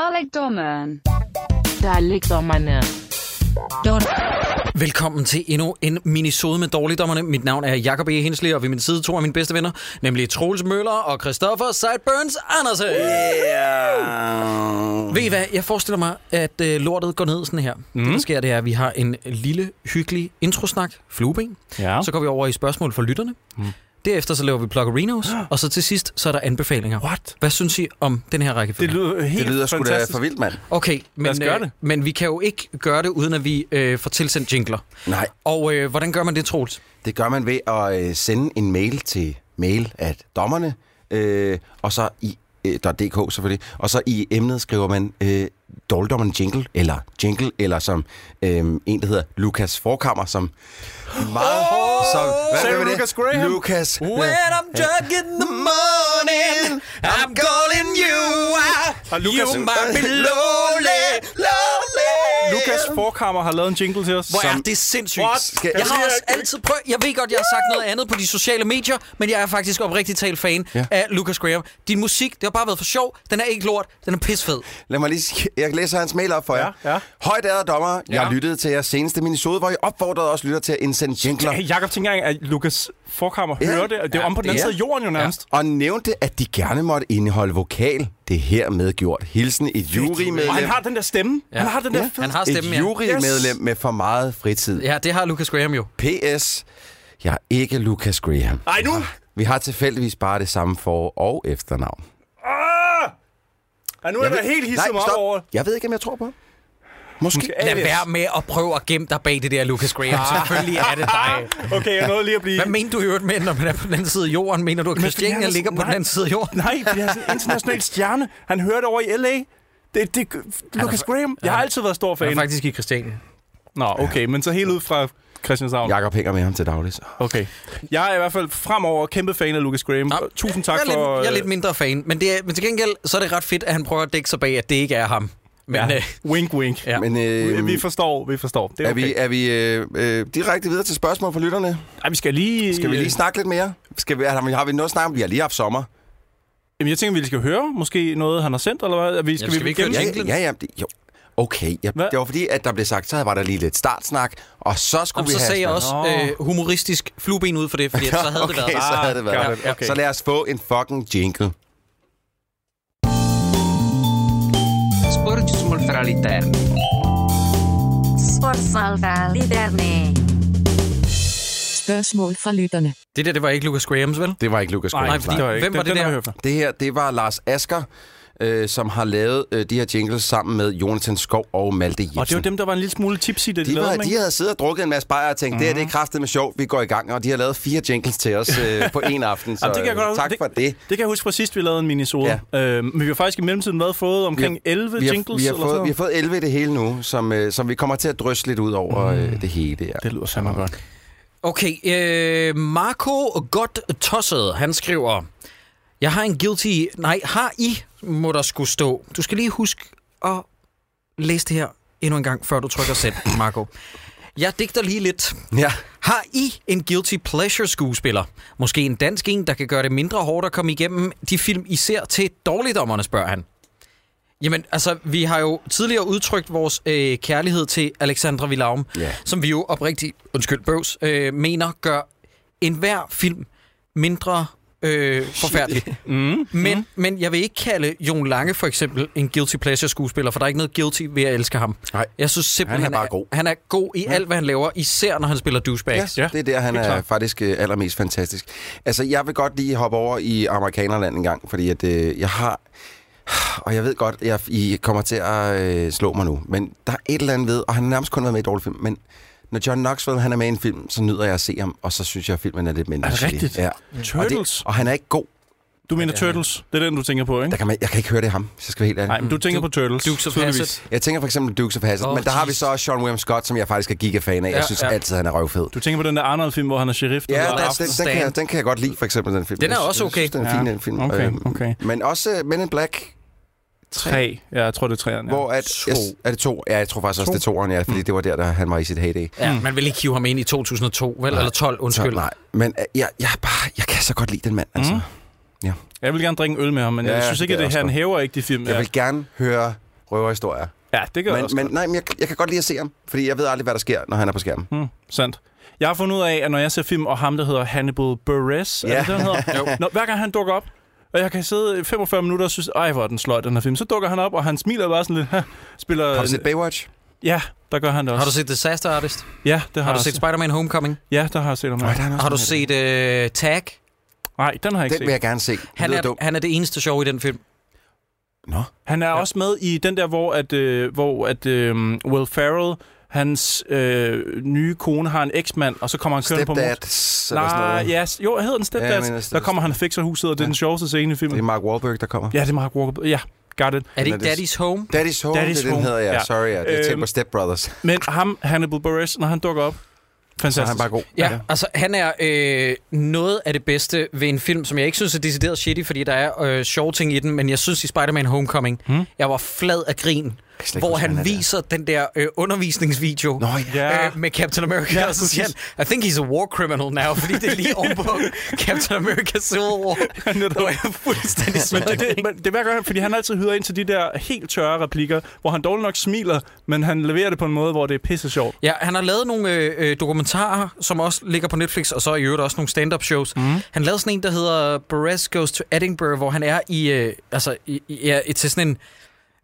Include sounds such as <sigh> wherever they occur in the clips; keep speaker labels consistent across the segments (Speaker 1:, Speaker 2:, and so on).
Speaker 1: Dalekdommeren.
Speaker 2: Dalekdommerne.
Speaker 3: Velkommen til endnu en minisode med dårligdommerne. Mit navn er Jakob E. Hensli, og ved min side to af mine bedste venner, nemlig Troels Møller og Christoffer Sideburns Andersen.
Speaker 4: Yeah.
Speaker 3: Ved I hvad, jeg forestiller mig, at øh, lortet går ned sådan her. Mm. Det, der sker, det er, at vi har en lille, hyggelig introsnak, flueben.
Speaker 4: Ja.
Speaker 3: Så går vi over i spørgsmål for lytterne. Mm. Derefter så laver vi
Speaker 4: <gasps>
Speaker 3: Pluggerinos, og så til sidst, så er der anbefalinger.
Speaker 4: What?
Speaker 3: Hvad synes I om den her rækkefølge?
Speaker 4: Det lyder helt
Speaker 5: Det lyder sgu da
Speaker 4: fantastisk.
Speaker 5: for vildt, mand.
Speaker 3: Okay,
Speaker 4: Lad os
Speaker 3: men,
Speaker 4: gøre
Speaker 3: øh,
Speaker 4: det.
Speaker 3: men vi kan jo ikke gøre det, uden at vi øh, får tilsendt jingler.
Speaker 5: Nej,
Speaker 3: Og øh, hvordan gør man det, Troels?
Speaker 5: det gør man ved at øh, sende en mail til mail at dommerne, øh, og så i øh, .dk selvfølgelig, og så i emnet skriver man øh, dårligdommeren jingle, eller jingle, eller som øh, en, der hedder Lukas Forkammer, som meget... Oh, som,
Speaker 4: sagde
Speaker 5: var
Speaker 4: du
Speaker 5: det?
Speaker 4: Lucas Graham?
Speaker 5: Lukas.
Speaker 3: I'm drunk in the morning, I'm calling you out.
Speaker 4: Og Lukas- You
Speaker 3: might be lonely, lonely.
Speaker 4: Lukas Forkammer har lavet en jingle til os.
Speaker 3: Hvor er
Speaker 4: som-
Speaker 3: det sindssygt.
Speaker 4: What?
Speaker 5: Skal-
Speaker 3: Jeg har også altid prøvet... Jeg ved godt, jeg har sagt noget andet på de sociale medier, men jeg er faktisk oprigtigt talt fan ja.
Speaker 5: Ja.
Speaker 3: af Lucas Graham. Din musik, det har bare været for sjov. Den er ikke lort. Den er pisfed.
Speaker 5: Lad mig lige... sige- Jeg læser hans mail op for jer.
Speaker 4: Ja, ja.
Speaker 5: Højt ærede dommer, jeg
Speaker 4: Ja.
Speaker 5: lyttede til jeres seneste minisode, hvor I opfordrede os lytter til at indsende jingler.
Speaker 4: Hey, Jakob tænker engang, at Lukas Forkammer
Speaker 5: Ja.
Speaker 4: hører det, og det er
Speaker 3: Ja,
Speaker 4: om på den anden
Speaker 3: det er.
Speaker 4: side af jorden jo nærmest.
Speaker 5: og nævnte, at de gerne måtte indeholde vokal. Det er hermed gjort. Hilsen et
Speaker 4: Og han
Speaker 5: jurymedlem.
Speaker 4: har den der stemme. Han har den der fede-
Speaker 3: Han har stemmen,
Speaker 5: Et
Speaker 3: ja.
Speaker 5: jurymedlem med for meget fritid.
Speaker 3: Ja, det har Lucas Graham jo.
Speaker 5: PS. Jeg er ikke Lucas Graham.
Speaker 4: Ej, nu!
Speaker 5: Vi har tilfældigvis bare det samme for- og efternavn.
Speaker 4: Ej, nu er
Speaker 5: Jeg
Speaker 4: der
Speaker 5: ved-
Speaker 4: helt
Speaker 5: Nej,
Speaker 4: hisset mig op
Speaker 5: stop.
Speaker 4: over.
Speaker 5: Jeg ved ikke, om jeg tror på ham. Måske.
Speaker 4: Måske-
Speaker 3: Lad
Speaker 4: Alias.
Speaker 3: være med at prøve at gemme dig bag det der Lucas Graham.
Speaker 4: Ah.
Speaker 3: Selvfølgelig er det dig.
Speaker 4: <laughs> Okay, jeg nåede lige at blive...
Speaker 3: Hvad mener du i øvrigt med, når man er på den anden side af jorden? Mener du, at
Speaker 4: han
Speaker 3: Christiania
Speaker 4: er-
Speaker 3: ligger på den
Speaker 4: nej.
Speaker 3: anden side af jorden?
Speaker 4: Nej, fordi han er sådan en international stjerne. Han hørte over i L.A. Det, det, Lucas Graham. Jeg har altid været stor
Speaker 3: Jeg er
Speaker 4: fan.
Speaker 3: faktisk i Christiania.
Speaker 4: Nå, okay, men så helt ud fra Christianshavn.
Speaker 5: Jakob hænger med ham til daglig. så.
Speaker 4: Okay. Jeg er i hvert fald fremover kæmpe fan af Lucas Graham.
Speaker 3: Nå,
Speaker 4: Nå, Tusind tak
Speaker 3: jeg er
Speaker 4: for... øh,
Speaker 3: Lidt, jeg er lidt mindre fan, men, det er, men til gengæld så er det ret fedt, at han prøver at dække sig bag, at det ikke er ham. Men ja.
Speaker 4: Ja.
Speaker 3: øh,
Speaker 4: Wink, wink.
Speaker 3: Ja.
Speaker 4: Ja.
Speaker 5: Men øh,
Speaker 4: Vi forstår, vi forstår. Det er,
Speaker 5: er
Speaker 4: okay.
Speaker 5: vi, er vi øh, øh, direkte videre til spørgsmål fra lytterne?
Speaker 4: Ej, vi skal lige... øh,
Speaker 5: Skal vi lige snakke lidt mere? Skal vi, har vi- har vi noget at snakke om? Vi har lige haft sommer.
Speaker 4: Jamen, jeg tænker, vi skal høre måske noget, han har sendt, eller hvad? Er Vi, skal,
Speaker 3: skal vi ikke høre
Speaker 4: gennem-
Speaker 3: jinglen?
Speaker 5: Ja, ja, ja, det, jo. Okay, ja,
Speaker 4: Hvad?
Speaker 5: det var fordi, at der blev sagt, så var der lige lidt startsnak, og så skulle
Speaker 3: Om,
Speaker 5: vi
Speaker 3: så
Speaker 5: have...
Speaker 3: sagde jeg
Speaker 5: snak-
Speaker 3: også
Speaker 4: Nå.
Speaker 3: øh, humoristisk flueben ud for det, fordi så havde <laughs>
Speaker 5: <laughs> okay,
Speaker 3: det været
Speaker 5: så havde det været.
Speaker 4: Ah,
Speaker 5: der.
Speaker 4: got it, okay.
Speaker 5: Så lad os få en fucking jingle.
Speaker 2: Sporgis mult fra literne.
Speaker 6: Sportsalfa Liderne.
Speaker 2: Spørgsmål fra lytterne.
Speaker 3: Det der, det var ikke Lucas Grahams, vel?
Speaker 5: Det var ikke Lukas
Speaker 4: Nej,
Speaker 3: Nej,
Speaker 4: fordi, det var ikke.
Speaker 3: Hvem var
Speaker 4: den,
Speaker 3: det
Speaker 4: den
Speaker 3: der?
Speaker 4: har vi hørt før.
Speaker 5: Det her, det var Lars Asker, øh, som har lavet øh, de her jingles sammen med Jonathan Skov og Malte Jensen.
Speaker 4: Og det var dem, der var en lille smule tipsy, da de,
Speaker 5: De,
Speaker 4: lavede
Speaker 5: var,
Speaker 4: dem,
Speaker 5: de
Speaker 4: ikke? Mhm.
Speaker 5: havde siddet og drukket en masse bajer og tænkt, det her det er kraftigt med sjov, vi går i gang. Og de har lavet fire jingles til os øh,
Speaker 4: <laughs>
Speaker 5: på en aften, så
Speaker 4: Jamen, det kan jeg
Speaker 5: øh,
Speaker 4: godt-
Speaker 5: tak
Speaker 4: det-
Speaker 5: for det.
Speaker 4: Det kan jeg huske fra sidst, vi lavede en minisode. Ja. Øhm, men vi har faktisk i mellemtiden været fået omkring
Speaker 5: Vi
Speaker 4: 11
Speaker 5: vi har,
Speaker 4: jingles
Speaker 5: vi har,
Speaker 4: eller
Speaker 5: fået,
Speaker 4: sådan
Speaker 5: vi har fået 11 i det hele nu, som, øh, som vi kommer til at drysse lidt ud over
Speaker 4: Mhm.
Speaker 5: øh, det hele. Ja.
Speaker 4: Det lyder fandme godt.
Speaker 3: Okay, øh, Marco Godt Tosset, han skriver, jeg har en guilty... Nej, har I, må der skulle stå. Du skal lige huske at læse det her endnu en gang, før du trykker send, Marco. Jeg digter lige lidt.
Speaker 5: Ja.
Speaker 3: Har I en guilty pleasure skuespiller? Måske en dansk en, der kan gøre det mindre hårdt at komme igennem de film, I ser til dårligdommerne, spørger han. Jamen, altså, vi har jo tidligere udtrykt vores øh, kærlighed til Alexandra Villaum,
Speaker 5: Ja.
Speaker 3: som vi jo oprigtigt, undskyld, bøvs, øh, mener gør enhver film mindre øh,
Speaker 5: <laughs>
Speaker 3: forfærdelig.
Speaker 4: Mm.
Speaker 3: men, men jeg vil ikke kalde Jon Lange for eksempel en guilty pleasure skuespiller, for der er ikke noget guilty ved at elske ham.
Speaker 5: Nej.
Speaker 3: Jeg synes simpelthen,
Speaker 5: Han er bare god.
Speaker 3: Han er god i alt, hvad han laver, især når han spiller douchebags.
Speaker 5: Ja,
Speaker 4: Ja,
Speaker 5: det er der, han
Speaker 4: helt
Speaker 5: er
Speaker 4: klart.
Speaker 5: faktisk øh, allermest fantastisk. Altså, jeg vil godt lige hoppe over i amerikanerland en gang, fordi at, øh, jeg har... Og jeg ved godt, jeg, I kommer til at øh, slå mig nu, men der er et eller andet ved, og han har nærmest kun været med i dårlige film, men når John Knoxville han er med i en film, så nyder jeg at se ham, og så synes jeg, at filmen er lidt mindre
Speaker 4: Er det
Speaker 5: shitty.
Speaker 4: rigtigt?
Speaker 5: Ja. Og,
Speaker 4: Turtles?
Speaker 5: det, og han er ikke god.
Speaker 4: Du mener Turtles? Det er den, du tænker på, ikke?
Speaker 5: Der kan man, jeg kan ikke høre det er ham, hvis jeg skal være helt ærlig.
Speaker 4: Nej, men du tænker
Speaker 3: Mm. Du-
Speaker 4: på Turtles.
Speaker 3: Dukes of
Speaker 4: tydeligvis.
Speaker 3: Hazzard.
Speaker 5: Jeg tænker for eksempel Dukes of Hazzard,
Speaker 3: Åh,
Speaker 5: oh, men der har vi
Speaker 3: Jesus.
Speaker 5: så også Sean William Scott, som jeg faktisk er giga-fan af.
Speaker 3: Ja,
Speaker 5: jeg synes
Speaker 3: ja.
Speaker 5: altid, han er røvfed.
Speaker 4: Du tænker på den der Arnold-film, hvor han er sheriff?
Speaker 5: Ja,
Speaker 4: der,
Speaker 5: den,
Speaker 3: Last
Speaker 5: den, den, kan
Speaker 3: Stand.
Speaker 5: jeg, den kan jeg godt lide, for eksempel, den film.
Speaker 3: Den er
Speaker 5: Jeg sy-
Speaker 3: også
Speaker 5: jeg synes,
Speaker 3: okay.
Speaker 5: den er en fin, den film.
Speaker 4: Okay,
Speaker 5: Øhm,
Speaker 4: okay.
Speaker 5: Men også øh, Men in Black,
Speaker 4: Tre. Ja, jeg tror, det er træerne. Ja.
Speaker 5: hvor at...
Speaker 3: To.
Speaker 5: Jeg, er det to? Ja, jeg tror faktisk også, det er toeren, ja,
Speaker 4: Mm.
Speaker 5: fordi det var der, der han var i sit heyday.
Speaker 3: Ja, man vil ikke hive ham ind i 2002, vel? Eller 12, undskyld.
Speaker 5: Så, nej, men øh, jeg, jeg, er bare, jeg kan så godt lide den mand, altså. Mm. Ja.
Speaker 4: Jeg vil gerne drikke en øl med ham, men ja,
Speaker 5: Ja,
Speaker 4: jeg synes ikke,
Speaker 5: det
Speaker 4: at
Speaker 5: er
Speaker 4: det,
Speaker 5: også
Speaker 4: han
Speaker 5: godt.
Speaker 4: hæver ikke de film.
Speaker 5: Jeg
Speaker 4: Ja,
Speaker 5: vil gerne høre røverhistorier.
Speaker 4: ja det gør jeg
Speaker 5: Men,
Speaker 4: også
Speaker 5: men
Speaker 4: godt.
Speaker 5: nej, men jeg, jeg kan godt lide at se ham, fordi jeg ved aldrig, hvad der sker, når han er på skærmen.
Speaker 4: Hmm, sandt. Jeg har fundet ud af, at når jeg ser film, og ham, der hedder Hannibal Buress, ja. er
Speaker 5: Ja.
Speaker 4: det, den
Speaker 5: <laughs>
Speaker 4: hedder? Når, hver gang han dukker op, og jeg kan sidde 45 minutter og synes, ej, hvor er den sløj, den her film. Så dukker han op, og han smiler bare sådan lidt. Ha, spiller
Speaker 3: Øh,
Speaker 5: Har du set Baywatch?
Speaker 4: Ja, der gør han det også.
Speaker 3: Har du set Disaster Artist?
Speaker 4: Ja, det har,
Speaker 3: Har du
Speaker 4: jeg
Speaker 3: set
Speaker 4: også.
Speaker 3: Spider-Man Homecoming?
Speaker 4: Ja, der har jeg set ham.
Speaker 5: Nej, der er han også
Speaker 3: Har du
Speaker 5: med.
Speaker 3: set øh, Tag?
Speaker 4: Nej, den har jeg ikke
Speaker 5: Den
Speaker 4: set.
Speaker 5: vil jeg gerne se. Den
Speaker 3: Han
Speaker 5: lyder
Speaker 3: er,
Speaker 5: dum.
Speaker 3: han er det eneste sjov i den film.
Speaker 5: Nå.
Speaker 4: Han er ja. også med i den der, hvor at, øh, hvor at øh, Will Ferrell, hans øh, nye kone, har en eksmand, og så kommer han kørende på mor.
Speaker 5: Stepdads eller sådan
Speaker 4: Nej,
Speaker 5: noget.
Speaker 4: ja, yes. jo, hedder den
Speaker 5: Ja,
Speaker 4: Stepdads.
Speaker 5: jeg mener,
Speaker 4: der
Speaker 5: Stepdads.
Speaker 4: kommer han og fikser huset, og det er
Speaker 5: Ja.
Speaker 4: den sjoveste scene i
Speaker 5: Det er
Speaker 4: filmen.
Speaker 5: Mark Wahlberg, der kommer.
Speaker 4: Ja, det er Mark Walker. Ja, got it.
Speaker 3: Er det
Speaker 5: er
Speaker 3: ikke
Speaker 5: det-
Speaker 3: Daddy's Home?
Speaker 5: Daddy's Home,
Speaker 4: Daddy's
Speaker 5: det er den
Speaker 4: Home,
Speaker 5: hedder, ja.
Speaker 4: ja.
Speaker 5: Sorry, ja. det er
Speaker 4: Øhm,
Speaker 5: tænkt på Step Brothers. Så
Speaker 4: Men ham, Hannibal Buress, når han dukker op,
Speaker 5: er han
Speaker 4: fantastisk.
Speaker 5: bare god.
Speaker 3: Ja, altså han er øh, noget af det bedste ved en film, som jeg ikke synes er decideret shitty, fordi der er øh, sjove ting i den, men jeg synes i Spider-Man Homecoming, hmm? jeg var flad af grin,
Speaker 5: kan slet ikke
Speaker 3: hvor
Speaker 5: huske,
Speaker 3: han
Speaker 5: hvad han er
Speaker 3: viser den der øh, undervisningsvideo.
Speaker 5: Nå ja.
Speaker 4: Ja.
Speaker 3: <laughs> Øh, med Captain America,
Speaker 4: Ja,
Speaker 3: ja, og så siger
Speaker 4: præcis.
Speaker 3: han, I think he's a war criminal now, fordi det er lige <laughs> ovenpå Captain America Civil War. Det var jeg fuldstændig
Speaker 4: <laughs> Men
Speaker 3: smidt.
Speaker 4: det, det, men det er hver gang, fordi han altid hyder ind til de der helt tørre replikker, hvor han dårligt nok smiler, men han leverer det på en måde, hvor det er pisse sjovt.
Speaker 3: <laughs> Ja, han har lavet nogle øh, øh, dokumentarer, som også ligger på Netflix, og så i øvrigt også nogle stand-up shows. Mm. Han lavede sådan en, der hedder Perez Goes to Edinburgh, hvor han er i, øh, altså, i, i, ja, i- til sådan en,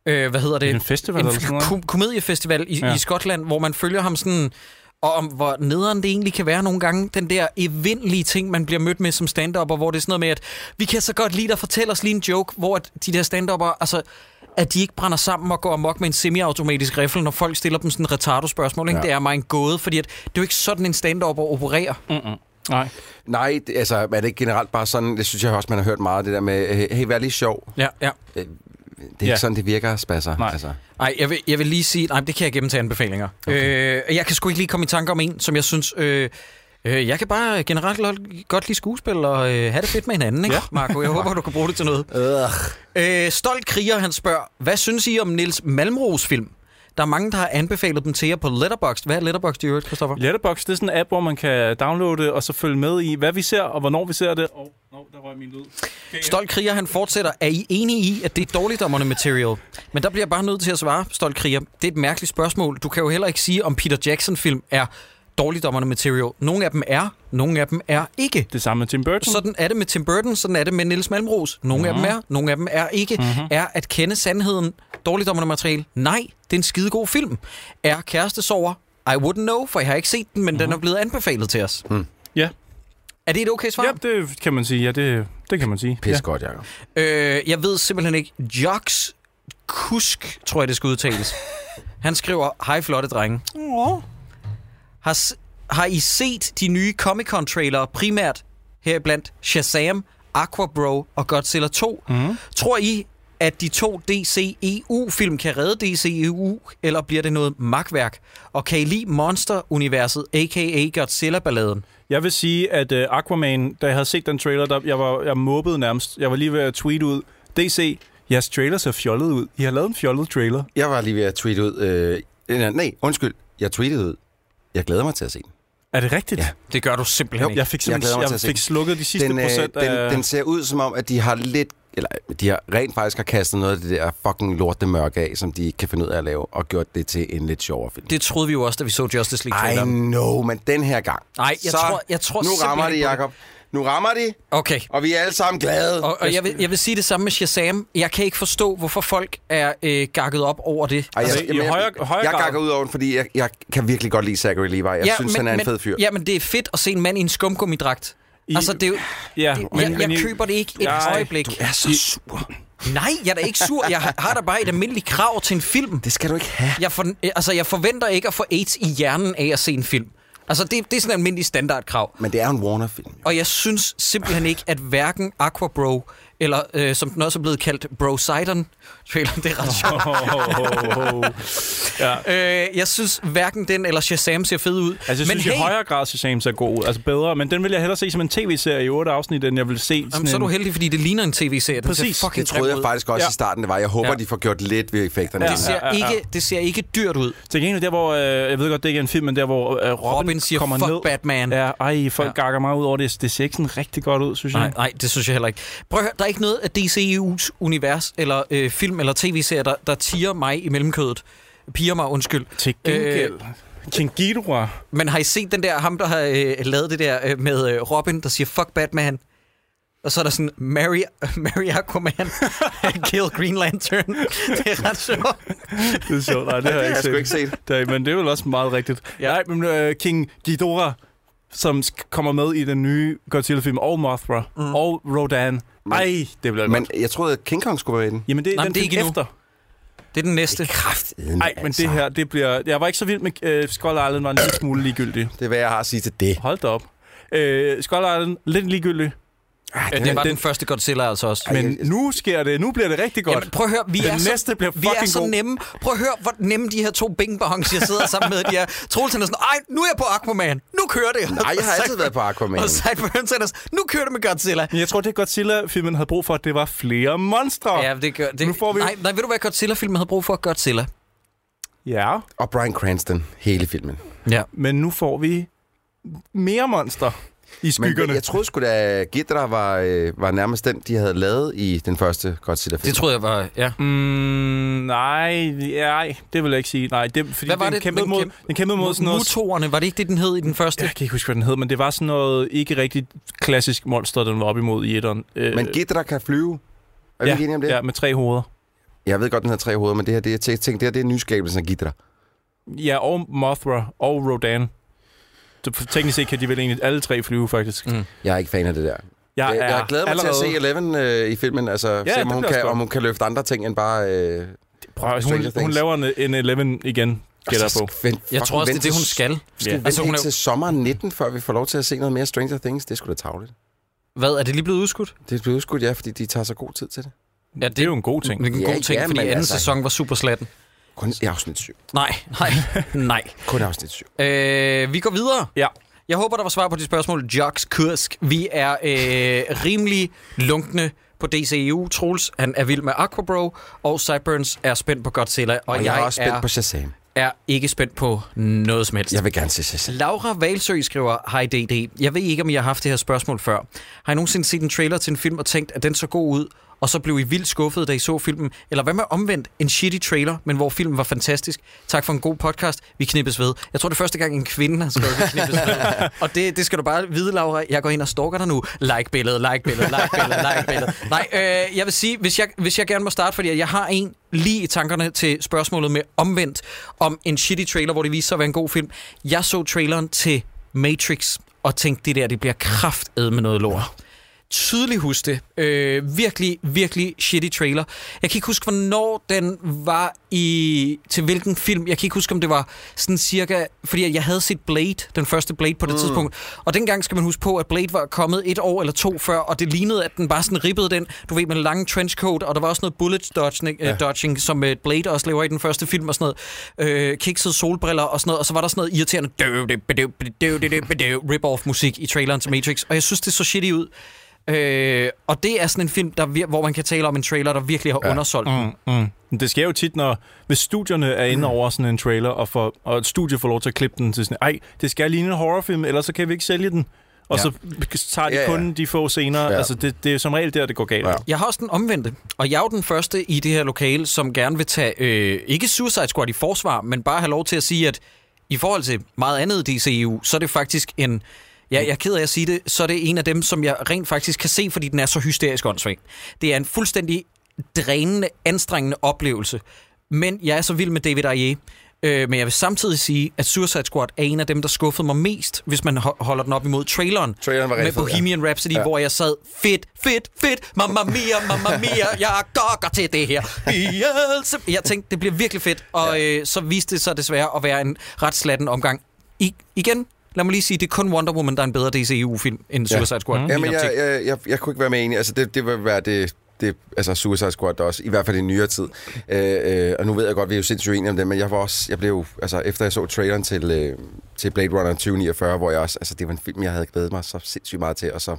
Speaker 3: øh, hvad hedder det?
Speaker 4: En festival
Speaker 3: en
Speaker 4: eller sådan noget?
Speaker 3: ko- komediefestival i,
Speaker 4: Ja.
Speaker 3: ja. i Skotland, hvor man følger ham sådan, og om hvor nederen det egentlig kan være nogle gange, den der evindelige ting, man bliver mødt med som stand og hvor det er sådan noget med, at vi kan så godt lide dig, fortæl os lige en joke, hvor at de der stand altså, at de ikke brænder sammen og går amok med en semiautomatisk rifle, når folk stiller dem sådan en retardo-spørgsmål. Ikke?
Speaker 5: Ja.
Speaker 3: Det er mig en gåde, fordi at det er jo ikke sådan en stand opererer.
Speaker 4: Nej.
Speaker 5: Nej, det, altså, er det ikke generelt bare sådan, det synes jeg også, man har hørt meget, det der med, øh, hey, vær lige sjov.
Speaker 3: Ja, ja.
Speaker 5: Det er ikke
Speaker 4: Ja.
Speaker 5: sådan, det virker, spasser.
Speaker 4: Nej.
Speaker 5: Altså.
Speaker 3: Ej, jeg vil, jeg vil lige sige... Nej, det kan jeg gemme til anbefalinger. Okay. Øh, jeg kan sgu ikke lige komme i tanke om en, som jeg synes... Øh, øh, jeg kan bare generelt lo- godt lide skuespil og øh, have det fedt med hinanden, ikke,
Speaker 4: Ja.
Speaker 3: ja. Marco? Jeg håber, du kan bruge det til noget. Øh, Stolt Kriger, han spørger, hvad synes I om Nils Malmros film? Der er mange, der har anbefalet dem til jer på Letterboxd. Hvad er Letterboxd i øvrigt, Christoffer?
Speaker 4: Letterboxd, det er sådan en app, hvor man kan downloade og så følge med i, hvad vi ser og hvornår vi ser det. Og oh, der røg min lyd.
Speaker 3: Stolt Kriger, han fortsætter, er I enige i, at det er dårligdommerne material? Men der bliver jeg bare nødt til at svare, Stolt Kriger. Det er et mærkeligt spørgsmål. Du kan jo heller ikke sige, om Peter Jackson-film er dårligdommerne material. Nogle af dem er, nogle af dem er ikke.
Speaker 4: Det samme med Tim Burton.
Speaker 3: Sådan er det med Tim Burton, sådan er det med Nils Malmros. Nogle mm-hmm. af dem er, nogle af dem er ikke. Mm-hmm. Er at kende sandheden dårligdommerne materiale? Nej, det er en skidegod film. Er kærestesover? I wouldn't know, for jeg har ikke set den, men mm-hmm. den er blevet anbefalet til os. Mm.
Speaker 4: Ja.
Speaker 3: Er det et okay svar?
Speaker 4: Ja, det kan man sige. Ja, det, det kan man sige.
Speaker 5: Pis godt, Jacob.
Speaker 3: Øh, jeg ved simpelthen ikke. Jocks Kusk, tror jeg, det skal udtales. Han skriver, hej flotte drenge. Har, s- har I set de nye Comic-Con-trailere primært heriblandt Shazam, Aqua Bro og Godzilla 2? Mm. Tror I, at de to DCEU-film kan redde DCEU, eller bliver det noget magtværk? Og kan I lide Monster-universet, a.k.a. Godzilla-balladen?
Speaker 4: Jeg vil sige, at uh, Aquaman, da jeg havde set den trailer, der, jeg, var, jeg mobbede nærmest. Jeg var lige ved at tweete ud. DC, jeres trailer ser fjollet ud. I har lavet en fjollet trailer.
Speaker 5: Jeg var lige ved at tweete ud. Øh, nej, nej, undskyld. Jeg tweetede ud. Jeg glæder mig til at se den.
Speaker 4: Er det rigtigt?
Speaker 5: Ja.
Speaker 3: Det gør du simpelthen
Speaker 5: Jo,
Speaker 3: ikke.
Speaker 4: Jeg fik,
Speaker 5: Jeg glæder
Speaker 4: simpelthen,
Speaker 5: mig
Speaker 4: jeg
Speaker 5: til at se
Speaker 4: fik
Speaker 5: den.
Speaker 4: slukket de sidste
Speaker 5: den, øh,
Speaker 4: procent af...
Speaker 5: den, den ser ud som om, at de har lidt... Eller de har rent faktisk har kastet noget af det der fucking lorte mørke af, som de ikke kan finde ud af at lave, og gjort det til en lidt sjovere film.
Speaker 3: Det troede vi jo også, da vi så Justice
Speaker 5: I
Speaker 3: League-traileren.
Speaker 5: know, men den her gang.
Speaker 3: Nej, jeg
Speaker 5: så
Speaker 3: tror- jeg tror
Speaker 5: Nu
Speaker 3: simpelthen
Speaker 5: rammer det,
Speaker 3: ikke på det.
Speaker 5: Jacob. Nu rammer de,
Speaker 3: Okay,
Speaker 5: og vi er alle sammen glade.
Speaker 3: Og, og jeg, vil, jeg vil sige det samme med Shazam. Jeg kan ikke forstå, hvorfor folk er øh, gakket op over det.
Speaker 5: Ej,
Speaker 4: Altså, i
Speaker 5: jamen,
Speaker 4: højere- højere
Speaker 5: jeg
Speaker 4: grad-
Speaker 5: gakker ud over den, fordi jeg, jeg kan virkelig godt lide Zachary Levi. Jeg synes, han er en fed fyr.
Speaker 3: Ja, men det er fedt at se en mand i en skumgummidragt.
Speaker 4: I-
Speaker 3: I, altså, det er jo,
Speaker 4: ja,
Speaker 3: det,
Speaker 4: men-
Speaker 3: jeg, jeg
Speaker 4: men I- <laughs>
Speaker 3: køber det ikke et
Speaker 4: Nej,
Speaker 3: øjeblik.
Speaker 5: er så sur.
Speaker 3: Nej, jeg er da ikke sur. Jeg har, har da bare et almindeligt krav til en film.
Speaker 5: Det skal du ikke have.
Speaker 3: Jeg, for, altså, jeg forventer ikke at få AIDS i hjernen af at se en film. Altså, det, det er sådan en almindelig standardkrav.
Speaker 5: Men det er jo en Warner-film. jo.
Speaker 3: Og jeg synes simpelthen ikke, at hverken Aqua Bro, eller øh, som den også er blevet kaldt, Bro Sidon, traileren, det er ret sjovt.
Speaker 4: ja.
Speaker 3: Øh, jeg synes hverken den eller Shazam ser fed ud.
Speaker 4: Altså, jeg
Speaker 3: men
Speaker 4: synes
Speaker 3: hey,
Speaker 4: i højere grad, Shazam ser god ud. Altså bedre, men den vil jeg hellere se som en tv-serie i otte afsnit, end jeg vil se sådan
Speaker 3: Jamen, så er du
Speaker 4: en...
Speaker 3: heldig, fordi det ligner en tv-serie. Den
Speaker 4: Præcis,
Speaker 3: ser fucking
Speaker 5: Det troede
Speaker 3: grim
Speaker 5: jeg
Speaker 3: ud.
Speaker 5: faktisk også
Speaker 4: Ja.
Speaker 5: ja. i starten, det var. Jeg håber,
Speaker 3: Ja.
Speaker 5: ja. de får gjort lidt ved effekterne.
Speaker 4: Ja.
Speaker 5: Ja.
Speaker 3: Det ser,
Speaker 4: Ja, ja, ja.
Speaker 3: Ikke, det ser ikke dyrt ud.
Speaker 4: Til gengæld der, hvor... Øh, jeg ved godt, det ikke er en film, men der, hvor øh, Robin,
Speaker 3: Robin siger,
Speaker 4: kommer
Speaker 3: fuck
Speaker 4: ned.
Speaker 3: Batman.
Speaker 4: Ja, ej, folk ja.
Speaker 3: Ja.
Speaker 4: gakker meget ud over det. Det ser ikke sådan rigtig godt ud, synes jeg.
Speaker 3: Nej, nej, det synes jeg heller ikke. Prøv at høre, der er ikke noget af DCEU's univers, eller øh, film, eller tv-serier, der, der tiger mig i mellemkødet. Piger mig, undskyld.
Speaker 4: Til gengæld... Øh, Kingidua.
Speaker 3: Men har I set den der, ham der har øh, lavet det der øh, med øh, Robin, der siger, fuck Batman? Og så er der sådan, Mary, <laughs> Mary Aquaman, <laughs> kill Green Lantern. <laughs> det er ret sjovt.
Speaker 4: Det er sjovt.
Speaker 3: <laughs>
Speaker 4: Nej, det har jeg
Speaker 5: Jeg
Speaker 4: ikke
Speaker 5: har sgu
Speaker 4: set.
Speaker 5: ikke set.
Speaker 4: Det, er- men det er vel også meget rigtigt.
Speaker 3: Ja.
Speaker 4: Ja. Nej, men uh, King Ghidorah, som sk- kommer med i den nye Godzilla-film, og Mothra, mm. og Rodan. Ej, det bliver
Speaker 5: Men
Speaker 4: godt.
Speaker 5: jeg troede, at King Kong skulle være i den.
Speaker 4: Jamen, det er
Speaker 3: Nej,
Speaker 4: Nej,
Speaker 3: men
Speaker 4: den
Speaker 3: det er
Speaker 4: film
Speaker 3: ikke endnu. Altså.
Speaker 4: efter.
Speaker 3: Det er den næste.
Speaker 5: Kraft.
Speaker 4: Nej, men det
Speaker 5: altså.
Speaker 4: her, det bliver... Jeg var ikke så vild med uh, Skull Island, var en lille smule ligegyldig.
Speaker 5: Det er, hvad jeg har at sige til det.
Speaker 4: Hold da op. Uh, Skull Island, lidt ligegyldig.
Speaker 5: Arh,
Speaker 3: Øh, Det var den første Godzilla altså også.
Speaker 4: Men
Speaker 5: jeg-
Speaker 4: nu sker det. Nu bliver det rigtig godt.
Speaker 3: Jamen, prøv at høre, vi
Speaker 4: Den
Speaker 3: er så,
Speaker 4: næste bliver
Speaker 3: vi er
Speaker 4: fucking
Speaker 3: så
Speaker 4: god.
Speaker 3: nemme. Prøv at høre, hvor nemme de her to bingbongs, jeg sidder sammen med, de er. Troels han er sådan, ej, nu er jeg på Aquaman. Nu kører det.
Speaker 5: Nej, jeg har altid været på Aquaman.
Speaker 3: Og Sideburns er sådan, nu kører det med Godzilla.
Speaker 4: Men jeg tror, det Godzilla-filmen havde brug for, at det var flere monstre.
Speaker 3: Ja, det gør det.
Speaker 4: Nu får vi-
Speaker 3: Nej, nej, ved du hvad Godzilla-filmen havde brug for? Godzilla.
Speaker 4: ja.
Speaker 5: Og Brian Cranston, hele filmen.
Speaker 3: Ja.
Speaker 4: Men nu får vi mere monster i
Speaker 5: Men
Speaker 4: skyggerne.
Speaker 5: jeg troede sgu da, Ghidra var, øh, var nærmest den, de havde lavet i den første Godzilla-film.
Speaker 3: Det troede jeg var, ja.
Speaker 4: Mm, nej, nej, det vil jeg ikke sige. Nej, det, fordi
Speaker 3: Hvad var
Speaker 4: den
Speaker 3: det,
Speaker 4: Kæmpede
Speaker 3: den
Speaker 4: mod,
Speaker 3: kæm-
Speaker 4: den kæmpede mod sådan noget...
Speaker 3: Mutorerne, var det ikke det, den hed i den første?
Speaker 4: Jeg kan ikke huske, hvad den hed, men det var sådan noget ikke rigtig klassisk monster, den var op imod i etteren. Øh,
Speaker 5: Men Ghidra kan flyve. Er vi
Speaker 4: ja,
Speaker 5: ikke enige om det?
Speaker 4: Ja, med tre hoveder.
Speaker 5: Jeg ved godt, den har tre hoveder, men det her, det, jeg tænkte, tænkte, det her det er nyskabelsen af Ghidra.
Speaker 4: Ja, og Mothra og Rodan. Så teknisk set kan de vel egentlig alle tre flyve, faktisk.
Speaker 3: Mm.
Speaker 4: Mm.
Speaker 5: Jeg er ikke fan af det der.
Speaker 4: Jeg,
Speaker 5: jeg,
Speaker 4: er
Speaker 5: jeg glæder mig
Speaker 4: allerede...
Speaker 5: til at se Eleven øh, i filmen, altså ja, se,
Speaker 4: det
Speaker 5: om hun,
Speaker 4: bliver
Speaker 5: kan,
Speaker 4: også
Speaker 5: om hun kan løfte andre ting end bare... Øh,
Speaker 4: Prøv, at-
Speaker 5: Stranger
Speaker 4: hun, hun
Speaker 5: Things. Altså,
Speaker 4: laver en, en Eleven igen, gætter jeg på.
Speaker 3: Jeg tror også, det er det, hun skal.
Speaker 5: Skal ja.
Speaker 4: Ja.
Speaker 3: Altså,
Speaker 5: altså,
Speaker 3: hun er-
Speaker 5: til sommer 19, før vi får lov til at se noget mere Stranger Things? Det skulle sgu da tavligt.
Speaker 3: Hvad, er det lige blevet udskudt?
Speaker 5: Det er blevet udskudt, ja, fordi de tager så god tid til det.
Speaker 3: Ja,
Speaker 4: Det er jo en god ting.
Speaker 3: Det er en
Speaker 5: Ja,
Speaker 3: god ting,
Speaker 5: ja,
Speaker 3: fordi
Speaker 5: men
Speaker 3: anden
Speaker 5: altså-
Speaker 3: sæson var super slatten.
Speaker 5: Kun i afsnit 7.
Speaker 3: Nej,
Speaker 4: <laughs>
Speaker 3: nej, nej.
Speaker 5: Kun i afsnit 7.
Speaker 3: Øh, vi går videre.
Speaker 4: Ja.
Speaker 3: Jeg håber, der var svar på de spørgsmål. Jocks Kursk. Vi er øh, rimelig lunkne på DCEU. Troels, han er vild med Aquabro, og Sideburns er spændt på Godzilla, og,
Speaker 5: Og,
Speaker 3: og
Speaker 5: jeg,
Speaker 3: jeg,
Speaker 5: er også spændt
Speaker 3: er,
Speaker 5: på Shazam.
Speaker 3: er ikke spændt på noget som helst.
Speaker 5: Jeg vil gerne se Shazam.
Speaker 3: Laura Valsø skriver, Hej DD, jeg ved ikke, om I har haft det her spørgsmål før. Har I nogensinde set en trailer til en film og tænkt, at den så god ud, og så blev I vildt skuffet, da I så filmen? Eller hvad med omvendt en shitty trailer, men hvor filmen var fantastisk? Tak for en god podcast. Vi knippes ved. Jeg tror, det er første gang, en kvinde har skrevet, vi knippes ved. og det, det skal du bare vide, Laura. Jeg går ind og stalker dig nu. Like billedet, like billedet, like billedet, like billedet. Nej, øh, jeg vil sige, hvis jeg, hvis jeg gerne må starte, fordi jeg har en lige i tankerne til spørgsmålet med omvendt om en shitty trailer, hvor det viste sig at være en god film. Jeg så traileren til Matrix og tænkte, det der, det bliver kraftet med noget lort. Tydeligt huske det. Øh, virkelig, virkelig shitty trailer. Jeg kan ikke huske, hvornår den var i... Til hvilken film. Jeg kan ikke huske, om det var sådan cirka... Fordi jeg havde set Blade, den første Blade på det mm. tidspunkt. Og dengang skal man huske på, at Blade var kommet et år eller to før, og det lignede, at den bare sådan rippede den, du ved, med lange trenchcoat, og der var også noget bullet dodging, ja. dodging som øh, Blade også laver i den første film, og sådan noget. Øh, kiksede solbriller og sådan noget, og så var der sådan noget irriterende døv, døv, døv, døv, døv, døv, døv, rip-off musik i traileren til Matrix, og jeg synes, det så shitty ud. Øh, og det er sådan en film, der, vir- hvor man kan tale om en trailer, der virkelig har ja. undersolgt. Mm.
Speaker 4: Mm. Men Det sker jo tit, når hvis studierne er inde over sådan en trailer, og, for, og et studie får lov til at klippe den til sådan, ej, det skal ligne en horrorfilm, ellers så kan vi ikke sælge den. Og
Speaker 3: Ja.
Speaker 4: ja. så tager de
Speaker 5: Ja,
Speaker 4: ja,
Speaker 5: ja.
Speaker 4: kun de få scener. Ja.
Speaker 5: Ja.
Speaker 4: Altså, det, det er som regel der, det går galt.
Speaker 5: Ja.
Speaker 4: Ja.
Speaker 3: Jeg har også den omvendte, og jeg er jo den første i det her lokale, som gerne vil tage, øh, ikke Suicide Squad i forsvar, men bare have lov til at sige, at i forhold til meget andet DCEU, så er det faktisk en, ja, jeg er ked af at sige det, så er det en af dem, som jeg rent faktisk kan se, fordi den er så hysterisk åndssvag. Det er en fuldstændig drænende, anstrengende oplevelse. Men jeg er så vild med David Ayer. Øh, men jeg vil samtidig sige, at Suicide Squad er en af dem, der skuffede mig mest, hvis man ho- holder den op imod traileren.
Speaker 5: Traileren var
Speaker 3: med
Speaker 5: rigtig fed, ja.
Speaker 3: Bohemian Rhapsody, ja. hvor jeg sad, fedt, fedt, fedt, mamma mia, mamma mia, jeg gokker til det her. Beyoncé. Jeg tænkte, det bliver virkelig fedt, og ja. øh, så viste det sig desværre at være en ret slatten omgang. I, igen, lad mig lige sige, det er kun Wonder Woman, der er en bedre DCU-film end Suicide ja. Squad. Mm.
Speaker 5: Mm-hmm. Jamen, jeg, jeg, jeg, jeg kunne ikke være med enig. Altså, det, det vil være det, det, altså Suicide Squad også, i hvert fald i nyere tid. Øh, øh, og nu ved jeg godt, vi er jo sindssygt enige om det, men jeg var også, jeg blev jo, altså efter jeg så traileren til, øh, til Blade Runner 2049, hvor jeg også, altså det var en film, jeg havde glædet mig så sindssygt meget til, og så,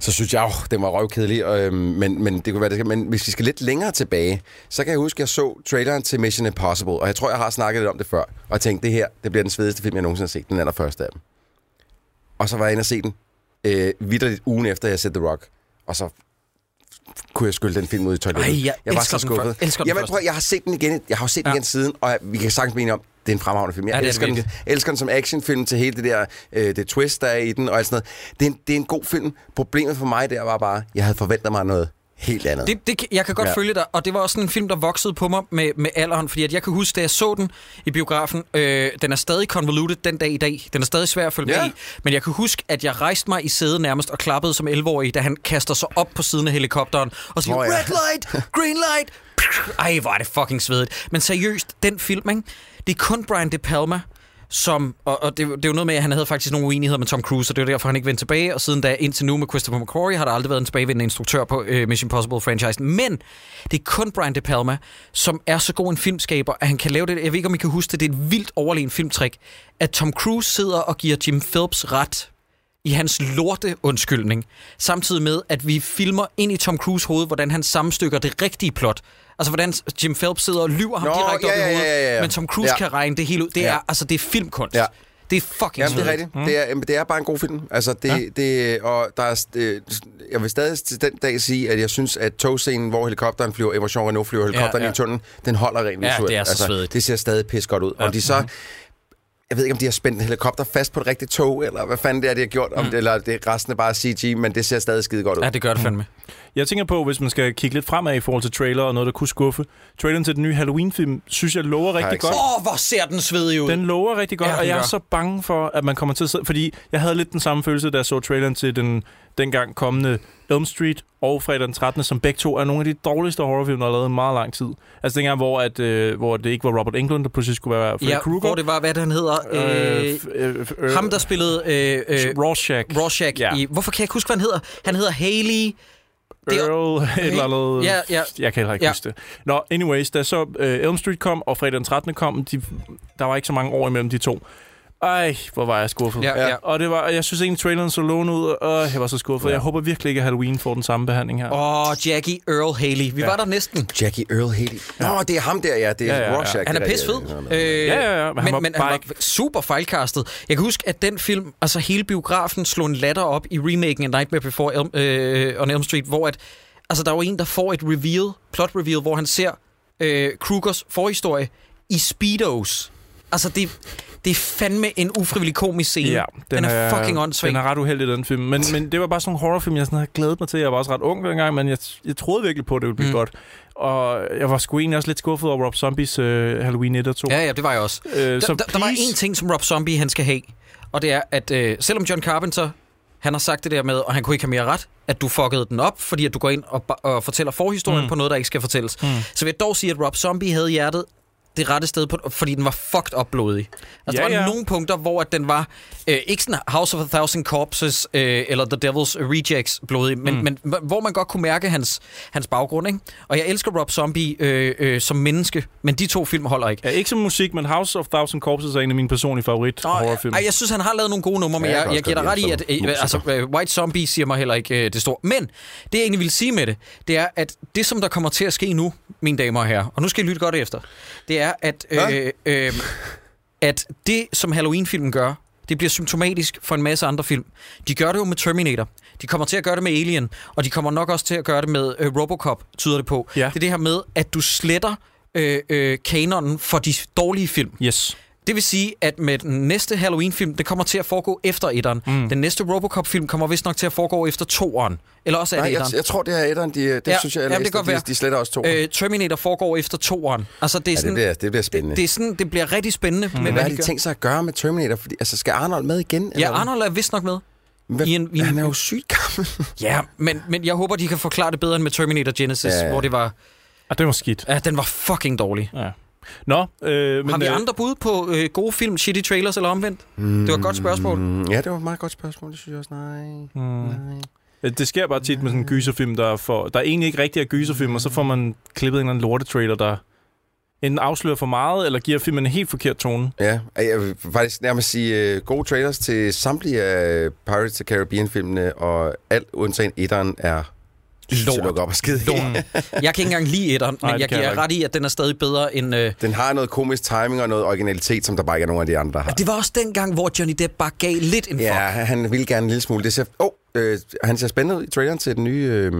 Speaker 5: så synes jeg jo, den var røvkedelig, og, øh, men, men det kunne være det. skal- Men hvis vi skal lidt længere tilbage, så kan jeg huske, at jeg så traileren til Mission Impossible, og jeg tror, jeg har snakket lidt om det før, og jeg tænkte, det her, det bliver den svedeste film, jeg nogensinde har set, den allerførste af dem. Og så var jeg inde og se den, øh, vidderligt ugen efter, jeg set The Rock. Og så kunne jeg skylle den film ud i toilettet.
Speaker 3: Ej, jeg
Speaker 5: jeg var
Speaker 3: elsker
Speaker 5: så
Speaker 3: den
Speaker 5: skuffet.
Speaker 3: før- elsker den
Speaker 5: Jamen,
Speaker 3: første.
Speaker 5: prøv, jeg har set den igen. Jeg har jo set den
Speaker 3: Ja.
Speaker 5: igen siden, og jeg- vi kan sagtens mene om, det er en fremragende film. Jeg
Speaker 3: Ja, det er
Speaker 5: elsker,
Speaker 3: det
Speaker 5: den, elsker den som actionfilm til hele det der øh, det twist, der er i den og alt sådan noget. Det er, en, det er en god film. Problemet for mig der var bare, jeg havde forventet mig noget helt andet.
Speaker 3: Det, det, jeg kan godt
Speaker 5: Ja.
Speaker 3: ja. følge dig, og det var også sådan en film, der voksede på mig med, med alderen, fordi at jeg kan huske, da jeg så den i biografen, øh, den er stadig convoluted den dag i dag, den er stadig svær at følge
Speaker 5: Ja.
Speaker 3: ja. med i, men jeg kan huske, at jeg rejste mig i sædet nærmest og klappede som 11-årig, da han kaster sig op på siden af helikopteren og siger,
Speaker 5: Nå
Speaker 3: oh,
Speaker 5: ja.
Speaker 3: ja. red light, green light, ej hvor er det fucking svedigt. Men seriøst, den film, ikke? det er kun Brian De Palma, som, og, og det, det er jo noget med, at han havde faktisk nogle uenigheder med Tom Cruise, og det var derfor, han ikke vendte tilbage, og siden da indtil nu med Christopher McQuarrie, har der aldrig været en tilbagevendende instruktør på øh, Mission Impossible-franchisen. Men det er kun Brian De Palma, som er så god en filmskaber, at han kan lave det, jeg ved ikke, om I kan huske det, det er et vildt overlegen filmtrik, at Tom Cruise sidder og giver Jim Phelps ret i hans lorte undskyldning, samtidig med, at vi filmer ind i Tom Cruise hoved, hvordan han sammenstykker det rigtige plot. Altså, hvordan Jim Phelps sidder og lyver ham
Speaker 5: Nå,
Speaker 3: direkte
Speaker 5: ja,
Speaker 3: op
Speaker 5: ja,
Speaker 3: i
Speaker 5: ja,
Speaker 3: hovedet,
Speaker 5: ja, ja.
Speaker 3: men Tom Cruise
Speaker 5: Ja.
Speaker 3: ja. kan regne det hele ud. Det
Speaker 5: Ja.
Speaker 3: er, altså, det er filmkunst.
Speaker 5: Ja.
Speaker 3: Ja. Det er fucking
Speaker 5: Jamen, det er
Speaker 3: svedigt.
Speaker 5: rigtigt. Mm. Det, er, jamen, det er bare en god film. Altså, det, ja. det, og der er, øh, jeg vil stadig til den dag sige, at jeg synes, at togscenen, hvor helikopteren flyver, eh, hvor Jean Reno flyver helikopteren ja,
Speaker 3: Ja,
Speaker 5: ja.
Speaker 3: ja.
Speaker 5: i tunnelen, den holder rent
Speaker 3: Ja,
Speaker 5: visuelt. Altså,
Speaker 3: det er så svedigt. Mm-hmm.
Speaker 5: Det ser stadig pis godt ud. Ja. Om de så... Jeg ved ikke, om de har spændt en helikopter fast på et rigtigt tog, eller hvad fanden det er, de har gjort, om det, eller det, resten er bare CG, men det ser stadig skide godt ud.
Speaker 3: Mm. Ja, det gør det fandme.
Speaker 4: Jeg tænker på, hvis man skal kigge lidt fremad i forhold til trailer og noget, der kunne skuffe. Traileren til den nye Halloween-film, synes jeg lover rigtig
Speaker 5: ikke
Speaker 4: godt.
Speaker 3: Åh, oh, hvor ser den svedig ud.
Speaker 4: Den lover rigtig godt,
Speaker 3: Ja,
Speaker 4: ja,
Speaker 3: den
Speaker 4: og jeg er
Speaker 3: gør.
Speaker 4: så bange for, at man kommer til at sidde... Fordi jeg havde lidt den samme følelse, da jeg så traileren til den dengang kommende Elm Street og fredag den 13., som begge to er nogle af de dårligste horrorfilm, der er lavet i meget lang tid. Altså dengang, hvor, at, øh, hvor det ikke var Robert Englund, der pludselig skulle være Freddy
Speaker 3: ja,
Speaker 4: Krueger.
Speaker 3: hvor det var, hvad det, han hedder. Øh,
Speaker 4: f- øh, f- øh,
Speaker 3: ham, der spillede øh, øh,
Speaker 4: Rorschach.
Speaker 3: Rorschach
Speaker 4: Ja.
Speaker 3: ja. i... Hvorfor kan jeg ikke huske, hvad han hedder? Han hedder Haley... Det er-
Speaker 4: Earl, et eller andet.
Speaker 3: Ja, ja.
Speaker 4: Jeg kan heller ikke ja.
Speaker 3: Ja.
Speaker 4: huske det. Nå, anyways, da så øh, Elm Street kom, og fredag den 13. kom, de, der var ikke så mange år imellem de to. Ej, hvor var jeg skuffet.
Speaker 3: Ja, ja.
Speaker 4: Og det var, og jeg synes egentlig, traileren så lovende ud, og øh, jeg var så skuffet. Ja. Jeg håber virkelig ikke, at Halloween får den samme behandling her.
Speaker 3: Åh, oh, Jackie Earl Haley. Vi ja. var der næsten.
Speaker 5: Jackie Earl Haley. Nå, det er ham der, ja. Det er
Speaker 4: Ja,
Speaker 5: ja,
Speaker 4: ja, ja.
Speaker 5: ja, Rorschach.
Speaker 3: Han
Speaker 5: det
Speaker 3: er
Speaker 5: rigtigt.
Speaker 3: pissfed.
Speaker 5: Ja,
Speaker 3: Øh,
Speaker 4: Ja, ja, ja, men han
Speaker 3: men,
Speaker 4: var
Speaker 3: men
Speaker 4: bare
Speaker 3: han var
Speaker 4: ikke-
Speaker 3: super fejlkastet. Jeg kan huske, at den film, altså hele biografen, slog en latter op i remaking af Nightmare Before Elm, øh, on Elm Street, hvor at, altså, der er jo en, der får et reveal, plot reveal, hvor han ser øh, Krugers forhistorie i Speedos. Altså, det, det er fandme en ufrivillig komisk scene.
Speaker 4: Ja, øh,
Speaker 3: den, er fucking åndssvag.
Speaker 4: Den er ret uheldig, den film. Men, men det var bare sådan en horrorfilm, jeg sådan havde glædet mig til. Jeg var også ret ung dengang, men jeg, jeg troede virkelig på, at det ville blive mm. godt. Og jeg var sgu egentlig også lidt skuffet over Rob Zombies øh, Halloween 1 og 2.
Speaker 3: Ja, ja, det var jeg også.
Speaker 4: Øh,
Speaker 3: Der, der, der var
Speaker 4: please-
Speaker 3: en ting, som Rob Zombie han skal have, og det er, at øh, selvom John Carpenter, han har sagt det der med, og han kunne ikke have mere ret, at du fuckede den op, fordi at du går ind og, ba- og fortæller forhistorien
Speaker 4: Mm.
Speaker 3: mm. på noget, der ikke skal fortælles. Mm. Så vil jeg dog sige, at Rob Zombie havde hjertet det rette sted, på, fordi den var fucked up blodig. Altså,
Speaker 4: Ja,
Speaker 3: der var
Speaker 4: ja.
Speaker 3: nogle punkter, hvor at den var øh, ikke sådan House of a Thousand Corpses øh, eller The Devil's Rejects blodig, men, mm. men h- hvor man godt kunne mærke hans, hans baggrund. Ikke? Og jeg elsker Rob Zombie øh, øh, som menneske, men de to film holder ikke.
Speaker 4: Ja, ikke som musik, men House of Thousand Corpses er en af mine personlige favorit
Speaker 3: Nå,
Speaker 4: horrorfilm.
Speaker 3: Ej, jeg synes, han har lavet nogle gode numre, men
Speaker 5: Ja,
Speaker 3: ja,
Speaker 5: jeg
Speaker 3: jeg,
Speaker 5: kan
Speaker 3: jeg,
Speaker 5: også
Speaker 3: giver dig
Speaker 5: godt
Speaker 3: ret
Speaker 5: lide
Speaker 3: i,
Speaker 5: ham
Speaker 3: at
Speaker 5: som
Speaker 3: øh, altså, øh, White Zombie siger mig heller ikke øh, det store. Men det, jeg egentlig vil sige med det, det er, at det, som der kommer til at ske nu, mine damer og herrer, og nu skal I lytte godt efter, det er, at,
Speaker 5: Ja.
Speaker 3: øh, øh, at det, som Halloween-filmen gør, det bliver symptomatisk for en masse andre film. De gør det jo med Terminator. De kommer til at gøre det med Alien. Og de kommer nok også til at gøre det med øh, Robocop, tyder det på.
Speaker 4: Ja.
Speaker 3: Det er det her med, at du sletter øh, øh, kanonen for de dårlige film.
Speaker 4: Yes.
Speaker 3: Det vil sige, at med den næste Halloween-film, det kommer til at foregå efter etteren. Mm. Den næste Robocop-film kommer vist nok til at foregå efter toeren. Eller også er
Speaker 5: Nej,
Speaker 3: det
Speaker 5: jeg,
Speaker 3: etteren.
Speaker 5: jeg tror, det er etteren. De, det ja,
Speaker 3: Ja,
Speaker 5: synes jeg, jeg
Speaker 3: jamen, det
Speaker 5: læste,
Speaker 3: kan godt
Speaker 5: de,
Speaker 3: være.
Speaker 5: de sletter også to. Øh,
Speaker 3: Øh, Terminator foregår efter toeren. Altså, det er,
Speaker 5: ja,
Speaker 3: sådan,
Speaker 5: det, bliver, det bliver spændende.
Speaker 3: det, det, er sådan, det bliver rigtig spændende mm. med,
Speaker 5: Hvad
Speaker 3: hvad
Speaker 5: har
Speaker 3: de
Speaker 5: de
Speaker 3: gør.
Speaker 5: tænkt sig at gøre med Terminator? Fordi, altså, skal Arnold med igen?
Speaker 3: Ja, Arnold er vist nok med.
Speaker 5: Hvad,
Speaker 3: i en- i en-
Speaker 5: han er jo sygt gammel.
Speaker 3: Ja, men, men jeg håber, de kan forklare det bedre end med Terminator Genesis,
Speaker 5: Ja,
Speaker 3: ja,
Speaker 5: ja.
Speaker 3: ja. hvor det var...
Speaker 4: Ah, det var skidt.
Speaker 3: Ja, den var fucking dårlig.
Speaker 4: Ja. Nå, øh, men...
Speaker 3: Har vi
Speaker 4: øh,
Speaker 3: andre bud på øh, gode film, shitty trailers eller omvendt? Mm. Det var et godt spørgsmål.
Speaker 5: Mm, ja, det var et meget godt spørgsmål. Det synes jeg også. Nej. nej.
Speaker 4: Øh, Det sker bare tit med sådan en gyserfilm, der, for, der egentlig ikke rigtig er gyserfilm, og så får man klippet en eller anden lortetrailer, der enten afslører for meget, eller giver filmen en helt forkert tone.
Speaker 5: Ja, og jeg vil faktisk nærmest sige uh, gode trailers øh, til samtlige af Pirates of Caribbean-filmene, og alt undtagen etteren er Lort.
Speaker 3: Lort.
Speaker 5: lukke op og skide. i.
Speaker 4: Mm.
Speaker 3: Lungen. Jeg kan ikke engang lide etteren, men
Speaker 4: <laughs> Nej,
Speaker 3: Nej,
Speaker 4: det
Speaker 3: jeg
Speaker 4: kan
Speaker 3: giver
Speaker 4: jeg
Speaker 3: jer ret i, at den er stadig bedre end... Øh...
Speaker 5: Den har noget komisk timing og noget originalitet, som der bare ikke er nogen af de andre, der har.
Speaker 3: Det var også dengang, hvor Johnny Depp bare gav lidt en fuck.
Speaker 5: Ja, han ville gerne en lille smule. Det ser, oh, øh, han ser spændende ud i traileren til den nye... Øh,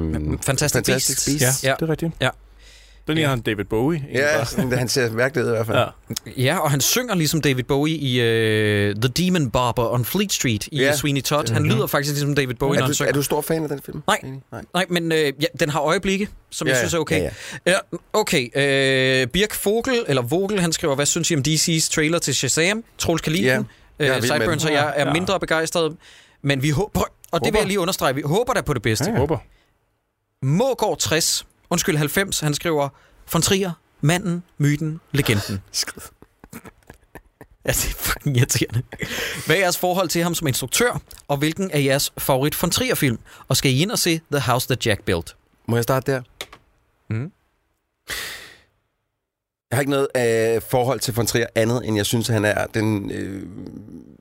Speaker 3: Fantastic Beasts.
Speaker 5: Beasts.
Speaker 4: Ja,
Speaker 3: Ja.
Speaker 4: ja, det er rigtigt.
Speaker 3: Ja.
Speaker 4: Den ligner han David Bowie. egentlig
Speaker 3: <laughs>
Speaker 5: Ja,
Speaker 4: bare.
Speaker 5: sådan, han ser mærkeligt ud i hvert fald.
Speaker 4: Ja.
Speaker 5: Ja.
Speaker 3: Ja, og han synger ligesom David Bowie i uh, The Demon Barber on Fleet Street i
Speaker 5: Ja.
Speaker 3: yeah. Sweeney Todd. Han lyder faktisk ligesom David Bowie, når
Speaker 5: Er,
Speaker 3: han
Speaker 5: du,
Speaker 3: synger.
Speaker 5: er du stor fan af den film?
Speaker 3: Nej.
Speaker 5: Egentlig? Nej.
Speaker 3: Nej, men øh, ja, den har øjeblikke, som ja, jeg
Speaker 5: Ja,
Speaker 3: synes er
Speaker 5: ja.
Speaker 3: okay. Ja, ja.
Speaker 5: Ja,
Speaker 3: Ja, okay, øh, Birk Vogel, eller Vogel, han skriver, hvad synes I om DC's trailer til Shazam? Troels Kalinen,
Speaker 5: Ja,
Speaker 3: ja,
Speaker 5: jeg er vild
Speaker 3: øh,
Speaker 5: med
Speaker 3: Sideburns
Speaker 5: den.
Speaker 3: og jeg er
Speaker 4: Ja.
Speaker 3: mindre begejstrede, men vi håber, og det vil
Speaker 5: Håber.
Speaker 3: jeg lige understrege, vi håber da på det bedste.
Speaker 5: Ja,
Speaker 3: Ja.
Speaker 5: ja.
Speaker 4: Jeg håber.
Speaker 3: Mågård 60, undskyld 90, han skriver, von Trier, manden, myten, legenden.
Speaker 5: Skid.
Speaker 3: <laughs> Ja, det er fucking irriterende. Hvad er jeres forhold til ham som instruktør, og hvilken er jeres favorit von Trier-film? Og skal I ind og se The House That Jack Built?
Speaker 5: Må jeg starte der?
Speaker 3: Mm.
Speaker 5: Jeg har ikke noget øh, forhold til von Trier andet, end jeg synes, at han er den øh,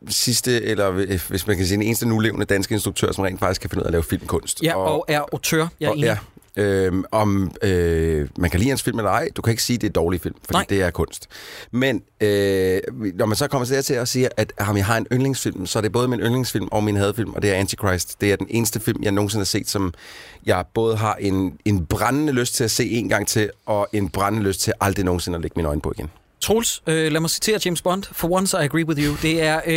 Speaker 5: sidste, eller øh, hvis man kan sige, den eneste nulevende danske instruktør, som rent faktisk kan finde ud af at lave filmkunst.
Speaker 3: Ja, og, og er autør. Jeg er
Speaker 5: og,
Speaker 3: enig.
Speaker 5: ja, øh, om øh, man kan lide hans film eller ej, du kan ikke sige, at det er dårlig film, fordi
Speaker 3: Nej.
Speaker 5: Nej. det er kunst. Men øh, når man så kommer til til at sige, at ham, jeg har en yndlingsfilm, så er det både min yndlingsfilm og min hadfilm, og det er Antichrist. Det er den eneste film, jeg nogensinde har set, som jeg både har en, en brændende lyst til at se en gang til, og en brændende lyst til aldrig nogensinde at lægge mine øjne på igen.
Speaker 3: Troels, øh, lad mig citere James Bond. For once I agree with you. Det er, øh,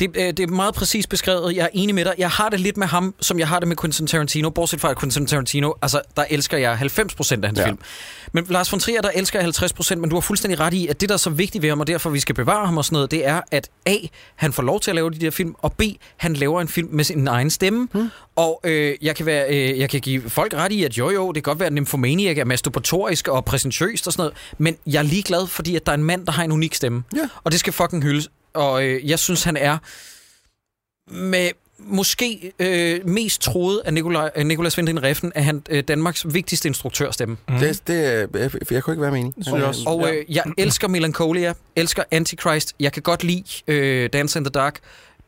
Speaker 3: det, øh, det er meget præcist beskrevet. Jeg er enig med dig. Jeg har det lidt med ham, som jeg har det med Quentin Tarantino. Bortset fra at Quentin Tarantino, altså der elsker jeg 90% af hans ja.
Speaker 5: Ja.
Speaker 3: film. Men Lars von Trier, der elsker jeg 50%, men du har fuldstændig ret i, at det, der er så vigtigt ved ham, og derfor vi skal bevare ham og sådan noget, det er, at A, han får lov til at lave de der film, og B, han laver en film med sin egen stemme. Hmm. Og øh, jeg, kan være, øh, jeg kan give folk ret i, at jo jo, det kan godt være, at Nymphomaniac er masturbatorisk og præsentøst og sådan noget, men jeg er ligeglad, fordi at der er en mand, der har en unik stemme.
Speaker 5: Ja.
Speaker 3: Og det skal fucking hyldes. Og øh, jeg synes, han er med måske øh, mest troet af Nikolaj, øh, Nicolas Winding Refn, at han øh, Danmarks vigtigste instruktørstemme.
Speaker 4: Mhm.
Speaker 5: Mm. Det, det, er- jeg, jeg kunne ikke være med enig.
Speaker 4: synes jeg også.
Speaker 3: Og
Speaker 4: Ja.
Speaker 3: øh, jeg elsker Melancholia, elsker Antichrist, jeg kan godt lide øh, Dance in the Dark,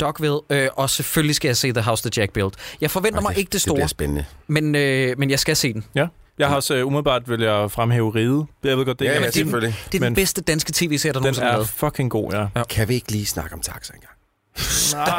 Speaker 3: Dogville, øh, og selvfølgelig skal jeg se The House, The Jack Built. Jeg forventer mig ikke det
Speaker 5: Det
Speaker 3: store,
Speaker 5: bliver spændende.
Speaker 3: men, øh, men jeg skal se den.
Speaker 4: Ja. Jeg har også øh, umiddelbart vil jeg fremhæve Ride. Jeg ved godt, det
Speaker 5: Ja,
Speaker 4: ikke
Speaker 5: ja,
Speaker 4: er
Speaker 3: det-
Speaker 5: selvfølgelig.
Speaker 3: Det er den
Speaker 4: Men-
Speaker 3: bedste danske tv-serie, der
Speaker 4: Den
Speaker 3: nogensinde er
Speaker 4: er
Speaker 3: lavet.
Speaker 4: fucking god, ja.
Speaker 5: Kan vi ikke lige snakke om taxa engang?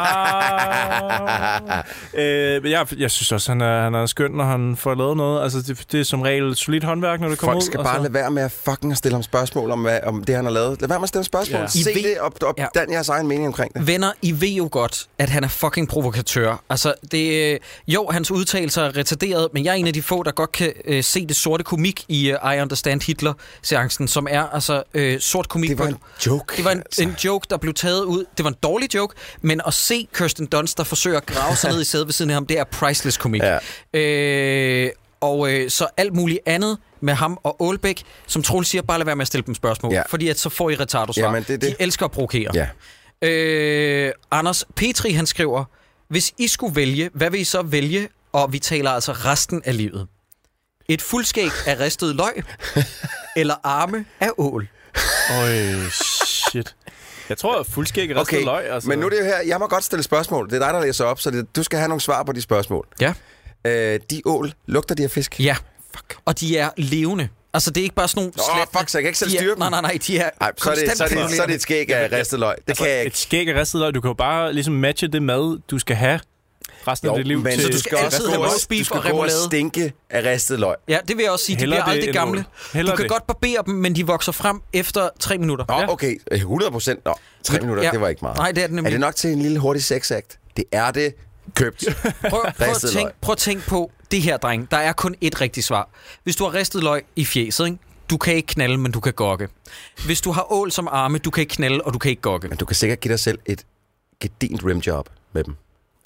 Speaker 5: <laughs>
Speaker 4: <laughs> øh, men jeg, jeg synes også, han er, han er skøn, når han får lavet noget. Altså, det, det er som regel et solidt håndværk, når det kommer
Speaker 5: Folk
Speaker 4: ud.
Speaker 5: skal
Speaker 4: og
Speaker 5: bare
Speaker 4: så-
Speaker 5: lade være med at fucking at stille ham spørgsmål om, hvad, om det, han har lavet. Lad være med at stille ham spørgsmål.
Speaker 4: Ja.
Speaker 5: Ja.
Speaker 3: I
Speaker 5: Se
Speaker 3: ved-
Speaker 5: det, og, og
Speaker 3: Ja.
Speaker 5: ja. dan jeres egen mening omkring det.
Speaker 3: Venner, I ved jo godt, at han er fucking provokatør. Altså, det, øh, jo, hans udtalelser er retarderet, men jeg er en af de få, der godt kan øh, se det sorte komik i øh, I Understand Hitler-seancen, som er altså øh, sort komik
Speaker 5: Det
Speaker 3: på
Speaker 5: var
Speaker 3: et-
Speaker 5: en joke.
Speaker 3: Det var en, altså. en joke, der blev taget ud. Det var en dårlig joke, men at se Kirsten Dunst, der forsøger at grave sig ned i sædet ved siden af ham, det er priceless komik. Ja. Øh, og øh, så alt muligt andet med ham og Aalbæk, som Troel siger, bare lad være med at stille dem spørgsmål, ja.
Speaker 5: Ja.
Speaker 3: fordi at så får I retardo svar.
Speaker 5: Jamen, det er det.
Speaker 3: De elsker at provokere.
Speaker 5: Ja.
Speaker 3: Øh, Anders Petri, han skriver, hvis I skulle vælge, hvad vil I så vælge? Og vi taler altså resten af livet. Et fuldskæg af ristet
Speaker 5: <laughs>
Speaker 3: løg, eller arme af ål.
Speaker 4: Øj, shit. Jeg tror, at fuldskæg er okay.
Speaker 5: Okay,
Speaker 4: løg. Altså.
Speaker 5: men nu er det jo her, jeg må godt stille spørgsmål. Det er dig, der læser op, så det, du skal have nogle svar på de spørgsmål.
Speaker 3: Ja.
Speaker 5: Øh, de ål, lugter de af fisk?
Speaker 3: Ja. Fuck. Og de er levende. Altså, det er ikke bare sådan nogle
Speaker 5: Nå,
Speaker 3: sletne-
Speaker 5: fuck, så jeg kan ikke selv
Speaker 3: de er-
Speaker 5: styre dem.
Speaker 3: Nej, nej, nej, de er
Speaker 5: Ej, så er, det,
Speaker 3: konstant
Speaker 5: så, er det, så er det
Speaker 3: formulerende.
Speaker 5: et skæg af ristet løg. Det altså, kan jeg
Speaker 4: Et
Speaker 5: ikke.
Speaker 4: skæg af ristet løg. Du kan jo bare ligesom matche det mad, du skal have resten af dit liv.
Speaker 5: men
Speaker 4: til,
Speaker 3: du skal altid have
Speaker 5: gå og-
Speaker 3: rødspif
Speaker 5: du skal
Speaker 3: og
Speaker 5: gå og
Speaker 3: remoulade.
Speaker 5: stinke af ristet løg.
Speaker 3: Ja, det vil jeg også sige. De
Speaker 4: Hellere
Speaker 3: bliver
Speaker 4: det
Speaker 3: aldrig
Speaker 4: end
Speaker 3: gamle.
Speaker 4: ål. Hellere
Speaker 3: du kan
Speaker 4: det.
Speaker 3: godt barbere dem, men de vokser frem efter tre minutter.
Speaker 5: Nå,
Speaker 4: Ja.
Speaker 5: okay. Øh, 100 procent. Nå, tre
Speaker 3: Men-
Speaker 5: minutter,
Speaker 3: ja.
Speaker 5: det var ikke meget.
Speaker 3: Nej, det er det nemlig
Speaker 5: Er det nok til en lille hurtig sexakt? Det er det.
Speaker 3: <laughs>
Speaker 5: Købt.
Speaker 3: Prøv, prøv, at
Speaker 5: Ristet løg.
Speaker 3: tænk, prøv at tænk på det her, dreng. Der er kun et rigtigt svar. Hvis du har ristet løg i fjeset, ikke? du kan ikke knalde, men du kan gokke. Hvis du har ål som arme, du kan ikke knalde, og du kan ikke gokke.
Speaker 5: Men du kan sikkert give dig selv et gedint rimjob med dem.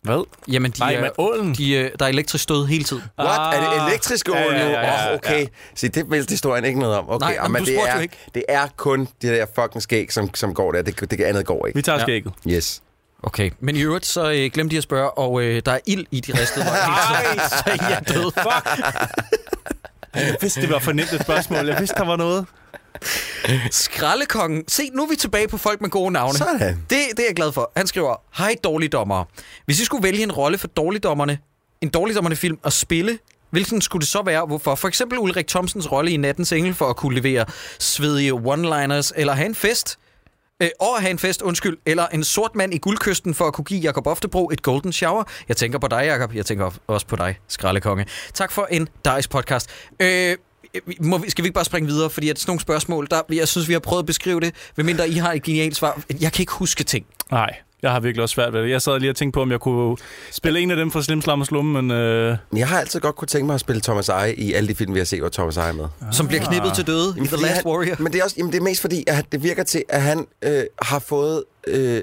Speaker 4: Hvad?
Speaker 3: Jamen, de
Speaker 4: Nej,
Speaker 3: er,
Speaker 4: men ålen.
Speaker 3: de, øh, der er elektrisk stød hele tiden.
Speaker 5: What? Ah, er det
Speaker 4: Ah.
Speaker 5: elektriske ål nu? Åh, ja, ja, ja, oh, okay. Ja. Se, det vidste historien ikke noget om. Okay,
Speaker 3: Nej,
Speaker 5: ah,
Speaker 3: jamen, du
Speaker 5: det,
Speaker 3: spurgte jo
Speaker 5: er,
Speaker 3: ikke.
Speaker 5: det er kun det der fucking skæg, som, som går der. Det, det andet går
Speaker 4: Vi
Speaker 5: ikke.
Speaker 4: tager skægget.
Speaker 3: <laughs>
Speaker 5: Yes.
Speaker 3: Okay, men i øvrigt, så øh, glemte de at spørge, og øh, der er ild i de ristede
Speaker 4: <laughs>
Speaker 3: løg hele tiden, så I er døde.
Speaker 4: Jeg vidste, det var for nemt et spørgsmål. Jeg vidste, der var noget.
Speaker 3: Skraldekongen. Se, nu er vi tilbage på folk med gode navne.
Speaker 5: Sådan.
Speaker 3: Det, det er jeg glad for. Han skriver, hej dårligdommere. Hvis I skulle vælge en rolle for dårligdommerne, en dårligdommerne film at spille, Hvilken skulle det så være, og hvorfor? For eksempel Ulrik Thomsens rolle i Nattens Engel for at kunne levere svedige one-liners, eller have en fest, øh, og have en fest, undskyld, eller en sort mand i guldkysten for at kunne give Jakob Oftebro et golden shower. Jeg tænker på dig, Jakob. Jeg tænker også på dig, skraldekonge. Tak for en dejs podcast. Øh, må vi, skal vi ikke bare springe videre, fordi at sådan nogle spørgsmål, der, jeg synes, vi har prøvet at beskrive det, medmindre I har et genialt svar. Jeg kan ikke huske ting.
Speaker 4: Nej, jeg har virkelig også svært ved det. Jeg sad lige og tænkte på, om jeg kunne spille en af dem fra Slim Slam og Slum, men øh,
Speaker 5: Men Jeg har altid godt kunne tænke mig at spille Thomas Eje i alle de film, vi har set, hvor Thomas Eje er med.
Speaker 3: Ah. Som bliver knippet til døde i The
Speaker 5: fordi
Speaker 3: Last
Speaker 5: han,
Speaker 3: Warrior.
Speaker 5: Men det er, også, jamen det er mest fordi, at det virker til, at han øh, har fået øh,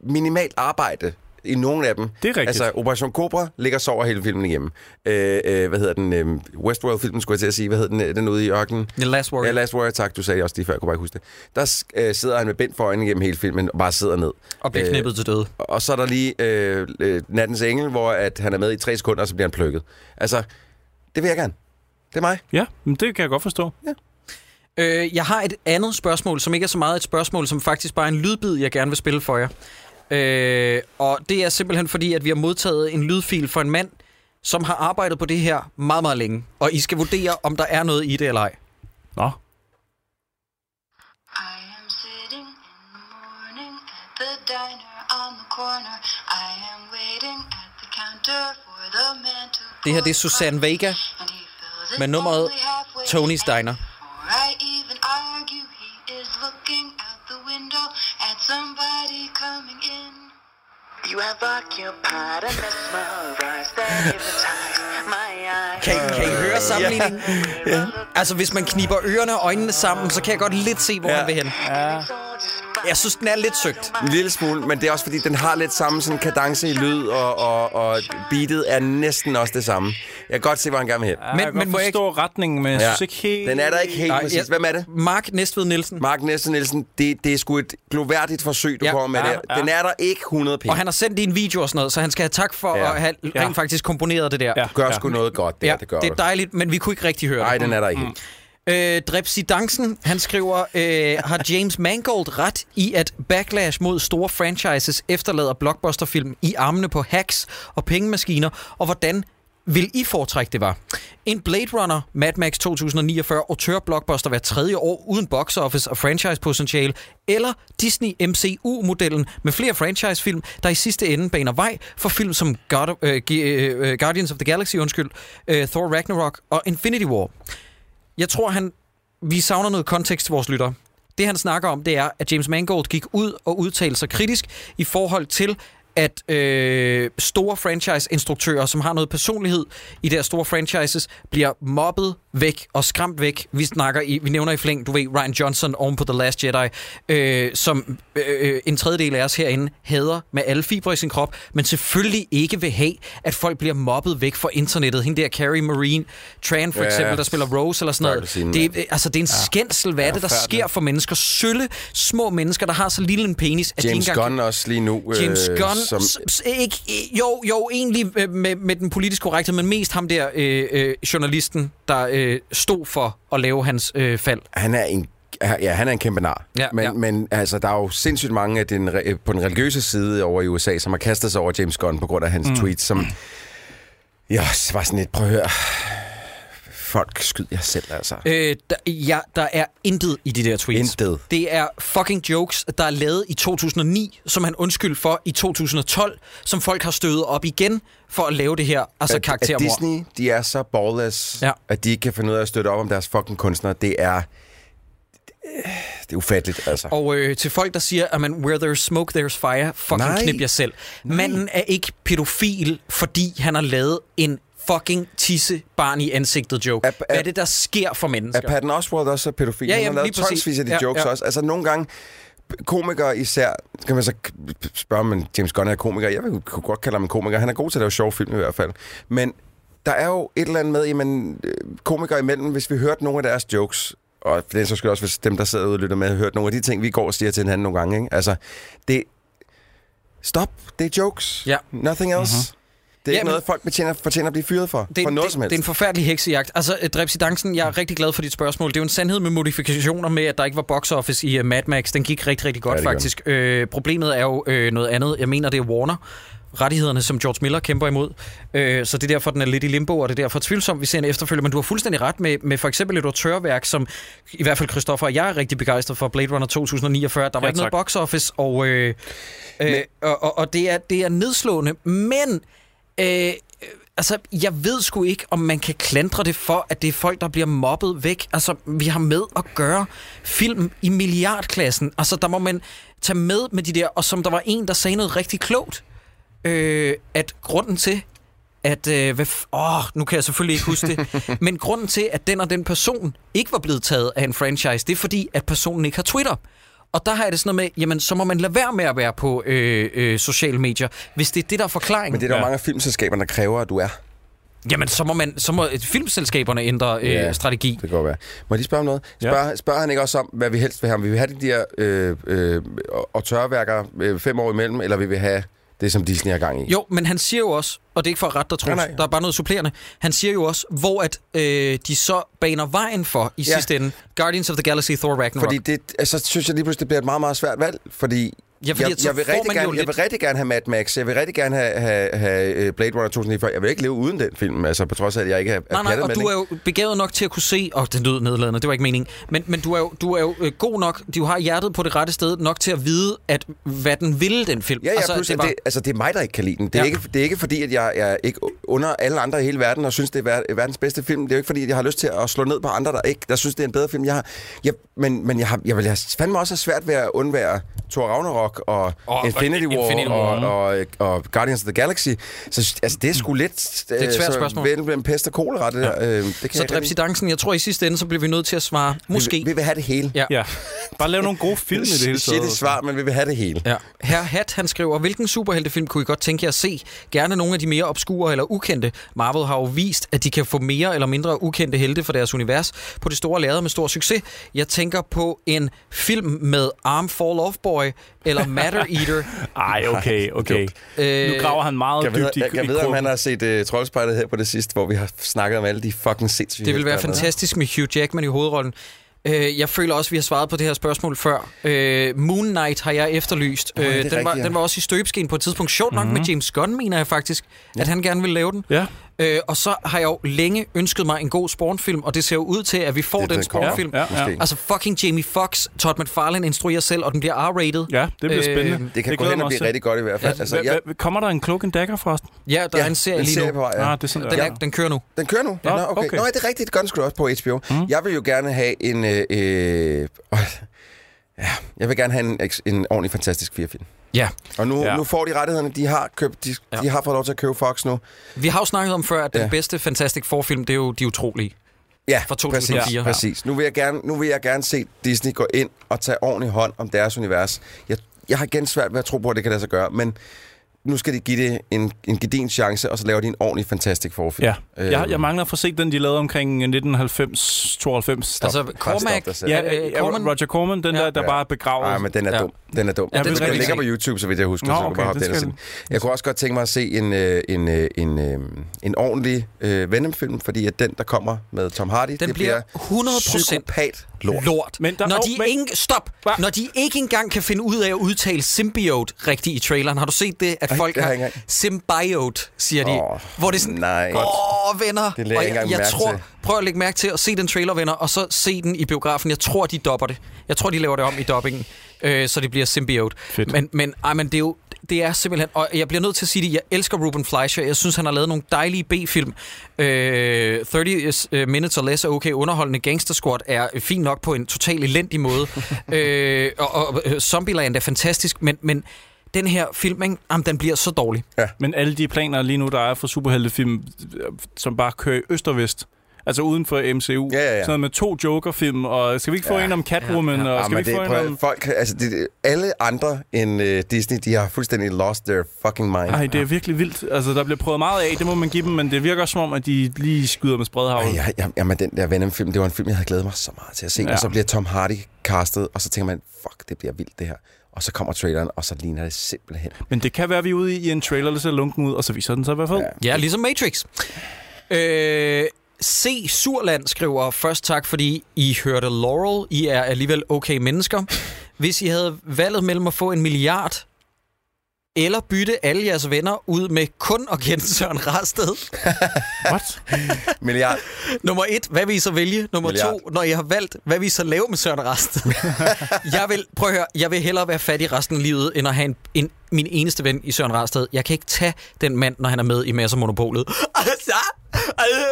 Speaker 5: minimalt arbejde i nogle af dem.
Speaker 4: Det er rigtigt.
Speaker 5: Altså, Operation Cobra ligger og sover hele filmen igennem. Øh, øh, hvad hedder den? Øh, Westworld-filmen, skulle jeg til at sige. Hvad hedder den? øh, Den ude i ørkenen?
Speaker 3: The Last Warrior.
Speaker 5: Ja, Last Warrior, tak. Du sagde også lige før, jeg kunne bare ikke huske det. Der øh, sidder han med bind for øjnene gennem hele filmen, og bare sidder ned.
Speaker 3: og bliver
Speaker 5: øh,
Speaker 3: knippet til døde.
Speaker 5: Og så er der lige øh, øh, Nattens Engel, hvor at han er med i tre sekunder, og så bliver han plukket. Altså, det vil jeg gerne. Det er mig.
Speaker 4: ja, men det kan jeg godt forstå.
Speaker 3: Øh, jeg har et andet spørgsmål, som ikke er så meget et spørgsmål, som faktisk bare er en lydbid, jeg gerne vil spille for jer. Øh, og det er simpelthen fordi, at vi har modtaget en lydfil fra en mand, som har arbejdet på det her meget, meget længe. Og I skal vurdere, om der er noget i det eller ej.
Speaker 4: Nå,
Speaker 1: I am sitting in the morning at the diner on the corner. I am waiting at the counter for the man to
Speaker 3: Det her, det er Susanne Vega
Speaker 1: And he fills it
Speaker 3: med nummeret
Speaker 1: only halfway.
Speaker 3: Tony's Diner.
Speaker 1: Before I even argue, he is looking out the window at somebody coming in. You have occupied and mesmerized and hypnotized my eyes.
Speaker 3: Kan, I- kan I høre sammenligningen? Ja. Altså, hvis man kniber ørerne og øjnene sammen, så kan jeg godt lidt se, hvor ja. han vil hen. Jeg synes, den er lidt søgt.
Speaker 5: En lille smule, men det er også fordi, den har lidt samme sådan kadence i lyd, og, og, og beatet er næsten også det samme. Jeg kan godt se, hvor han gerne vil hen.
Speaker 4: ja, men, jeg kan men
Speaker 3: må
Speaker 4: godt
Speaker 3: jeg
Speaker 4: forstå ikke... retningen, men jeg synes ikke helt...
Speaker 5: Den er der ikke helt Nej, præcis. Hvem er det?
Speaker 3: Mark Næstved Nielsen.
Speaker 5: Mark Næsten Nielsen, det, det er sgu et gloværdigt forsøg, du
Speaker 3: Ja.
Speaker 5: ja, kommer med
Speaker 4: Ja,
Speaker 5: ja, der. Den er der ikke 100 penge.
Speaker 3: Og han har sendt det i en video og sådan noget, så han skal have tak for
Speaker 5: Ja.
Speaker 3: at have rent
Speaker 4: Ja.
Speaker 3: faktisk komponeret det der.
Speaker 4: Ja.
Speaker 5: gør sgu noget godt der, ja, det gør
Speaker 3: det er
Speaker 5: du.
Speaker 3: dejligt, men vi kunne ikke rigtig høre
Speaker 5: Nej,
Speaker 3: det.
Speaker 5: den er der ikke helt.
Speaker 3: Øh, Drepsi Dansen, han skriver, øh, har James Mangold ret i, at backlash mod store franchises efterlader blockbusterfilm i armene på hacks og pengemaskiner, og hvordan vil I foretrække det var? En Blade Runner, Mad Max 2049 og tør blockbuster hver tredje år uden box office og franchise potentiale, eller Disney MCU-modellen med flere franchise-film, der i sidste ende baner vej for film som God, øh, G- øh, Guardians of the Galaxy, undskyld, øh, Thor Ragnarok og Infinity War. Jeg tror, han... Vi savner noget kontekst til vores lyttere. Det, han snakker om, det er, at James Mangold gik ud og udtalte sig kritisk i forhold til, at øh, store franchise-instruktører, som har noget personlighed i deres store franchises, bliver mobbet væk og skræmt væk. Vi snakker i, vi nævner i flæng, du ved, Ryan Johnson oven på The Last Jedi, øh, som øh, øh, en tredjedel af os herinde hader med alle fibre i sin krop, men selvfølgelig ikke vil have, at folk bliver mobbet væk fra internettet. Hende der Carrie Marine Tran for
Speaker 5: Ja.
Speaker 3: eksempel, der spiller Rose eller sådan noget.
Speaker 5: Stakkels hende,
Speaker 3: Det, er- altså, det er en ja. skændsel, hvad er det, der sker for mennesker? Sølle, små mennesker, der har så lille en penis, at
Speaker 5: James
Speaker 3: de ikke engang...
Speaker 5: Gunn også lige nu.
Speaker 3: James
Speaker 5: øh,
Speaker 3: Gunn,
Speaker 5: som,
Speaker 3: som... ikke, jo, jo, egentlig øh, med, med den politiske korrekte, men mest ham der øh, øh, journalisten, der øh, stod for at lave hans øh, fald.
Speaker 5: han er en Ja, han er en kæmpe nar.
Speaker 3: Ja,
Speaker 5: men,
Speaker 3: ja.
Speaker 5: men altså, der er jo sindssygt mange af den, re- på den religiøse side over i USA, som har kastet sig over James Gunn på grund af hans mm. tweets, som... Jeg også var sådan lidt, prøv at høre. Folk skyd jer selv, altså.
Speaker 3: Øh, der, ja, der er intet i de der tweets.
Speaker 5: Intet.
Speaker 3: Det er fucking jokes, der er lavet i 2009, som han undskyld for i 2012, som folk har stødet op igen for at lave det her, altså
Speaker 5: at, at
Speaker 3: karaktermord.
Speaker 5: Disney, de er så ballless,
Speaker 3: Ja.
Speaker 5: ja. at de ikke kan finde ud af at støtte op om deres fucking kunstnere. Det er... Det er ufatteligt, altså.
Speaker 3: Og øh, til folk, der siger, at man, where there's smoke, there's fire, fucking Nej.
Speaker 5: Nej.
Speaker 3: knip jer selv. Manden er ikke pædofil, fordi han har lavet en fucking tisse barn i ansigtet joke.
Speaker 5: Er- er-
Speaker 3: Hvad er det, der sker for mennesker?
Speaker 5: Er Patton Oswalt også så pædofil?
Speaker 3: Ja,
Speaker 5: Ja, ja,
Speaker 3: jamen,
Speaker 5: han har lavet
Speaker 3: lige præcis.
Speaker 5: tonsvis af de
Speaker 3: Ja,
Speaker 5: ja, jokes
Speaker 3: ja.
Speaker 5: ja. også. Altså nogle gange, komikere især, kan man så k- spørge, om James Gunn er komiker. Jeg vil, kunne godt kalde ham en komiker. Han er god til at lave sjove film i hvert fald. Men der er jo et eller andet med, jamen, øh, komikere imellem, hvis vi hørte nogle af deres jokes, og for den så skal også, hvis dem, der sidder ude og lytter med, har hørt nogle af de ting, vi går og siger til hinanden nogle gange. Ikke? Altså, det... Stop. Det er jokes.
Speaker 3: Ja.
Speaker 5: Nothing else. Mm-hmm. Det er
Speaker 3: Ja,
Speaker 5: ikke
Speaker 3: men-
Speaker 5: noget, folk betjener, fortjener at blive fyret for.
Speaker 3: det,
Speaker 5: for noget
Speaker 3: det,
Speaker 5: som helst.
Speaker 3: det er en forfærdelig heksejagt. Altså, øh, Drepsi Danksen, jeg er rigtig glad for dit spørgsmål. Det er jo en sandhed med modifikationer med, at der ikke var box office i uh, Mad Max. Den gik rigtig, rigtig godt,
Speaker 5: Ja,
Speaker 3: ja,
Speaker 5: det gør
Speaker 3: faktisk. Øh, problemet er jo øh, noget andet. Jeg mener, det er Warner. rettighederne, som George Miller kæmper imod. Øh, så det er derfor, den er lidt i limbo, og det er derfor tvivlsomt, vi ser en efterfølger. Men du har fuldstændig ret med, med for eksempel et autørværk, som i hvert fald Christoffer og jeg er rigtig begejstret for, Blade Runner 2049. Der var
Speaker 4: Ja,
Speaker 3: ja, ikke
Speaker 4: tak.
Speaker 3: noget box office, og, øh, øh, og, og, og det, er, det er nedslående. Men øh, altså, jeg ved sgu ikke, om man kan klandre det for, at det er folk, der bliver mobbet væk. Altså, vi har med at gøre film i milliardklassen. Altså, der må man tage med med de der, og som der var en, der sagde noget rigtig klogt, øh, at grunden til, at... Øh, hvad f- åh, nu kan jeg selvfølgelig ikke huske det.
Speaker 5: <laughs>
Speaker 3: men grunden til, at den og den person ikke var blevet taget af en franchise, det er fordi, at personen ikke har Twitter. Og der har jeg det sådan noget med, jamen, så må man lade være med at være på øh, øh, sociale medier, hvis det er det, der er forklaringen.
Speaker 5: Men det er der ja. mange af filmselskaberne, der kræver, at du er.
Speaker 3: Jamen, så må, man, så må øh, filmselskaberne ændre øh,
Speaker 5: Ja.
Speaker 3: strategi.
Speaker 5: Det kan godt være. Må jeg lige spørge om noget?
Speaker 4: Ja.
Speaker 5: Spørger, ja. spørger han ikke også om, hvad vi helst vil have? Om vi vil have de der øh, øh, og tørværker øh, fem år imellem, eller vi vil have det, som Disney har gang i?
Speaker 3: Jo, men han siger jo også, og det er ikke for at rette dig, Troels,
Speaker 5: Nej, nej.
Speaker 3: der er bare noget supplerende, han siger jo også, hvor at øh, de så baner vejen for i
Speaker 5: Ja.
Speaker 3: ja. sidste ende Guardians of the Galaxy Thor Ragnarok.
Speaker 5: Fordi det, altså, synes jeg lige pludselig, det bliver et meget, meget svært valg, fordi
Speaker 3: Ja, fordi at
Speaker 5: jeg,
Speaker 3: så
Speaker 5: jeg, vil
Speaker 3: får
Speaker 5: rigtig
Speaker 3: man jo
Speaker 5: gerne, jeg
Speaker 3: lidt-
Speaker 5: vil rigtig gerne have Mad Max, jeg vil rigtig gerne have, have, have øh, Blade Runner 2049. Jeg vil ikke leve uden den film, altså på trods af, at jeg ikke er, er
Speaker 3: Nej, nej,
Speaker 5: pjattet
Speaker 3: og
Speaker 5: med
Speaker 3: du
Speaker 5: den,
Speaker 3: er jo begavet nok til at kunne se... Åh, oh, den lød nedladende, det var ikke meningen. Men, men du er jo, du er jo øh, god nok, du har hjertet på det rette sted nok til at vide, at hvad den ville, den film.
Speaker 5: Ja, ja, altså,
Speaker 3: at
Speaker 5: pludselig, det,
Speaker 3: var-
Speaker 5: det, altså, det er mig, der ikke kan lide den. Det er, ja.
Speaker 3: Ja.
Speaker 5: ikke, det er ikke fordi, at jeg er ikke under alle andre i hele verden og synes, det er ver- verdens bedste film. Det er jo ikke fordi, at jeg har lyst til at slå ned på andre, der ikke der synes, det er en bedre film. Jeg har, jeg, men men jeg, har, jeg vil have fandme også have svært ved at undvære Thor Ragnarok og, og
Speaker 3: Og-
Speaker 5: Infinity
Speaker 3: og- Infinity
Speaker 5: War, Infinity
Speaker 3: War.
Speaker 5: War. Og, og, og Guardians of the Galaxy. Så altså, det er sgu lidt... øh, Det
Speaker 3: er et svært spørgsmål.
Speaker 5: Vel, mellem pest og kolera, det ja. der. Øh, det kan
Speaker 3: Så
Speaker 5: jeg
Speaker 3: dræbs i dansen. Jeg tror, i sidste ende, så bliver vi nødt til at svare,
Speaker 5: Vi,
Speaker 3: måske.
Speaker 5: vi vil have det hele.
Speaker 3: Ja.
Speaker 4: Ja. Bare lave nogle gode
Speaker 5: <laughs>
Speaker 4: film i det hele taget. altså.
Speaker 5: Shit et svar, men vi vil have det hele.
Speaker 3: Ja. Herr Hat, han skriver, hvilken superheltefilm kunne I godt tænke jer at se? Gerne nogle af de mere obskure eller ukendte. Marvel har jo vist, at de kan få mere eller mindre ukendte helte for deres univers på det store lærred med stor succes. Jeg tænker på en film med Arm Fall Off Boy eller
Speaker 5: <laughs>
Speaker 3: Matter Eater.
Speaker 4: Ej, okay, okay.
Speaker 3: Øh,
Speaker 4: Nu graver han meget
Speaker 5: Jeg ved,
Speaker 4: dybt i,
Speaker 5: jeg, jeg
Speaker 4: i
Speaker 5: ved om
Speaker 4: krogen.
Speaker 5: han har set uh, Troldspejlet her på det sidste, hvor vi har snakket om alle de fucking sindssyge...
Speaker 3: Det ville være
Speaker 5: eksperter.
Speaker 3: fantastisk med Hugh Jackman i hovedrollen. Øh, jeg føler også, at vi har svaret på det her spørgsmål før. Øh, Moon Knight har jeg efterlyst.
Speaker 5: Nå, ja,
Speaker 3: Øh,
Speaker 5: det er
Speaker 3: den, var,
Speaker 5: rigtigt, ja. Mhm.
Speaker 3: den var også i støbeskeen på et tidspunkt. Sjovt nok mm-hmm. med James Gunn, mener jeg faktisk, ja. at han gerne ville lave den.
Speaker 4: Ja.
Speaker 3: Øh, og så har jeg jo længe ønsket mig en god spornfilm, og det ser jo ud til, at vi får
Speaker 5: Det-
Speaker 3: den,
Speaker 5: den
Speaker 3: den
Speaker 5: kommer.
Speaker 3: spornfilm.
Speaker 4: Ja, ja.
Speaker 5: Måske.
Speaker 3: Altså fucking Jamie Fox, Todd McFarlane instruerer selv, og den bliver R-rated.
Speaker 4: Ja, det bliver
Speaker 3: Øh,
Speaker 4: spændende.
Speaker 5: Det kan det gå
Speaker 4: glæder
Speaker 5: hen
Speaker 4: mig
Speaker 5: og
Speaker 4: også
Speaker 5: blive
Speaker 4: til.
Speaker 5: rigtig godt i hvert fald. Altså, jeg,
Speaker 4: Hva- hva- Kommer der en Cloak and Dagger forresten?
Speaker 3: Ja, der ja, er en serie lige
Speaker 5: serie
Speaker 3: nu.
Speaker 5: på vej, ja.
Speaker 4: Ah, det er sådan,
Speaker 3: Den,
Speaker 4: der.
Speaker 3: er, den kører nu.
Speaker 5: Den kører nu?
Speaker 4: Nå,
Speaker 5: Nå, okay.
Speaker 4: okay.
Speaker 5: Nå, ja, det er rigtigt. Godt skrevet på HBO. Mm. Jeg vil jo gerne have en... Øh, øh, øh, ja, jeg vil gerne have en, eks- en ordentlig fantastisk firefilm.
Speaker 3: Ja.
Speaker 5: Og nu, ja.
Speaker 4: Ja.
Speaker 5: nu får de rettighederne, de har købt. De, ja.
Speaker 3: Ja.
Speaker 5: de har fået lov til at købe Fox nu.
Speaker 3: Vi har jo snakket om før, at den
Speaker 5: Ja.
Speaker 3: ja. bedste Fantastic Four-film, det er jo De Utrolige.
Speaker 5: Ja,
Speaker 3: Fra
Speaker 5: præcis.
Speaker 3: 2004.
Speaker 5: Ja. præcis. Nu, vil jeg gerne, nu vil jeg gerne se Disney gå ind og tage ordentlig hånd om deres univers. Jeg, jeg har igen svært ved at tro på, at det kan lade sig gøre, men nu skal de give det en, en gedin chance, og så laver de en ordentlig fantastisk forfilm. Øhm,
Speaker 4: Ja. Jeg, jeg mangler at få set den, de lavede omkring 1990 92
Speaker 3: Altså,
Speaker 5: stop
Speaker 3: Cormac,
Speaker 5: dig selv.
Speaker 4: Ja,
Speaker 3: øh,
Speaker 4: ja,
Speaker 3: Corman-
Speaker 4: Roger Corman, den
Speaker 3: Ja.
Speaker 4: der, der bare er begravet.
Speaker 5: Nej, men den er ja.
Speaker 4: Ja.
Speaker 5: dum. Den er dum. Ja,
Speaker 4: Ja,
Speaker 5: den, skal,
Speaker 4: den skal
Speaker 5: den
Speaker 4: vi
Speaker 5: ligger
Speaker 4: se.
Speaker 5: på YouTube, så vidt jeg husker.
Speaker 4: Nå,
Speaker 5: så du kan
Speaker 4: okay,
Speaker 5: bare hoppe
Speaker 4: den
Speaker 5: den
Speaker 4: skal
Speaker 5: og se den. Jeg kunne også godt tænke mig at se en, øh, en, øh, en, øh, en ordentlig øh, Venom-film, fordi at den, der kommer med Tom Hardy,
Speaker 3: Den
Speaker 5: det
Speaker 3: bliver 100%
Speaker 5: psykopat lort.
Speaker 3: lort.
Speaker 4: Men der-
Speaker 3: når,
Speaker 4: åh,
Speaker 3: de
Speaker 4: men-
Speaker 3: ikke, stop.
Speaker 4: Hva?
Speaker 3: når de ikke engang kan finde ud af at udtale symbiote rigtigt i traileren, har du set det, at
Speaker 5: Ej,
Speaker 3: folk
Speaker 5: det har jeg ikke
Speaker 3: har
Speaker 5: engang.
Speaker 3: symbiote, siger de.
Speaker 5: Åh,
Speaker 3: hvor det er sådan,
Speaker 5: nej.
Speaker 3: åh venner.
Speaker 5: Det lagde jeg
Speaker 3: Og
Speaker 5: ikke engang
Speaker 3: jeg
Speaker 5: mærke
Speaker 3: tror,
Speaker 5: til.
Speaker 3: prøv at lægge mærke til at se den trailer, venner, og så se den i biografen. Jeg tror, de dopper det. Jeg tror, de laver det om i doppingen, øh, så det bliver symbiote.
Speaker 4: Fedt.
Speaker 3: Men, men, ej, men det er jo det er simpelthen, og jeg bliver nødt til at sige det, jeg elsker Ruben Fleischer, jeg synes, han har lavet nogle dejlige B-film. Øh, 30 Minutes or Less er okay, underholdende Gangster Squad er fint nok på en total elendig måde, øh, og, og øh, Zombieland er fantastisk, men, men den her film, ikke? Jamen, den bliver så dårlig.
Speaker 4: Men alle de planer lige nu, der er for superheltefilm, øh, som bare kører i øst og vest, altså uden for MCU,
Speaker 5: Ja, ja, ja.
Speaker 4: sådan noget med to Joker-film, og skal vi ikke få
Speaker 5: Ja.
Speaker 4: en om Catwoman,
Speaker 3: Ja, ja.
Speaker 4: og
Speaker 5: Ja,
Speaker 4: skal
Speaker 5: Ah, men
Speaker 4: vi
Speaker 5: det,
Speaker 4: ikke få
Speaker 5: er,
Speaker 4: en øhm, om...
Speaker 5: prøv, folk, altså, det, alle andre end øh, Disney, de har fuldstændig lost their fucking mind.
Speaker 4: Ej, det er virkelig vildt. Altså, der bliver prøvet meget af, det må man give dem, men det virker også som om, at de lige skyder med spredhavl.
Speaker 5: Ej, jeg, jeg, jamen, den der Venom-film, det var en film, jeg havde glædet mig så meget til at se. Ja.
Speaker 4: Ja.
Speaker 5: Og så bliver Tom Hardy castet, og så tænker man, fuck, det bliver vildt det her. Og så kommer traileren, og så ligner det simpelthen.
Speaker 4: Men det kan være, at vi er ude i en trailer, der ser lunken ud, og så viser den sig i hvert fald.
Speaker 5: Ja.
Speaker 3: Ja, ligesom Matrix. Øh, C. Surland skriver, først tak, fordi I hørte Laurel. I er alligevel okay mennesker. Hvis I havde valget mellem at få en milliard Eller bytte alle jeres venner ud med kun at kende Søren Rasted.
Speaker 4: What? <laughs>
Speaker 5: Milliard.
Speaker 3: Nummer et, hvad vil I så vælge? Nummer
Speaker 5: Milliard.
Speaker 3: to, når I har valgt, hvad vil I så lave med Søren Rasted? jeg vil, prøv at høre, jeg vil hellere være fattig resten af livet, end at have en, en, min eneste ven i Søren Rasted. Jeg kan ikke tage den mand, når han er med i Masser af Monopolet. Altså, altså,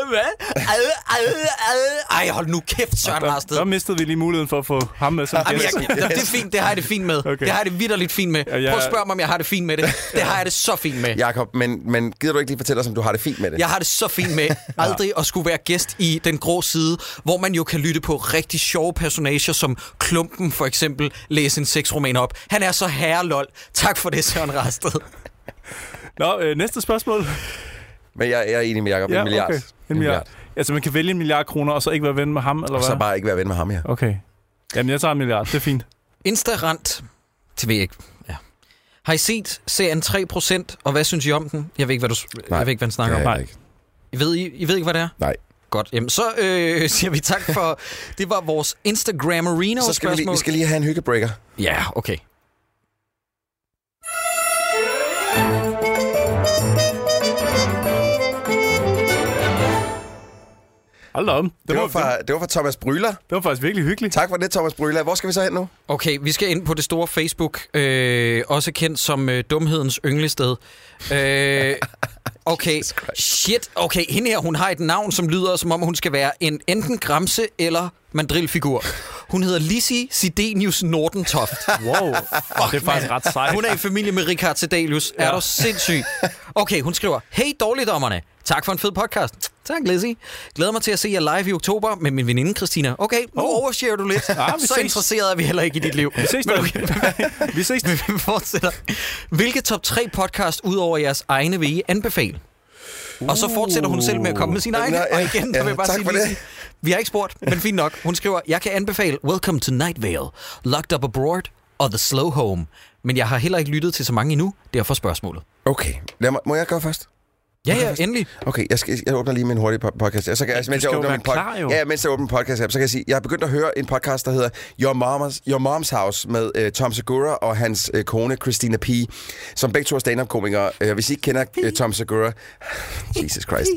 Speaker 3: hvad? Altså, altså, altså. Ej, hold nu kæft, Søren Rasted.
Speaker 4: Der mistede vi lige muligheden for at få ham med som
Speaker 3: Jamen,
Speaker 4: gæst.
Speaker 3: jeg, jamen, det, er fint, det har jeg det fint med. Okay.
Speaker 4: Okay.
Speaker 3: Det har jeg det vidderligt fint med.
Speaker 4: Ja, jeg-
Speaker 3: Prøv at spørge mig, om jeg har det fint med det. Det har jeg det så fint med.
Speaker 5: Jakob, men, men gider du ikke lige fortælle os, om du har det fint med det?
Speaker 3: Jeg har det så fint
Speaker 5: <laughs>
Speaker 3: med aldrig at skulle være gæst i Den Grå Side, hvor man jo kan lytte på rigtig sjove personager, som Klumpen for eksempel læse en sexroman op. Han er så herrelol. Tak for det, Søren Rasted.
Speaker 4: <laughs> Nå, øh, næste spørgsmål.
Speaker 5: Men jeg, jeg er enig med Jakob. en milliard.
Speaker 4: Okay. En milliard. Altså, man kan vælge en milliard kroner, og så ikke være ven med ham, eller
Speaker 5: Og
Speaker 4: hvad?
Speaker 5: så bare ikke være ven med ham, ja.
Speaker 4: Okay. Jamen, jeg tager en milliard. Det er fint.
Speaker 3: Instarant. Det ved jeg ikke. Ja. Har I set serien 3%, og hvad synes I om den? Jeg ved ikke, hvad, du,
Speaker 5: Nej.
Speaker 3: jeg ved ikke, hvad den snakker om.
Speaker 4: Nej.
Speaker 5: ikke.
Speaker 3: I ved, I, I ved ikke, hvad det er?
Speaker 5: Nej.
Speaker 3: Godt. Jamen, så øh, <laughs> siger vi tak for... Det var vores Instagrammerino-spørgsmål.
Speaker 5: Så skal vi, lige, vi skal lige have en hyggebreaker.
Speaker 3: Ja, okay.
Speaker 4: Hold da om. Det,
Speaker 5: Det
Speaker 4: var,
Speaker 5: var, fra, det var fra Thomas Bryler.
Speaker 4: det var faktisk virkelig hyggeligt.
Speaker 5: Tak for det, Thomas Bryler. Hvor skal vi så hen nu?
Speaker 3: Okay, vi skal ind på det store Facebook, øh, også kendt som øh, dumhedens ynglested. Øh, okay, shit. Okay, hende her, hun har et navn, som lyder, som om hun skal være en enten gramse eller mandrilfigur. Hun hedder Lizzie Sidenius Nordentoft.
Speaker 4: Wow. <laughs> det er faktisk ret sejt.
Speaker 3: Hun er i familie med Richard Sedalius. Ja. Er
Speaker 4: Ja.
Speaker 3: du sindssyg? Okay, hun skriver, Hey dårligdommerne, tak for en fed podcast. Tak, Lizzie. Glæder mig til at se jer live i oktober med min veninde Christina. Okay, nu oh. overshare du lidt.
Speaker 4: Ja, Ah, vi
Speaker 3: Så
Speaker 4: ses.
Speaker 3: interesseret er vi heller ikke i dit liv.
Speaker 4: Vi ses,
Speaker 3: Men
Speaker 4: da.
Speaker 3: okay,
Speaker 4: <laughs> Vi ses.
Speaker 3: <laughs> vi fortsætter. Hvilke top 3 podcast ud over jeres egne vil I anbefale? Og så fortsætter hun selv med at komme med sine egne.
Speaker 5: Nå, Uh. ja,
Speaker 3: Og igen, der
Speaker 5: ja,
Speaker 3: vil jeg bare
Speaker 5: tak
Speaker 3: sige,
Speaker 5: for det.
Speaker 3: Lizzie, vi har ikke spurgt, men fint nok. Hun skriver, jeg kan anbefale Welcome to Night Vale, Locked Up Abroad og The Slow Home. Men jeg har heller ikke lyttet til så mange endnu, derfor spørgsmålet.
Speaker 5: Okay. Lad mig, må jeg gøre først?
Speaker 3: Ja, ja, endelig.
Speaker 5: Okay, jeg, skal, jeg åbner lige min hurtige po- podcast. Og så kan jeg, mens
Speaker 4: skal
Speaker 5: jeg
Speaker 4: jo
Speaker 5: åbner
Speaker 4: være
Speaker 5: min pod-
Speaker 4: klar, jo.
Speaker 5: Ja, mens jeg åbner podcast app, så kan jeg sige, jeg har begyndt at høre en podcast, der hedder Your Mom's, Your Mom's House med øh, Tom Segura og hans øh, kone Christina P., som begge to er stand-up-komikere. Øh, hvis I ikke kender øh, Tom Segura, <sighs> Jesus Christ.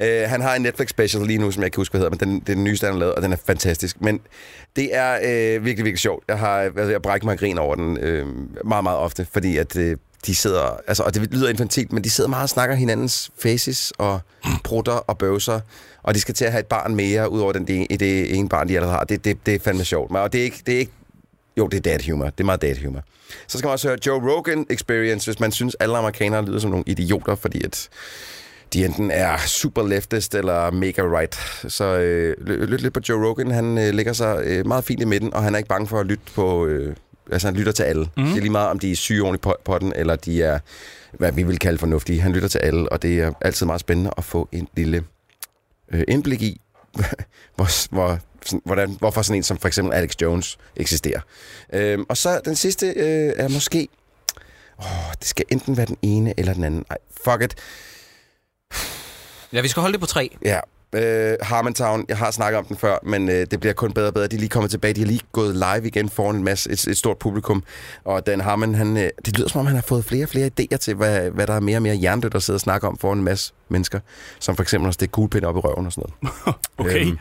Speaker 5: Øh, han har en Netflix special lige nu, som jeg ikke kan huske, hvad hedder, men den, det er den nyeste, han har lavet, og den er fantastisk. Men det er øh, virkelig, virkelig sjovt. Jeg har altså, jeg brækker mig af grin over den øh, meget, meget ofte, fordi at... Øh, de sidder, altså, og det lyder infantilt, men de sidder meget og snakker hinandens faces og prutter og bøvser, og de skal til at have et barn mere, ud over den, det, det ene barn, de allerede har. Det, det, det er fandme sjovt. Men- Og det er ikke, det er ikke jo, det er dad humor. Det er meget dad humor. Så skal man også høre Joe Rogan Experience, hvis man synes, alle amerikanere lyder som nogle idioter, fordi at de enten er super leftist eller mega right. Så øh, lyt lyt lidt på Joe Rogan. Han øh, ligger sig øh, meget fint i midten, og han er ikke bange for at lytte på... Øh, altså, han lytter til alle. Mm. Det er lige meget, om de er syge oven i po- potten, eller de er, hvad vi vil kalde fornuftige. Han lytter til alle, og det er altid meget spændende at få en lille øh, indblik i, <laughs> hvor, hvor, sådan, hvordan, hvorfor sådan en som for eksempel Alex Jones eksisterer. Øhm, og så den sidste øh, er måske... Åh, det skal enten være den ene eller den anden. Ej, fuck it.
Speaker 3: Ja, vi skal holde det på tre.
Speaker 5: Ja. Øh, Harmontown, jeg har snakket om den før, men øh, det bliver kun bedre og bedre. De er lige kommet tilbage, de har lige gået live igen foran en masse, et, et stort publikum. Og Dan Harmon, han, øh, det lyder som om, han har fået flere og flere idéer til, hvad, hvad der er mere og mere hjernedødt at sidde og snakke om foran en masse mennesker. Som for eksempel også det kuglepind op i røven og sådan noget.
Speaker 4: <laughs> Okay.
Speaker 5: Øhm,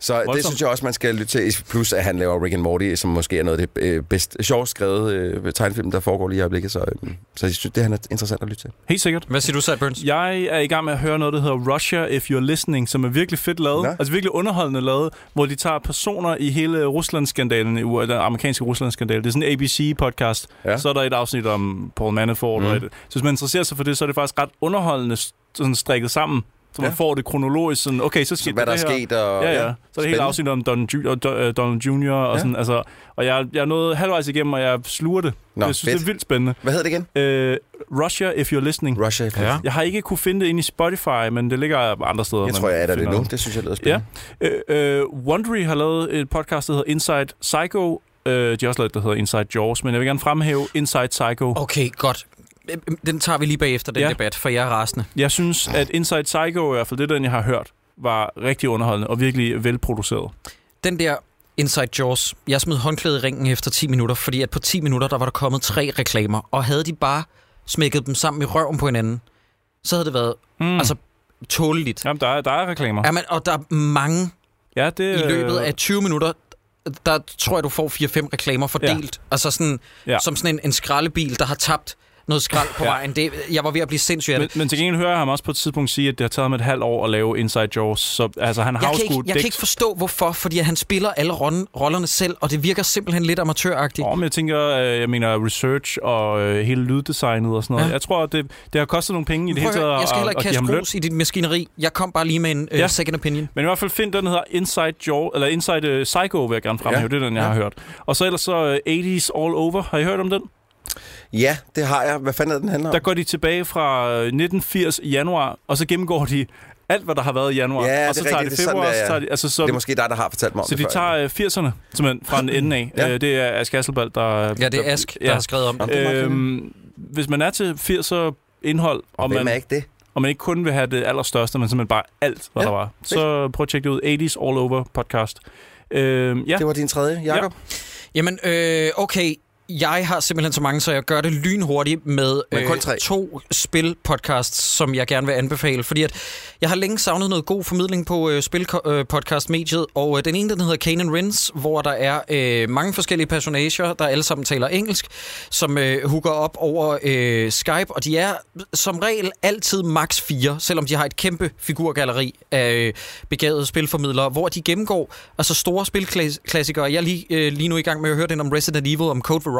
Speaker 5: så det
Speaker 4: Voldsomt.
Speaker 5: synes jeg også, man skal lytte til. Plus, at han laver Rick and Morty, som måske er noget af det øh, bedst, sjovest skrevet øh, tegnefilm, der foregår lige i øjeblikket. Så, øh, så jeg synes, det han er interessant at lytte til.
Speaker 4: Helt sikkert.
Speaker 3: Hvad siger du, Sat Burns?
Speaker 4: Jeg er i gang med at høre noget, der hedder Russia If You're Listening, som er virkelig fedt lavet.
Speaker 5: Nå.
Speaker 4: Altså virkelig underholdende lavet, hvor de tager personer i hele Ruslandsskandalen, i U- eller den amerikanske Ruslandsskandale. Det er sådan en ABC-podcast.
Speaker 5: Ja.
Speaker 4: Ja. Så er der et afsnit om Paul Manafort. Mm. Og et, så hvis man interesserer sig for det, så er det faktisk ret underholdende s- sådan strikket sammen. Så man
Speaker 5: Ja.
Speaker 4: ja. får det kronologisk sådan, okay, så
Speaker 5: Så
Speaker 4: skete
Speaker 5: hvad der
Speaker 4: det
Speaker 5: er
Speaker 4: her.
Speaker 5: sket, og...
Speaker 4: Ja, ja. Så er det helt
Speaker 5: Spændende.
Speaker 4: afsnit om Don, Ju- og Don, øh, Donald Jr. og
Speaker 5: Ja.
Speaker 4: sådan, altså. Og jeg, jeg er nået halvvejs igennem, og jeg sluger det.
Speaker 5: Nå,
Speaker 4: jeg synes,
Speaker 5: fedt.
Speaker 4: det er vildt spændende.
Speaker 5: Hvad hedder det igen?
Speaker 4: Øh, Russia If You're Listening.
Speaker 5: Russia. Ja.
Speaker 4: Jeg har ikke kunne finde det inde i Spotify, men det ligger andre steder.
Speaker 5: Jeg
Speaker 4: man
Speaker 5: tror, jeg er der det
Speaker 4: finder
Speaker 5: nu. Det synes jeg lyder
Speaker 4: Ja.
Speaker 5: spændende.
Speaker 4: Øh, øh, Wondery har lavet et podcast, der hedder Inside Psycho. Øh, de har også lavet et, der hedder Inside Jaws, men jeg vil gerne fremhæve Inside Psycho. Oh.
Speaker 3: Okay, godt. Den tager vi lige bagefter, den ja.
Speaker 4: Ja.
Speaker 3: debat, for jeg er rasende.
Speaker 4: Jeg synes, at Inside Psycho, i hvert fald det, den jeg har hørt, var rigtig underholdende og virkelig velproduceret.
Speaker 3: den der Inside Jaws, jeg smed håndklædet i ringen efter 10 minutter, fordi at på 10 minutter, der var der kommet tre reklamer, og havde de bare smækket dem sammen i røven på hinanden, så havde det været
Speaker 4: Mm.
Speaker 3: altså, tåleligt.
Speaker 4: Jamen, der er, der er reklamer.
Speaker 3: Ja, men, og der er mange
Speaker 4: Ja, det,
Speaker 3: i løbet
Speaker 4: øh,
Speaker 3: af 20 minutter, der tror jeg, du får 4-5 reklamer fordelt. Ja. Altså sådan,
Speaker 4: Ja.
Speaker 3: ja. som sådan en, en skraldebil, der har tabt noget skrald på
Speaker 4: Ja.
Speaker 3: ja. vejen. Det, jeg var ved at blive sindssyg af det.
Speaker 4: Men, men til gengæld hører jeg ham også på et tidspunkt sige, at det har taget ham et halvt år at lave Inside Jaws. Så altså, han har
Speaker 3: Jeg
Speaker 4: jo
Speaker 3: kan, ikke,
Speaker 4: sgu
Speaker 3: jeg kan ikke forstå, hvorfor, fordi at han spiller alle rollen, rollerne selv, og det virker simpelthen lidt amatøragtigt.
Speaker 4: Åh, men jeg tænker, øh, jeg mener research og øh, hele lyddesignet og sådan noget. Ja.
Speaker 3: Ja.
Speaker 4: Jeg tror, det, det har kostet nogle penge i det
Speaker 3: Prøv
Speaker 4: hele
Speaker 3: at høre,
Speaker 4: taget
Speaker 3: jeg skal
Speaker 4: at,
Speaker 3: heller ikke
Speaker 4: at give ham
Speaker 3: kaste
Speaker 4: løn.
Speaker 3: grus i dit maskineri. Jeg kom bare lige med en
Speaker 4: Ja.
Speaker 3: uh, second opinion.
Speaker 4: Men i hvert fald find den, der hedder Inside, Jaw, eller Inside øh, Psycho, vil jeg gerne fremhæve.
Speaker 5: Ja.
Speaker 4: Ja. Det er den, jeg ja. har hørt. Og så ellers så øh, 80's All Over. Har I hørt om den?
Speaker 5: Ja, det har jeg. Hvad fanden er den handler om?
Speaker 4: Der går de tilbage fra øh, 1980 i januar, og så gennemgår de alt, hvad der har været i januar.
Speaker 5: Ja,
Speaker 4: og så
Speaker 5: det er
Speaker 4: tager
Speaker 5: rigtigt.
Speaker 4: de
Speaker 5: Det er
Speaker 4: februar,
Speaker 5: sådan, det
Speaker 4: og så
Speaker 5: er.
Speaker 4: tager de... Altså, så,
Speaker 5: Det er måske dig, der har fortalt mig om
Speaker 4: Så
Speaker 5: det
Speaker 4: de
Speaker 5: før.
Speaker 4: tager øh, 80'erne, simpelthen, fra den ende af.
Speaker 5: Ja.
Speaker 4: ja. øh, det er Ask Hasselbalg, der...
Speaker 3: Ja, det er Ask, der
Speaker 4: ja.
Speaker 3: har skrevet om det.
Speaker 5: Nå, det er meget
Speaker 4: Øhm, hvis man er til 80'er indhold, og
Speaker 5: Hvem er
Speaker 4: man,
Speaker 5: ikke det?
Speaker 4: og man ikke kun vil have det allerstørste, men simpelthen bare alt, hvad
Speaker 5: Ja,
Speaker 4: der var, så prøv at tjekke det ud. 80's All Over podcast. Øhm, ja,
Speaker 5: Det var din tredje, Jakob.
Speaker 3: Jamen, øh, okay. Jeg har simpelthen så mange, så jeg gør det lynhurtigt med øh,
Speaker 5: Men kun tre.
Speaker 3: to spilpodcasts, som jeg gerne vil anbefale. Fordi at jeg har længe savnet noget god formidling på øh, spilpodcast-mediet, og øh, den ene, den hedder Kane and Rins, hvor der er øh, mange forskellige personager, der alle sammen taler engelsk, som øh, hooker op over øh, Skype, og de er som regel altid max 4, selvom de har et kæmpe figurgalleri af øh, begavede spilformidlere, hvor de gennemgår altså store spilklassikere. Jeg er lige, øh, lige nu i gang med at høre den om Resident Evil, om Code Veronica,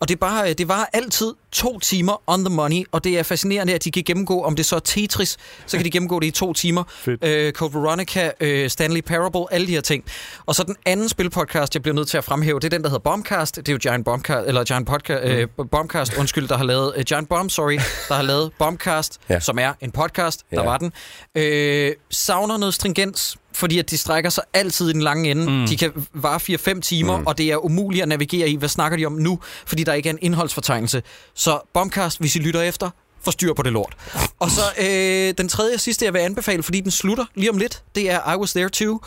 Speaker 3: og det, er bare, øh, det var altid to timer on the money, og det er fascinerende, at de kan gennemgå, om det så er Tetris, så kan de gennemgå det i to timer.
Speaker 4: Fedt.
Speaker 3: Øh, Code Veronica, øh, Stanley Parable, alle de her ting. Og så den anden spilpodcast, jeg bliver nødt til at fremhæve, det er den, der hedder Bombcast. Det er jo Giant Bombcast, eller Giant Podca- øh, Bombcast, undskyld, der har lavet, øh, Giant Bomb, sorry, der har lavet Bombcast,
Speaker 5: Ja.
Speaker 3: ja. som er en podcast, der
Speaker 5: Ja.
Speaker 3: ja. var den. Øh, savner noget stringens, fordi at de strækker sig altid i den lange ende. Mm. De kan vare 4-5 timer, mm. og det er umuligt at navigere i, hvad snakker de om nu, fordi der ikke er en indholdsfortegnelse. Så Bombcast, hvis I lytter efter, får styr på det lort. Og så øh, den tredje og sidste, jeg vil anbefale, fordi den slutter lige om lidt, det er I Was There Too,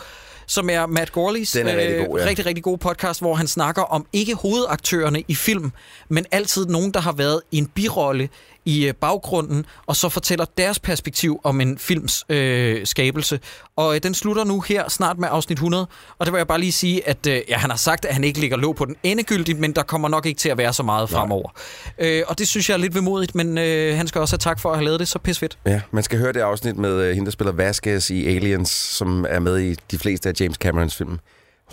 Speaker 3: som er Matt Gorleys øh,
Speaker 5: Den er rigtig god, ja.
Speaker 3: rigtig, rigtig god podcast, hvor han snakker om ikke hovedaktørerne i film, men altid nogen, der har været i en birolle i øh, baggrunden, og så fortæller deres perspektiv om en films øh, skabelse. Og øh, den slutter nu her snart med afsnit 100, og det vil jeg bare lige sige, at øh, ja, han har sagt, at han ikke ligger låg på den endegyldigt, men der kommer nok ikke til at være så meget fremover. Øh, og det synes jeg er lidt vemodigt, men øh, han skal også have tak for at have lavet det så pisfedt.
Speaker 5: Ja, man skal høre det afsnit med øh, hende, der spiller Vasquez i Aliens, som er med i de fleste af James Camerons film.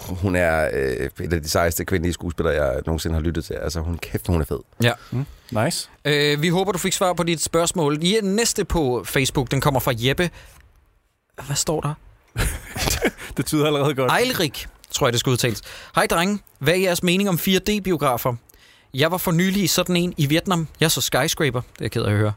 Speaker 5: Hun er øh, et af de sejeste kvindelige skuespillere, jeg nogensinde har lyttet til. Altså, hun kæft, hun er fed.
Speaker 3: Ja.
Speaker 4: nice.
Speaker 3: Øh, vi håber, du fik svar på dit spørgsmål. Ja, næste på Facebook, den kommer fra Jeppe. Hvad står der?
Speaker 4: Det tyder allerede godt.
Speaker 3: Ejlrik, tror jeg, det skal udtales. Hej drenge, hvad er jeres mening om 4D-biografer? Jeg var for nylig i sådan en i Vietnam. Jeg så Skyscraper, det er jeg ked af at høre.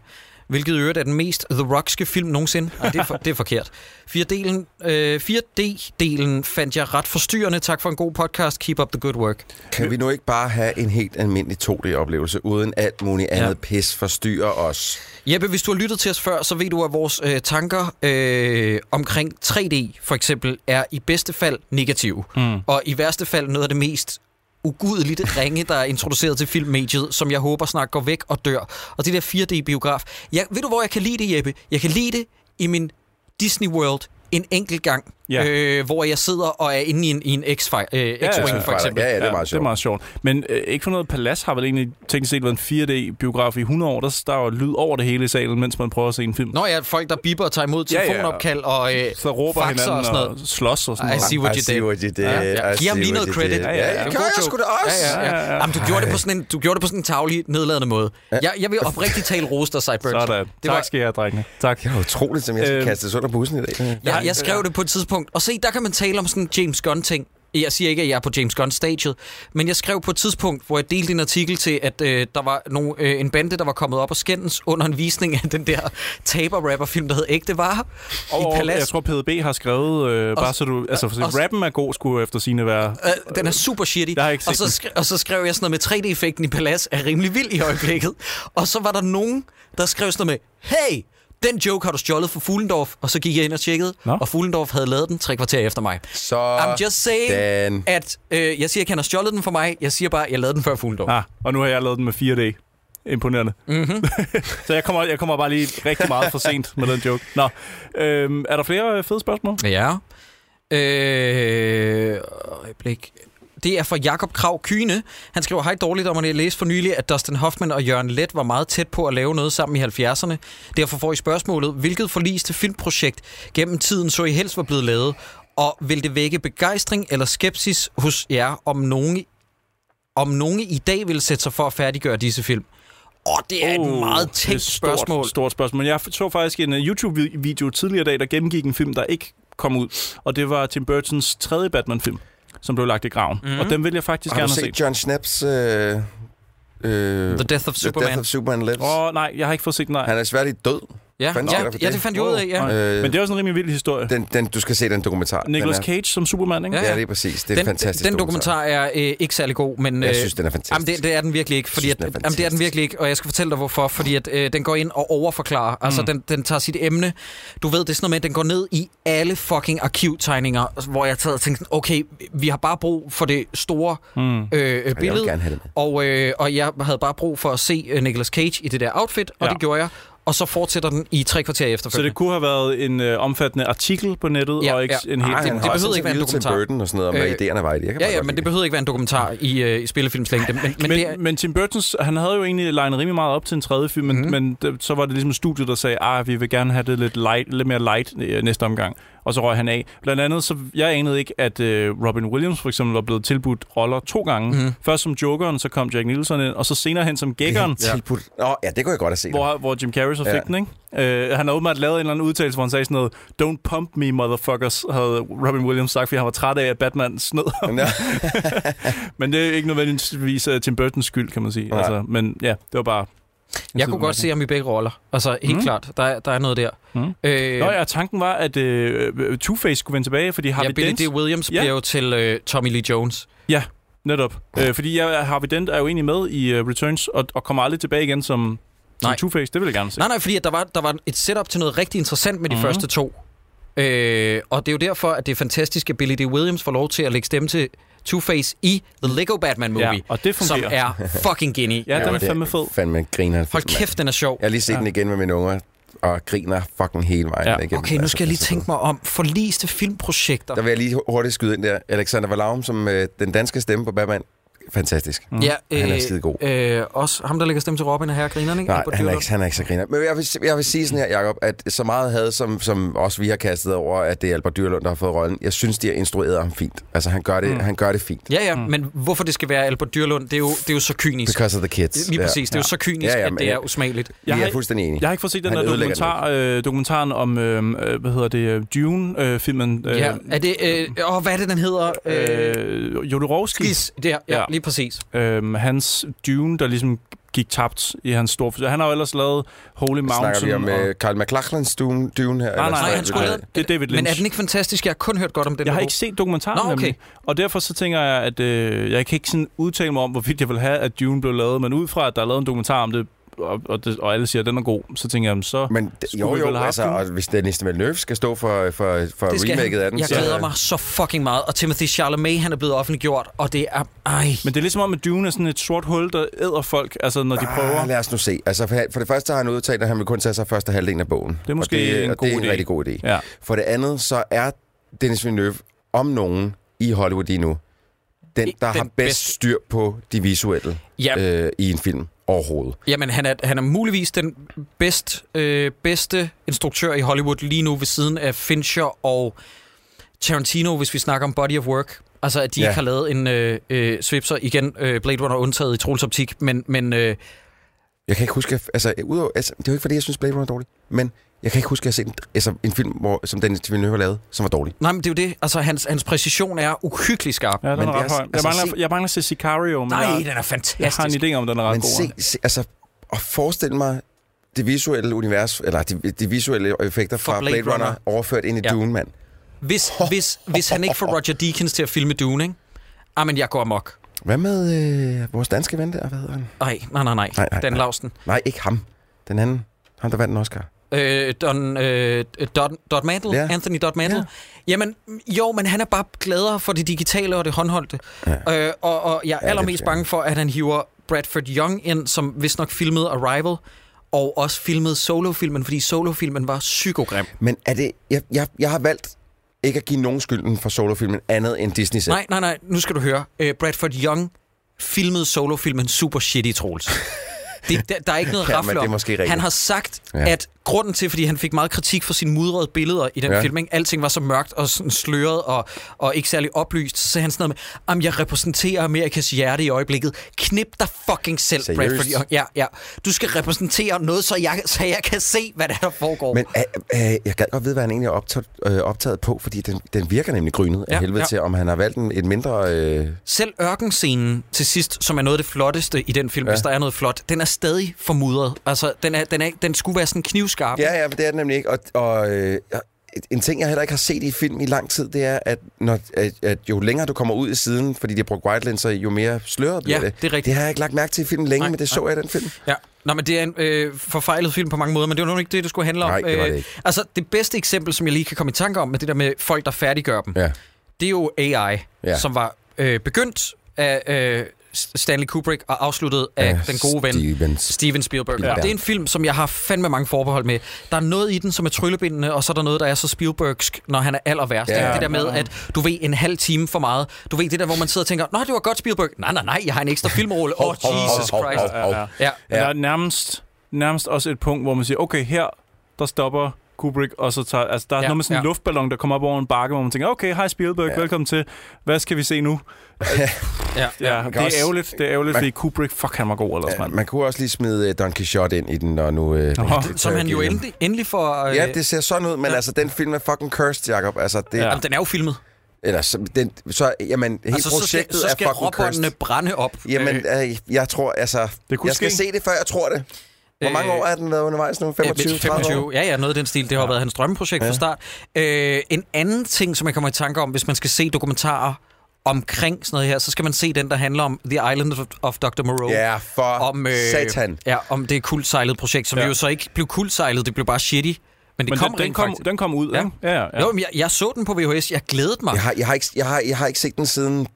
Speaker 3: Hvilket i øvrigt er den mest The Rockske film nogensinde. Ej, det, er for, det er forkert. 4D'en, øh, 4D-delen fandt jeg ret forstyrrende. Tak for en god podcast. Keep up the good work.
Speaker 5: Kan vi nu ikke bare have en helt almindelig 2D-oplevelse, uden alt muligt
Speaker 3: Ja.
Speaker 5: andet pis forstyrrer os?
Speaker 3: Jeppe, hvis du har lyttet til os før, så ved du, at vores øh, tanker øh, omkring 3D for eksempel er i bedste fald negative.
Speaker 4: Mm.
Speaker 3: Og i værste fald noget af det mest ugudeligt ringe, der er introduceret til filmmediet, som jeg håber snart går væk og dør. Og det der 4D-biograf. Jeg, ved du, hvor jeg kan lide det, Jeppe? Jeg kan lide det i min Disney World en enkelt gang,
Speaker 4: Ja.
Speaker 3: ja. øh, hvor jeg sidder og er inde i en, i en X-Fi- øh, X-Wing
Speaker 4: ja,
Speaker 3: ja,
Speaker 5: ja.
Speaker 3: for eksempel.
Speaker 5: Ja, ja.
Speaker 3: Ja.
Speaker 5: det er meget
Speaker 4: Det
Speaker 5: sjovt.
Speaker 4: er meget sjovt. Men øh, ikke for noget, Palace har vel egentlig teknisk set været en 4D-biograf i 100 år. Der, der er jo lyd over det hele i salen, mens man prøver at se en film.
Speaker 3: Nå ja, folk der bipper og tager imod
Speaker 4: Ja, ja.
Speaker 3: telefonopkald og øh,
Speaker 4: Så råber
Speaker 3: faxer
Speaker 4: hinanden
Speaker 3: og sådan noget.
Speaker 4: og slås og sådan
Speaker 3: Ej,
Speaker 4: noget.
Speaker 3: sig- See what you did.
Speaker 5: what you did.
Speaker 4: Ja,
Speaker 3: ja.
Speaker 5: I
Speaker 3: Giv ham lige
Speaker 5: see what
Speaker 3: noget
Speaker 5: you did.
Speaker 3: credit.
Speaker 5: Ja,
Speaker 4: Ja, ja,
Speaker 5: ja, ja.
Speaker 4: ja.
Speaker 5: Det
Speaker 3: Det
Speaker 5: gør
Speaker 3: var en
Speaker 5: jeg
Speaker 3: god
Speaker 5: sgu da
Speaker 3: joke.
Speaker 5: også.
Speaker 3: Ja, ja, ja. ja. Jamen, du gjorde det på sådan en, du gjorde det på sådan en tavlig, nedladende måde. Ja. Jeg, jeg vil oprigtigt tale rost og sideburns.
Speaker 4: Sådan.
Speaker 3: Det var,
Speaker 4: Tak skal I have, drengene. Tak.
Speaker 5: Det er utroligt, som jeg skal
Speaker 4: Øhm.
Speaker 5: kastes under bussen i dag.
Speaker 3: jeg, jeg skrev det på et tidspunkt. Og se, der kan man tale om sådan en James Gunn-ting. Jeg siger ikke, at jeg er på James Gunn-stadiet, men jeg skrev på et tidspunkt, hvor jeg delte en artikel til, at øh, der var nogle, øh, en bande, der var kommet op og skændes under en visning af den der taber-rapper-film, der hed Ægte Varer
Speaker 4: Og,
Speaker 3: i
Speaker 4: og,
Speaker 3: Palace.
Speaker 4: jeg tror, PDB har skrevet, øh, bare så du... Altså, for
Speaker 3: og-
Speaker 4: rappen er god, skulle efter sine være...
Speaker 3: Øh, den er super shitty.
Speaker 4: Jeg har ikke set
Speaker 3: og, så
Speaker 4: den.
Speaker 3: skre- og så skrev jeg sådan noget med 3D-effekten i Palace er rimelig vild i øjeblikket. og så var der nogen, der skrev sådan noget med, hey, den joke har du stjålet fra Fuglendorf. Og så gik jeg ind og tjekkede,
Speaker 4: Nå.
Speaker 3: Nå? og Fuglendorf havde lavet den tre kvarter efter mig.
Speaker 5: Så
Speaker 3: I'm just saying,
Speaker 5: den.
Speaker 3: at øh, jeg siger ikke, han har stjålet den for mig. Jeg siger bare, jeg lavede den før Fuglendorf.
Speaker 4: Ah, og nu har jeg lavet den med 4D. imponerende.
Speaker 3: Mm-hmm.
Speaker 4: <laughs> Så jeg kommer, jeg kommer bare lige rigtig meget for sent med den joke. Nå, øhm, er der flere øh, fede spørgsmål?
Speaker 3: Ja. Øh, øjeblik. Det er fra Jakob Krav Kyne. Han skriver, hej dårligt om at læse for nylig, at Dustin Hoffman og Jørgen Let var meget tæt på at lave noget sammen i 70'erne. Derfor får I spørgsmålet, hvilket forliste filmprojekt gennem tiden så I helst var blevet lavet? Og vil det vække begejstring eller skepsis hos jer, om nogen, om nogen i dag vil sætte sig for at færdiggøre disse film? Åh, det er oh, et meget
Speaker 4: Uh, det er et
Speaker 3: tænkt spørgsmål.
Speaker 4: Stort, stort spørgsmål. Jeg så faktisk en øh, YouTube-video tidligere i dag, der gennemgik en film, der ikke kom ud. Og det var Tim Burtons tredje Batman-film, som blev lagt i graven.
Speaker 3: Mhm.
Speaker 4: Mm. Og den vil jeg faktisk
Speaker 5: Har
Speaker 4: gerne
Speaker 5: du
Speaker 4: se.
Speaker 5: set John Schnapps... Øh, øh,
Speaker 3: The Death of
Speaker 5: The
Speaker 3: Superman.
Speaker 5: Death of Superman Lives?
Speaker 4: Åh, oh, nej, jeg har ikke fået set den, nej.
Speaker 5: Han er svært død.
Speaker 3: Ja,
Speaker 5: Fanden sker
Speaker 3: ja,
Speaker 5: der for
Speaker 3: ja,
Speaker 5: det?
Speaker 3: det fandt jeg ud af, ja.
Speaker 4: Wow.
Speaker 5: Øh,
Speaker 4: Men det er også en rimelig vild historie.
Speaker 5: den, den, du skal se den dokumentar.
Speaker 4: Nicolas
Speaker 5: den er,
Speaker 4: Cage som Superman, ikke?
Speaker 3: Ja.
Speaker 5: Ja, ja, det er præcis. Det er en fantastisk
Speaker 3: Den dokumentar er øh, ikke særlig god, men...
Speaker 5: Jeg synes, den er fantastisk.
Speaker 3: Jamen, det, det er den virkelig ikke, fordi
Speaker 5: synes,
Speaker 3: at,
Speaker 5: den er
Speaker 3: jamen, det er den
Speaker 5: fantastisk.
Speaker 3: virkelig ikke, og jeg skal fortælle dig hvorfor, fordi at øh, den går ind og overforklarer, mm. altså den, den tager sit emne, du ved, det er sådan noget med, at den går ned i alle fucking arkivtegninger, hvor jeg tager og tænkte, sådan, okay, vi har bare brug for det store mm. øh, øh,
Speaker 5: Jeg vil
Speaker 3: billede,
Speaker 5: gerne have det med.
Speaker 3: og, øh, og jeg havde bare brug for at se øh, Nicolas Cage i det der outfit, og
Speaker 4: Ja.
Speaker 3: ja. det gjorde jeg, og så fortsætter den i tre kvarter
Speaker 4: Så
Speaker 3: efterfølgende.
Speaker 4: det kunne have været en øh, omfattende artikel på nettet, ja,
Speaker 3: Ja,
Speaker 4: og ikke ja.
Speaker 3: ja.
Speaker 4: en hel...
Speaker 5: Ej,
Speaker 4: film.
Speaker 5: han
Speaker 3: det
Speaker 5: har
Speaker 3: behøvede
Speaker 5: også
Speaker 3: ikke være en
Speaker 5: interviewet Tim
Speaker 3: dokumentar.
Speaker 5: Burton og sådan noget om, hvad
Speaker 3: Øh,
Speaker 5: idéerne var i det. Jeg kan
Speaker 3: Ja,
Speaker 5: meget
Speaker 3: ja,
Speaker 5: godt
Speaker 3: men det
Speaker 5: lide
Speaker 3: behøvede ikke være en dokumentar i, øh, i spillefilmslængde. Men, men,
Speaker 4: Men,
Speaker 3: det er,
Speaker 4: men Tim Burtons, han havde jo egentlig legnet rimelig meget op til en tredje film, men, mm. men det- så var det ligesom studiet, der sagde, at vi vil gerne have det lidt, light, lidt mere light øh, næste omgang. Og så røg han af. Blandt andet, så jeg anede ikke, at øh, Robin Williams for eksempel var blevet tilbudt roller to gange. Mm. Først som Jokeren, så kom Jack Nicholson ind, og så senere hen som Gækkeren.
Speaker 5: <laughs> Ja. Tilbudt. Nå, ja, det kunne jeg godt have set.
Speaker 4: Hvor, hvor Jim Carrey så fik
Speaker 5: Ja.
Speaker 4: ja. den, ikke? Øh, han har åbenbart lavet en eller anden udtalelse, hvor han sagde sådan noget, Don't pump me, motherfuckers, havde Robin Williams sagt, fordi han var træt af, at Batman snød ham.
Speaker 5: Ja.
Speaker 4: Men det er ikke nødvendigvis uh, Tim Burtons skyld, kan man sige.
Speaker 5: Nej.
Speaker 4: Altså, men ja, det var bare...
Speaker 3: Jeg kunne godt se ham i begge roller. Altså, helt
Speaker 4: Mm.
Speaker 3: mm. klart. Der, er- der er noget der.
Speaker 4: Mm.
Speaker 3: Mm. Øh,
Speaker 4: Nå ja, tanken var, at uh, Two-Face skulle vende tilbage, fordi
Speaker 3: ja,
Speaker 4: Harvey
Speaker 3: Billy
Speaker 4: Dent...
Speaker 3: D. Williams
Speaker 4: Ja.
Speaker 3: ja. bliver jo til øh, Tommy Lee Jones.
Speaker 4: Netop. Uh, fordi jeg, Harvey Dent er jo egentlig med i uh, Returns, og, og kommer aldrig tilbage igen som, som
Speaker 3: Nej.
Speaker 4: Two-Face. Det vil jeg gerne se.
Speaker 3: Nej, nej, fordi at der var, der var et setup til noget rigtig interessant med de
Speaker 4: Mhm.
Speaker 3: mm. første to. Øh, og det er jo derfor, at det er fantastisk, at Billy D. Williams får lov til at lægge stemme til Two-Face i The Lego Batman Movie,
Speaker 4: ja, og det
Speaker 3: som
Speaker 4: fungerer.
Speaker 3: er fucking geni.
Speaker 4: Ja, den er
Speaker 5: det
Speaker 4: fandme fed.
Speaker 5: Fandme en griner.
Speaker 3: Hold kæft, den er sjov.
Speaker 5: Jeg har lige set den igen med mine unger, og griner fucking hele vejen
Speaker 4: Ja.
Speaker 5: igennem.
Speaker 3: Okay, nu
Speaker 5: Altså,
Speaker 3: skal jeg lige
Speaker 5: det er så
Speaker 3: tænke mig om forliste filmprojekter.
Speaker 5: fedt. Der vil jeg lige hurtigt skyde ind der. Alexander Valaum som øh, den danske stemme på Batman. Fantastisk.
Speaker 3: Mm. Ja,
Speaker 5: Han er skidegod.
Speaker 3: Øh, også ham, der lægger stemme til Robin og herregrinerne, ikke?
Speaker 5: Nej,
Speaker 3: Albert
Speaker 5: han er,
Speaker 3: Dyrlund.
Speaker 5: ikke, han er ikke så griner. Men jeg vil, jeg vil sige sådan her, Jacob, at så meget havde, som, som også vi har kastet over, at det er Albert Dyrlund, der har fået rollen. Jeg synes, de har instrueret ham fint. Altså, han gør det, mm. han gør det fint.
Speaker 3: Ja, ja, mm. men hvorfor det skal være Albert Dyrlund, det er jo, det er jo så kynisk.
Speaker 5: Because of the kids.
Speaker 3: Lige præcis, det er jo så kynisk,
Speaker 5: Ja,
Speaker 3: ja,
Speaker 5: ja,
Speaker 3: ja, at
Speaker 5: men
Speaker 3: det
Speaker 5: jeg-
Speaker 3: er usmageligt.
Speaker 5: Ja. Vi
Speaker 4: Jeg
Speaker 5: er
Speaker 4: har-
Speaker 5: fuldstændig enige.
Speaker 4: Jeg har ikke fået set den
Speaker 5: Han
Speaker 4: der
Speaker 5: ødelægger
Speaker 4: dokumentar, øh, dokumentaren om, øh, øh, hvad hedder det, øh, Dune-filmen. Øh,
Speaker 3: Ja, er det, øh, åh, hvad er det, den hedder? Øh,
Speaker 4: øh, Jodorowsky.
Speaker 3: Skis, der, ja,
Speaker 4: Ja.
Speaker 3: ja, lige præcis.
Speaker 4: Øhm, hans Dune, der ligesom gik tabt i hans store forsøg. Han har jo ellers lavet Holy Mountain.
Speaker 5: Snakker vi om
Speaker 4: og...
Speaker 5: øh, Carl McLachlans Dune, Dune her?
Speaker 4: Nej, nej,
Speaker 3: Nej,
Speaker 5: sådan
Speaker 3: han
Speaker 5: noget?
Speaker 3: skulle lave-
Speaker 4: Det er David Lynch.
Speaker 3: Men er den ikke fantastisk? Jeg har kun hørt godt
Speaker 5: øh,
Speaker 3: om den.
Speaker 4: Jeg har
Speaker 3: der
Speaker 4: ikke set dokumentaren,
Speaker 3: Nå, okay.
Speaker 4: nemlig. og derfor så tænker jeg, at øh, jeg kan ikke sådan udtale mig om, hvorvidt jeg vil have, at Dune blev lavet, men ud fra, at der er lavet en dokumentar om det, og, og, det, og alle siger, at den er god, så tænker jeg, så...
Speaker 5: Men d-
Speaker 4: Skulle
Speaker 5: jo,
Speaker 4: vi vel
Speaker 5: jo,
Speaker 4: have
Speaker 5: altså,
Speaker 4: haft
Speaker 5: og hvis Dennis Villeneuve skal stå for, for, for
Speaker 3: Det skal
Speaker 5: remaket
Speaker 3: han.
Speaker 5: af den,
Speaker 3: Jeg
Speaker 5: så-
Speaker 3: glæder mig så fucking meget. Og Timothy Chalamet, han er blevet offentliggjort, og det er... Ej.
Speaker 4: Men det er ligesom om, at Dune er sådan et sort hul, der æder folk, altså når de prøver.
Speaker 5: Ah, lad os nu se. Altså, for, for det første har han udtalt, at han vil kun tage sig første halvdelen af bogen.
Speaker 4: er måske
Speaker 5: og det,
Speaker 4: en
Speaker 5: og
Speaker 4: god
Speaker 5: det er en
Speaker 4: idé.
Speaker 5: rigtig god idé.
Speaker 4: Ja.
Speaker 5: For det andet, så er Dennis Villeneuve om nogen i Hollywood lige nu, den, der den
Speaker 3: den
Speaker 5: har bedst,
Speaker 3: bedst-
Speaker 5: styr på de visuelle
Speaker 3: Ja,
Speaker 5: øh, i en film overhovedet.
Speaker 3: Jamen, han er, han er muligvis den bedst, øh, bedste instruktør i Hollywood lige nu ved siden af Fincher og Tarantino, hvis vi snakker om Body of Work. Altså, at de
Speaker 5: Ja.
Speaker 3: ja. ikke har lavet en øh, øh, svipser igen. Øh, Blade Runner undtaget i Troels Optik, men, men øh,
Speaker 5: Jeg kan ikke huske, at- altså, udover, altså, det er jo ikke fordi, jeg synes, Blade Runner er dårlig, men jeg kan ikke huske, at jeg har set en, altså, en film, hvor, som Dennis Villeneuve har lavet, som var dårlig.
Speaker 3: nej, men det er jo det. Altså, hans, hans præcision er uhyggelig skarp.
Speaker 4: Ja, den
Speaker 5: Men
Speaker 4: er
Speaker 5: det er
Speaker 4: ret
Speaker 5: s-
Speaker 4: høj. Jeg,
Speaker 5: altså,
Speaker 4: mangler,
Speaker 5: se-
Speaker 4: jeg mangler at se Sicario, men
Speaker 3: Nej,
Speaker 4: jeg,
Speaker 3: den er
Speaker 4: jeg har en
Speaker 3: fantastisk.
Speaker 4: idé om, den er ret
Speaker 5: Men
Speaker 4: god.
Speaker 5: se, se, altså, at forestille mig det visuelle univers, eller de, de visuelle effekter
Speaker 3: For
Speaker 5: fra Blade,
Speaker 3: Blade
Speaker 5: Runner, Runner
Speaker 3: Runner.
Speaker 5: overført ind i
Speaker 3: Ja.
Speaker 5: ja. Dune, mand.
Speaker 3: Hvis, hvis, hvis han ikke får Roger Deakins til at filme Dune, ikke? Ah, men jeg går amok.
Speaker 5: Hvad med øh, vores danske ven der? Hvad hedder han?
Speaker 3: Ej, nej, nej, nej.
Speaker 5: Nej, nej,
Speaker 3: Dan
Speaker 5: nej.
Speaker 3: Lausten.
Speaker 5: Nej, ikke ham. Den anden. Ham, der vandt en Oscar.
Speaker 3: Øh, Don, øh, Don, Dot Mantle,
Speaker 5: Ja.
Speaker 3: ja. Anthony Dot Mantle.
Speaker 5: Ja.
Speaker 3: Ja. Jamen, jo, men han er bare gladere for det digitale og det håndholdte. Ja. Øh, og, og jeg er
Speaker 5: det
Speaker 3: allermest
Speaker 5: skal
Speaker 3: bange for, at han hiver Bradford Young ind, som vist nok filmede Arrival, og også filmede Solo-filmen, fordi Solo-filmen var psykogrim.
Speaker 5: Men er det... Jeg, jeg, jeg har valgt ikke at give nogen skylden for solofilmen andet end Disney selv.
Speaker 3: Nej, nej, nej, nu skal du høre. Øh, Bradford Young filmede Solo-filmen super shitty, Troels.
Speaker 5: <laughs>
Speaker 3: Det, der, der er ikke noget
Speaker 5: Ja,
Speaker 3: ja,
Speaker 5: men
Speaker 3: rafle
Speaker 5: det er
Speaker 3: om.
Speaker 5: måske rigtigt.
Speaker 3: Han har sagt,
Speaker 5: Ja.
Speaker 3: ja. at grunden til, fordi han fik meget kritik for sine mudrede billeder i den
Speaker 5: Ja.
Speaker 3: ja. film, ikke? alting var så mørkt og sådan sløret og, og ikke særlig oplyst, så sagde han sådan noget med, "Am, jeg repræsenterer Amerikas hjerte i øjeblikket. Knip dig fucking selv,
Speaker 5: Seriøst?
Speaker 3: Bradford Young. Ja, ja. Du skal repræsentere noget, så jeg, så jeg kan se, hvad der, er, der foregår.
Speaker 5: Men øh, øh, jeg gad godt vide, hvad han egentlig er optaget, øh, optaget på, fordi den, den virker nemlig grynet af
Speaker 3: Ja,
Speaker 5: helvede
Speaker 3: ja.
Speaker 5: til, om han har valgt en, et mindre... Øh,
Speaker 3: Selv ørkenscenen til sidst, som er noget af det flotteste i den film, ja. hvis der er noget flot, den er stadig formudret. Altså, den, er, den, er, den skulle være sådan knivskarp.
Speaker 5: Ja, ja, men det er det nemlig ikke. Og, og øh, en ting, jeg heller ikke har set i film i lang tid, det er, at, når, at, at jo længere du kommer ud i siden, fordi de har brugt white lenser, jo mere sløret bliver
Speaker 3: Ja,
Speaker 5: det.
Speaker 3: det er rigtigt.
Speaker 5: Det har jeg ikke lagt mærke til i filmen længe, nej,
Speaker 3: Nej,
Speaker 5: men det så jeg i den film.
Speaker 3: Ja, Nå, men det er en øh, forfejlet film på mange måder, men det var nu ikke det, det skulle handle om.
Speaker 5: Nej, det var det
Speaker 3: Øh,
Speaker 5: ikke.
Speaker 3: Altså, det bedste eksempel, som jeg lige kan komme i tanke om, med det der med folk, der færdiggør dem,
Speaker 5: Ja.
Speaker 3: det er jo AI,
Speaker 5: Ja.
Speaker 3: ja. som var øh, begyndt af øh, Stanley Kubrick og afsluttet af
Speaker 5: Ja,
Speaker 3: den gode ven
Speaker 5: Stevens.
Speaker 3: Steven Spielberg.
Speaker 5: Ja.
Speaker 3: Ja. Det er en film, som jeg har fandme mange forbehold med. Der er noget i den, som er tryllebindende, og så er der noget, der er så Spielbergsk, når han er aller værst.
Speaker 5: Ja.
Speaker 3: Ja. Det der med, at du ved en halv time for meget. Du ved det der, hvor man sidder og tænker, Nå, det var godt Spielberg. Nej, nej, nej, jeg har en ekstra filmrolle.
Speaker 5: <laughs>
Speaker 3: Åh, oh,
Speaker 5: hov, hov,
Speaker 3: Jesus
Speaker 5: hov,
Speaker 3: Christ.
Speaker 5: hov, hov.
Speaker 4: Ja.
Speaker 3: Ja.
Speaker 4: Ja. Der er nærmest, nærmest også et punkt, hvor man siger, okay, her der stopper Kubrick, og så tager, altså der er ja,
Speaker 3: Ja,
Speaker 4: noget med sådan en ja.
Speaker 3: ja.
Speaker 4: luftballon, der kommer op over en bakke, hvor man tænker, okay, hej Spielberg, ja. velkommen til. Hvad skal vi se nu?
Speaker 3: Ja.
Speaker 4: Ja, det er
Speaker 5: også-
Speaker 4: ærgerligt, det er ærgerligt,
Speaker 5: man-
Speaker 4: fordi Kubrick, fuck, han var god ellers,
Speaker 5: Ja,
Speaker 4: mand.
Speaker 5: man kunne også lige smide øh, Don Quixote ind i den, og nu... Øh,
Speaker 4: Nå,
Speaker 5: nu-
Speaker 3: Som han jo endelig, endelig får... Øh,
Speaker 5: Ja, det ser sådan ud, men ja.
Speaker 3: Ja.
Speaker 5: altså, den film er fucking cursed, Jacob. Altså, det,
Speaker 4: Ja.
Speaker 5: ja.
Speaker 3: Jamen, den er jo filmet.
Speaker 5: eller, så, den, så, jamen, hele
Speaker 3: Altså, så skal,
Speaker 5: projektet
Speaker 3: så skal
Speaker 5: er fucking
Speaker 3: robotterne
Speaker 5: cursed.
Speaker 3: brænde op.
Speaker 5: Jamen,
Speaker 3: Øh,
Speaker 5: øh, jeg tror, altså...
Speaker 4: Det kunne
Speaker 5: jeg skal
Speaker 4: ske.
Speaker 5: se det, før jeg tror det. Hvor mange
Speaker 3: Øh,
Speaker 5: år er den været undervejs nu? 25? 30 år?
Speaker 3: 25, ja, ja, noget af den stil. Det har ja. været hans drømmeprojekt ja. fra start. Øh, en anden ting, som jeg kommer i tanke om, hvis man skal se dokumentarer omkring sådan noget her, så skal man se den, der handler om The Island of, of Dr. Moreau.
Speaker 5: Ja, for
Speaker 3: Om, øh,
Speaker 5: satan.
Speaker 3: Ja, om det kuldsejlede projekt, som
Speaker 4: Ja.
Speaker 3: ja. jo så ikke blev kuldsejlet, det blev bare shitty. Men det
Speaker 4: Men
Speaker 3: kom
Speaker 4: den, den,
Speaker 3: rent
Speaker 4: kom,
Speaker 3: faktisk.
Speaker 4: den kom ud,
Speaker 3: Ja.
Speaker 4: ikke? Ja, ja, ja.
Speaker 3: Jo, men jeg, jeg så den på VHS, jeg glædede mig.
Speaker 5: Jeg har, jeg, har ikke, jeg, har, jeg har ikke set den siden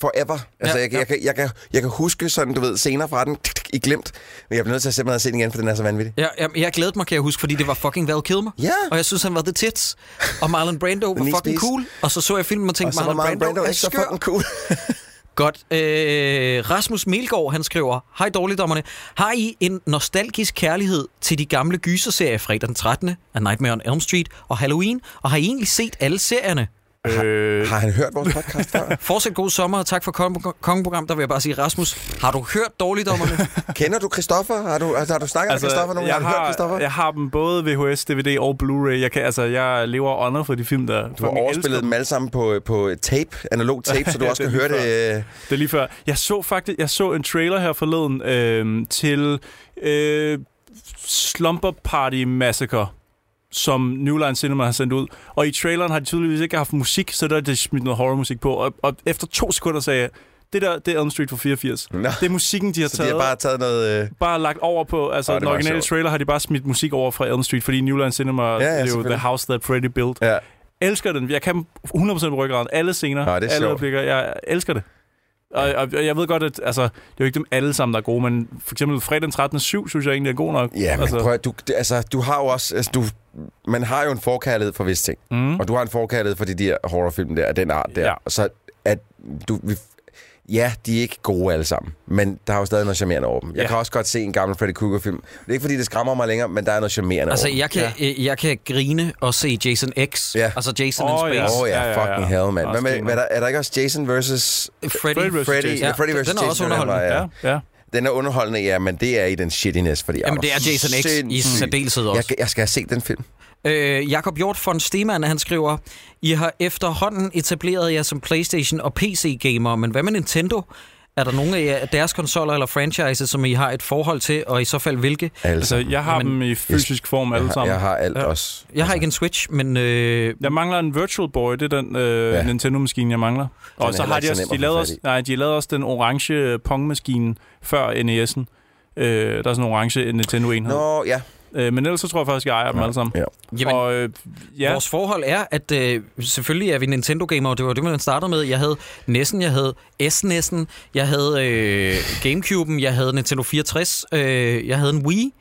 Speaker 5: forever. Altså,
Speaker 3: Ja,
Speaker 5: jeg,
Speaker 3: ja.
Speaker 5: kan- jeg, kan- jeg, kan, jeg kan huske sådan, du ved, scener fra den tik, tik, i glemt. Men jeg bliver nødt til at simpelthen at se den igen, for den er så vanvittig.
Speaker 3: Ja, jeg, jeg glædede mig, kan jeg huske, fordi det var fucking Val Kilmer.
Speaker 5: Ja.
Speaker 3: Og jeg synes, han var the tits. Og Marlon
Speaker 5: <laughs>
Speaker 3: Brando var
Speaker 5: Den
Speaker 3: fucking
Speaker 5: isbis.
Speaker 3: cool. Og så så jeg filmen og
Speaker 5: Og
Speaker 3: tænkte,
Speaker 5: så var
Speaker 3: Marlon,
Speaker 5: Marlon Brando
Speaker 3: er
Speaker 5: ikke så
Speaker 3: skør.
Speaker 5: fucking cool.
Speaker 3: Godt. Øh, Rasmus Melgaard, han skriver, Hej dårligdommerne. Har I en nostalgisk kærlighed til de gamle gyserserier fredag den 13. af Nightmare on Elm Street og Halloween? Og har I egentlig set alle serierne?
Speaker 4: <laughs> Øh,
Speaker 5: Har han hørt vores podcast
Speaker 4: <laughs>
Speaker 5: før?
Speaker 3: Fortsat god sommer, og tak for kon- kongeprogram. Der vil jeg bare sige, Rasmus, har du hørt
Speaker 5: <laughs>
Speaker 3: dårligdommerne?
Speaker 5: Kender du Christoffer? Har du, altså, har du snakket altså, med Christoffer nogen?
Speaker 4: jeg
Speaker 5: gange? har du hørt Christoffer?
Speaker 4: Jeg har dem både VHS, DVD og Blu-ray. Jeg, kan, altså, jeg lever ånder for de film, der...
Speaker 5: Du har overspillet dem alle sammen på, på tape, analog tape, så du
Speaker 4: <laughs> Ja,
Speaker 5: også
Speaker 4: det
Speaker 5: kan
Speaker 4: er
Speaker 5: høre
Speaker 4: lige
Speaker 5: det. øh,
Speaker 4: Det er lige før. Jeg så faktisk jeg så en trailer her forleden øh, til øh, Slumber Party Massacre som New Line Cinema har sendt ud. Og i traileren har de tydeligvis ikke haft musik, så der er det smidt noget horrormusik på. Og, og efter to sekunder sagde jeg, det der, det er Elm Street for 84.
Speaker 5: Nå.
Speaker 4: Det er musikken, de
Speaker 5: <laughs>
Speaker 4: har
Speaker 5: Så de
Speaker 4: taget.
Speaker 5: har bare taget noget... øh,
Speaker 4: bare lagt over på, altså
Speaker 5: Ah, det
Speaker 4: oh, den
Speaker 5: var
Speaker 4: originale
Speaker 5: sjovt.
Speaker 4: trailer har de bare smidt musik over fra Elm Street, fordi New Line Cinema, ja, ja, det er jo The
Speaker 5: selvfølgelig.
Speaker 4: House That Freddy Built. Ja.
Speaker 5: Ja.
Speaker 4: Elsker den. Jeg kan dem 100% på ryggraden. Alle scener,
Speaker 5: Nå, det er
Speaker 4: alle
Speaker 5: sjovt.
Speaker 4: replikker. Jeg elsker det. Og, og, og, jeg ved godt, at altså, det er jo ikke dem alle sammen, der er gode, men for eksempel fredag den 13. 7, synes jeg egentlig er god nok.
Speaker 5: Ja, men altså.
Speaker 4: altså,
Speaker 5: prøv at- du, det- altså, du har jo også... Altså, du, man har jo en forkærlighed for visse ting. Mm. Og du har en forkærlighed for de der horrorfilm der, af den art der.
Speaker 4: Ja.
Speaker 5: Ja. Så at du... Vi, ja, de er ikke gode alle sammen, men der er jo stadig noget charmerende over dem. Jeg
Speaker 4: Ja.
Speaker 5: kan også godt se en gammel Freddy Krueger-film. Det er ikke, fordi det skræmmer mig længere, men der er noget charmerende
Speaker 3: altså,
Speaker 5: over dem.
Speaker 3: jeg kan, øh, jeg kan grine og se Jason X.
Speaker 5: Ja.
Speaker 3: Altså, Jason in
Speaker 4: Åh,
Speaker 3: Space.
Speaker 4: ja.
Speaker 5: Åh oh,
Speaker 4: Ja,
Speaker 5: ja,
Speaker 4: ja, ja.
Speaker 5: fucking hell, mand. Hvad med,
Speaker 4: Også
Speaker 5: hvad er, der, er der ikke også Jason versus...
Speaker 3: Freddy.
Speaker 4: Freddy vs.
Speaker 5: Freddy,
Speaker 4: Jason.
Speaker 5: ja, Freddy
Speaker 3: den-
Speaker 5: versus
Speaker 3: den er
Speaker 5: Jason,
Speaker 3: også
Speaker 5: den er
Speaker 3: underholdende.
Speaker 5: bare-
Speaker 4: ja, ja.
Speaker 5: Den er underholdende, ja, men det er i den shittiness, fordi...
Speaker 3: Jamen, det er Jason X i særdeleshed også.
Speaker 5: Jeg, jeg skal have set den film.
Speaker 3: Øh, Jakob Hjort von Stemann, han skriver, I har efterhånden etableret jer som Playstation og PC-gamer, men hvad med Nintendo? Er der nogle af jer- af deres konsoller eller franchises, som I har et forhold til, og i så fald hvilke?
Speaker 5: Altså,
Speaker 4: Altså, jeg har
Speaker 3: Men-
Speaker 4: dem i fysisk form alle sammen.
Speaker 5: jeg har alt ja. også.
Speaker 4: Altså.
Speaker 3: Jeg har ikke en Switch, men øh,
Speaker 4: Jeg mangler en Virtual Boy, det er den øh,
Speaker 5: Ja.
Speaker 4: ja. Nintendo-maskine, jeg mangler. Og så
Speaker 5: heller
Speaker 4: har
Speaker 5: ikke
Speaker 4: de
Speaker 5: så
Speaker 4: også,
Speaker 5: nem
Speaker 4: de
Speaker 5: at få
Speaker 4: lavede
Speaker 5: fat
Speaker 4: også,
Speaker 5: i.
Speaker 4: nej, de lavede også den orange E øh, Pong-maskine før NES'en. Øh, der er sådan en orange Nintendo enhed.
Speaker 5: Nå, ja.
Speaker 4: Øh, men ellers så tror jeg faktisk, jeg ejer dem alle sammen.
Speaker 5: Ja.
Speaker 3: Jamen,
Speaker 4: og, øh, ja,
Speaker 3: Vores forhold er, at øh, selvfølgelig er vi Nintendo-gamer, og det var det, man startede med. Jeg havde NES'en, jeg havde SNES'en, jeg havde øh, Gamecube'en, jeg havde Nintendo 64, øh, jeg havde en Wii.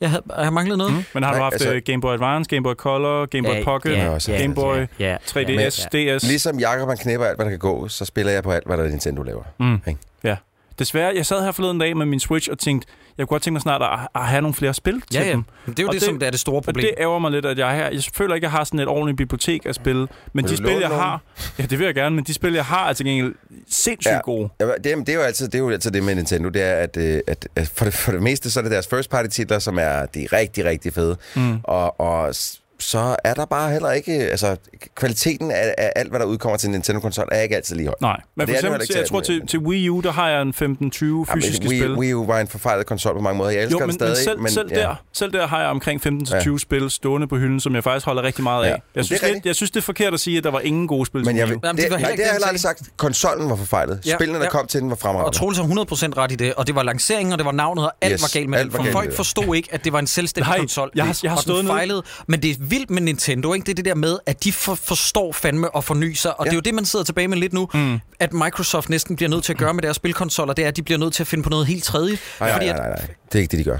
Speaker 3: Jeg, havde, jeg manglede noget. Mm.
Speaker 4: men har du
Speaker 5: Nej,
Speaker 4: haft
Speaker 5: altså-
Speaker 4: altså, Game Boy Advance, Game Boy Color, Game Boy
Speaker 3: Ja,
Speaker 4: Pocket,
Speaker 3: ja,
Speaker 5: ja,
Speaker 4: Game Boy
Speaker 3: Ja,
Speaker 4: 3DS, DS?
Speaker 5: Ligesom Jakob, han knæpper alt, hvad der kan gå, så spiller jeg på alt, hvad der Nintendo laver.
Speaker 4: Mm.
Speaker 5: Ikke?
Speaker 4: Ja. Desværre, jeg sad her forleden dag med min Switch og tænkte, jeg kunne godt tænke mig snart at, at have nogle flere spil til
Speaker 3: Ja, ja.
Speaker 4: dem.
Speaker 3: Men Det er jo
Speaker 4: Og
Speaker 3: det,
Speaker 4: det-
Speaker 3: som er det store
Speaker 4: Og
Speaker 3: problem.
Speaker 4: det ærger mig lidt, at jeg er her. Jeg føler ikke, at jeg har sådan et ordentligt bibliotek at spille. Men
Speaker 5: Vil
Speaker 4: de
Speaker 5: du
Speaker 4: spil,
Speaker 5: låne
Speaker 4: jeg
Speaker 5: nogle?
Speaker 4: har... Ja, det vil jeg gerne, men de spil, jeg har, er til gengæld sindssygt
Speaker 5: Ja.
Speaker 4: ja. gode.
Speaker 5: Ja, det, er- det, er jo altid, det er jo altid det med Nintendo, det er, at, øh, at, at for, det, for det meste, så er det deres first party titler, som er de er rigtig, rigtig fede. Mm. Og, og s- så er der bare heller ikke, altså kvaliteten af, af alt, hvad der udkommer til en Nintendo-konsol, er ikke altid lige høj.
Speaker 4: Nej, men
Speaker 5: det
Speaker 4: for
Speaker 5: er det
Speaker 4: eksempel,
Speaker 5: heller ikke
Speaker 4: til, jeg tror
Speaker 5: til alt
Speaker 4: til, til Wii U, der har jeg en 15-20 fysiske
Speaker 5: Wii,
Speaker 4: spil.
Speaker 5: Wii U var en forfejlet konsol på mange måder. Jeg elsker
Speaker 4: jo, men,
Speaker 5: den stadig.
Speaker 4: men selv,
Speaker 5: ja.
Speaker 4: selv, der, selv der har jeg omkring 15-20 ja. spil stående på hylden, som jeg faktisk holder rigtig meget af.
Speaker 5: Ja.
Speaker 4: Ja.
Speaker 5: Men
Speaker 4: Jeg, synes,
Speaker 5: det er
Speaker 4: det
Speaker 5: rigtigt.
Speaker 4: jeg synes, det er forkert at sige, at der var ingen gode spil
Speaker 5: Men
Speaker 4: til
Speaker 5: jeg,
Speaker 4: Wii
Speaker 5: vil,
Speaker 4: U.
Speaker 5: det,
Speaker 3: Jamen,
Speaker 5: nej,
Speaker 3: det
Speaker 5: det
Speaker 3: var
Speaker 5: har
Speaker 3: heller
Speaker 5: jeg
Speaker 3: ikke den
Speaker 5: heller aldrig sagt. Konsollen var forfejlet.
Speaker 3: Ja,
Speaker 5: Spillene, der
Speaker 3: ja.
Speaker 5: kom til den, var
Speaker 3: Og
Speaker 5: fremragende.
Speaker 3: Troels har 100% ret i det, og det var lanceringen, og det var navnet, og alt
Speaker 5: Yes,
Speaker 3: yes, var galt med
Speaker 5: alt
Speaker 3: det.
Speaker 5: var
Speaker 3: For
Speaker 5: galt med
Speaker 3: folk
Speaker 5: det.
Speaker 3: forstod ikke, at det var en selvstændig
Speaker 4: Nej,
Speaker 3: konsol,
Speaker 4: jeg har- jeg har
Speaker 3: og
Speaker 4: stået
Speaker 3: den
Speaker 4: nede-
Speaker 3: fejlede. Men det er vildt med Nintendo, ikke? Det er det der med, at de for, forstår fandme at forny sig, og ja. det er jo det, man sidder tilbage med lidt nu, mm. at Microsoft næsten bliver nødt til at gøre med deres spilkonsoller, det er, at de bliver nødt til at finde på noget helt tredje.
Speaker 5: Nej, nej,
Speaker 3: fordi
Speaker 5: nej, nej, nej. Det er ikke det, de gør.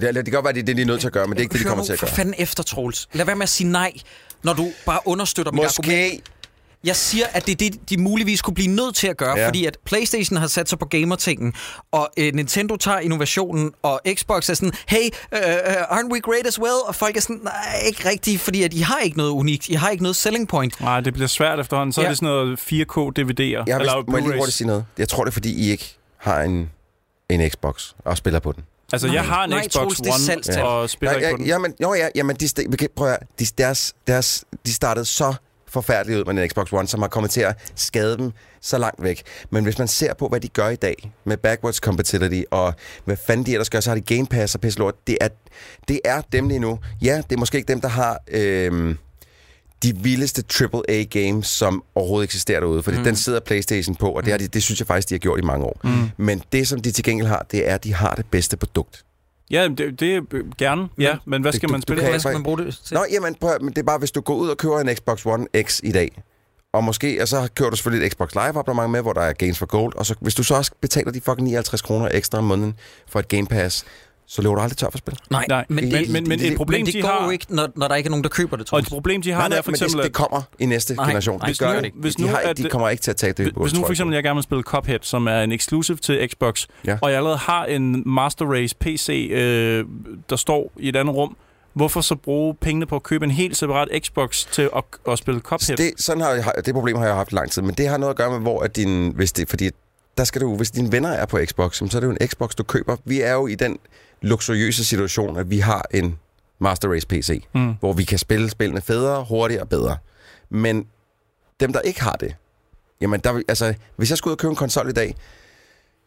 Speaker 5: Det, er- det kan godt være, det er det, de er nødt til at gøre, men det er ikke det, de
Speaker 3: Hør
Speaker 5: kommer
Speaker 3: nu
Speaker 5: til at
Speaker 3: for
Speaker 5: gøre.
Speaker 3: fanden efter, Troels. Lad være med at sige nej, når du bare understøtter mit argument.
Speaker 5: Måske.
Speaker 3: Jeg siger, at det er det, de muligvis kunne blive nødt til at gøre,
Speaker 5: Ja.
Speaker 3: ja. fordi at PlayStation har sat sig på gamertingen, og øh, Nintendo tager innovationen, og Xbox er sådan, hey, øh, øh, aren't we great as well? Og folk er sådan, nej, ikke rigtigt, fordi at I har ikke noget unikt, I har ikke noget selling point.
Speaker 4: Nej, det bliver svært efterhånden. Så ja. er
Speaker 3: Ja.
Speaker 4: det sådan noget 4K-DVD'er.
Speaker 5: Jeg har
Speaker 4: eller
Speaker 5: vist, må jeg lige
Speaker 4: Blu-rays.
Speaker 5: hurtigt sige noget? Jeg tror, det er, fordi I ikke har en, en Xbox og spiller på den.
Speaker 4: Altså,
Speaker 3: Nej,
Speaker 4: jeg har en
Speaker 3: nej,
Speaker 4: Xbox
Speaker 3: Troels, det er
Speaker 4: One
Speaker 3: salgstal.
Speaker 4: og spiller ikke på den.
Speaker 5: jamen, jo, ja, jamen, de, st- vi kan- prøv at, høre, de, deres, deres, de startede så forfærdeligt ud med en Xbox One, som har kommet til at skade dem så langt væk. Men hvis man ser på, hvad de gør i dag med backwards compatibility, og hvad fanden de ellers gør, så har de Game Pass og pisse lort. Det er, det er dem lige nu. Ja, det er måske ikke dem, der har... Øhm, de vildeste AAA-games, som overhovedet eksisterer derude. Fordi mm. den sidder PlayStation på, og det, har
Speaker 4: Mm.
Speaker 5: de, det synes jeg faktisk, de har gjort i mange år. Mm. Men det, som de til gengæld har, det er, at de har det bedste produkt.
Speaker 4: Ja, det, det er øh, gerne. Ja, men hvad skal
Speaker 5: du-
Speaker 4: man
Speaker 5: du
Speaker 4: spille?
Speaker 5: kan
Speaker 4: på?
Speaker 3: Hvad skal man bruge det til?
Speaker 5: Nå, jamen, prøv, at- men det er bare, hvis du går ud og køber en Xbox One X i dag, og måske, og så kører du selvfølgelig et Xbox Live abonnement med, hvor der er Games for Gold, og så, hvis du så også betaler de fucking 59 kroner ekstra om måneden for et Game Pass, så løber du aldrig tør for spil.
Speaker 3: Nej,
Speaker 4: Nej, men,
Speaker 5: det-
Speaker 4: men, men, men
Speaker 5: det-
Speaker 4: et problem,
Speaker 3: men
Speaker 4: de
Speaker 3: det går
Speaker 4: har...
Speaker 3: jo ikke, når, når der ikke er nogen, der køber det,
Speaker 4: Og et
Speaker 3: Troels.
Speaker 4: problem, de har, det er for eksempel,
Speaker 5: men det,
Speaker 4: at
Speaker 5: det kommer i næste
Speaker 3: Nej,
Speaker 5: generation.
Speaker 3: nej,
Speaker 5: det
Speaker 3: det
Speaker 5: gør
Speaker 3: gør
Speaker 5: det
Speaker 3: det
Speaker 5: ikke.
Speaker 3: ikke.
Speaker 5: Hvis
Speaker 4: Hvis
Speaker 5: de,
Speaker 4: nu,
Speaker 5: har,
Speaker 4: at-
Speaker 5: de kommer ikke til at tage det.
Speaker 4: Hvis nu for eksempel, jeg gerne vil spille Cuphead, som er en exclusive til Xbox,
Speaker 5: Ja.
Speaker 4: ja. og jeg allerede har en Master Race PC, øh, der står i et andet rum, hvorfor så bruge pengene på at købe en helt separat Xbox til at, at spille Cuphead? Det,
Speaker 5: Det, sådan har jeg, det problem har jeg haft i lang tid, men det har noget at gøre med, hvor at din... Hvis det, fordi der skal du, hvis dine venner er på Xbox, så er det jo en Xbox, du køber. Vi er jo i den luksuriøse situation, at vi har en Master Race PC, mm. hvor vi kan spille spillene federe, hurtigere og bedre. Men dem, der ikke har det, jamen der, vil- altså, hvis jeg skulle ud og købe en konsol i dag,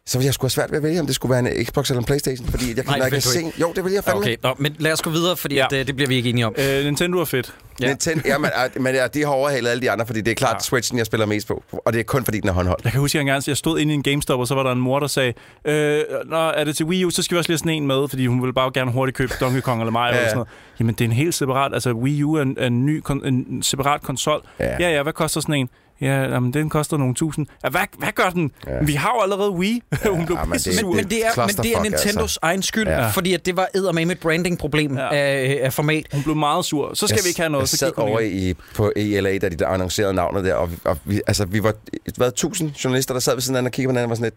Speaker 5: så ville jeg sgu have svært ved at vælge, om det skulle være en Xbox eller en Playstation, fordi jeg kan,
Speaker 3: Nej,
Speaker 5: Nej, jeg
Speaker 3: det
Speaker 5: kan
Speaker 3: vil du
Speaker 5: se... Jo, det vil jeg fandme.
Speaker 3: Okay, nå, men lad os gå videre, fordi
Speaker 4: Ja.
Speaker 3: ja. det, det bliver vi ikke enige om.
Speaker 4: øh, Nintendo er fedt.
Speaker 5: Ja.
Speaker 3: Ja.
Speaker 5: Nintendo, ja, men, øh, men ja, de har overhalet alle de andre, fordi det er klart ja. Switchen, jeg spiller mest på. Og det er kun fordi, den er håndholdt.
Speaker 4: Jeg kan huske, at jeg engang jeg stod inde i en GameStop, og så var der en mor, der sagde, øh, når er det til Wii U, så skal vi også lige have sådan en med, fordi hun ville bare gerne hurtigt købe Donkey Kong eller Mario ja.
Speaker 5: Ja.
Speaker 4: eller sådan noget. Jamen, det er en helt separat, altså Wii U er en, er en ny, kon- en, en separat konsol.
Speaker 5: Ja.
Speaker 4: Ja. ja, ja, hvad koster sådan en? Ja, jamen, den koster nogle tusind. Ja, hvad, hvad gør den?
Speaker 5: Ja.
Speaker 4: Ja. Vi har jo allerede Wii. Ja, <laughs> hun blev
Speaker 5: ah, men
Speaker 4: pisse
Speaker 5: det-
Speaker 4: sur.
Speaker 3: men, men, det er, men det er
Speaker 5: clusterfuck,
Speaker 3: Nintendos
Speaker 5: altså.
Speaker 3: altså. egen skyld,
Speaker 5: Ja.
Speaker 3: ja. fordi at det var eddermame et brandingproblem
Speaker 4: Ja.
Speaker 3: ja. af, af format.
Speaker 4: Hun blev meget sur. Så skal
Speaker 5: Jeg-
Speaker 4: vi ikke have noget.
Speaker 5: Jeg
Speaker 4: Så
Speaker 5: sad
Speaker 4: gik hun
Speaker 5: over
Speaker 4: igen.
Speaker 5: i, på ELA, da de der annoncerede navnet der, og, og vi, altså, vi var hvad, tusind journalister, der sad ved siden af hinanden og kiggede på hinanden og var sådan lidt,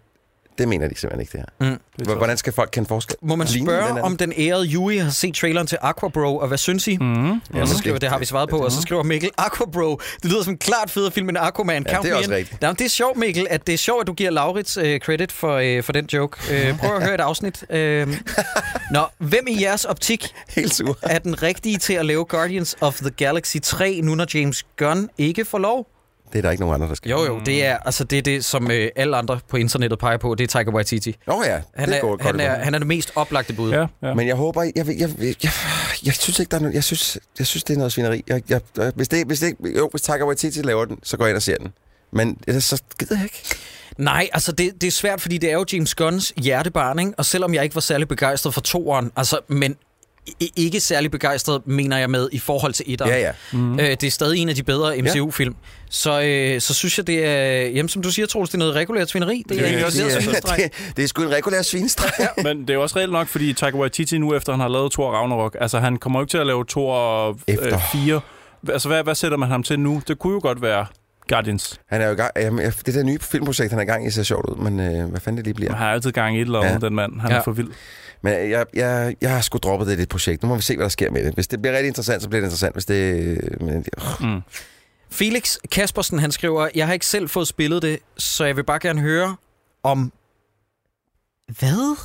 Speaker 5: det mener de simpelthen ikke, det her. Mm. Hvordan skal folk kende forskel?
Speaker 3: Må man
Speaker 5: Ligner
Speaker 3: spørge,
Speaker 5: hinanden?
Speaker 3: om den ærede Yui har set traileren til Aquabro, og hvad synes I?
Speaker 4: Mhm.
Speaker 3: Mm.
Speaker 5: Ja,
Speaker 3: Og så
Speaker 5: det-
Speaker 3: skriver, det har vi svaret på, og
Speaker 5: Mm.
Speaker 3: så skriver Mikkel, Aquabro, det lyder som en klart federe film end Aquaman.
Speaker 5: Ja,
Speaker 3: Count
Speaker 5: det er
Speaker 3: me
Speaker 5: også
Speaker 3: in.
Speaker 5: rigtigt. <laughs>
Speaker 3: Jamen, det er sjovt, Mikkel, at det er sjovt, at du giver Laurits øh, credit for, øh, for den joke. Øh, prøv at høre et afsnit. Øh,
Speaker 5: <laughs>
Speaker 3: nå, hvem i jeres optik
Speaker 5: Helt sur.
Speaker 3: er den rigtige til at lave Guardians of the Galaxy 3, nu når James Gunn ikke får lov?
Speaker 5: Det er der ikke nogen andre, der skal.
Speaker 3: Jo, jo, det er
Speaker 5: Mm.
Speaker 3: altså det, er det som øh, alle andre på internettet peger på, det er Taika Waititi.
Speaker 5: Nå ja,
Speaker 3: Han
Speaker 5: det
Speaker 3: er,
Speaker 5: går godt.
Speaker 3: han, er,
Speaker 5: igen.
Speaker 3: han er det mest oplagte bud.
Speaker 4: Ja, ja.
Speaker 5: Men jeg håber, jeg, jeg, jeg, jeg, jeg synes ikke, der er noget, jeg synes, jeg synes, det er noget svineri. Jeg, jeg, jeg, hvis det, hvis det, ikke- jo, hvis Taika Waititi laver den, så går jeg ind og ser den. Men ellers så gider jeg ikke.
Speaker 3: Nej, altså det, det er svært, fordi det er jo James Gunns hjertebarn, ikke? og selvom jeg ikke var særlig begejstret for toeren, altså, men i- ikke særlig begejstret, mener jeg med, i forhold til etteren.
Speaker 5: Ja, ja.
Speaker 4: Mhm.
Speaker 3: Mm. Øh, det er stadig en af de bedre MCU-film. Så, øh, så synes jeg, det er... Jamen, som du siger, Troels, det er noget regulært svineri. Det,
Speaker 4: er
Speaker 3: er
Speaker 4: egentlig også
Speaker 3: det,
Speaker 5: det,
Speaker 3: som
Speaker 5: er, det, det er sgu en regulær svinestreg. Ja.
Speaker 4: Men det er jo også reelt nok, fordi Taika Waititi nu efter, han har lavet Thor Ragnarok, altså han kommer jo ikke til at lave Thor
Speaker 5: Efter.
Speaker 4: øh, 4. Altså hvad, hvad sætter man ham til nu? Det kunne jo godt være Guardians.
Speaker 5: Han er jo i gang, jamen, jeg- det der nye filmprojekt, han er i gang i, ser sjovt ud, men øh, hvad fanden det lige bliver.
Speaker 4: Han har altid gang i et eller andet,
Speaker 5: Ja.
Speaker 4: den mand. Han
Speaker 3: Ja.
Speaker 4: er for vild.
Speaker 5: Men øh, jeg, jeg, jeg har sgu droppet det i det projekt. Nu må vi se, hvad der sker med det. Hvis det bliver rigtig interessant, så bliver det interessant. Hvis det, øh, men, øh,
Speaker 4: Mm.
Speaker 3: Felix Kaspersen, han skriver, jeg har ikke selv fået spillet det, så jeg vil bare gerne høre om... Hvad?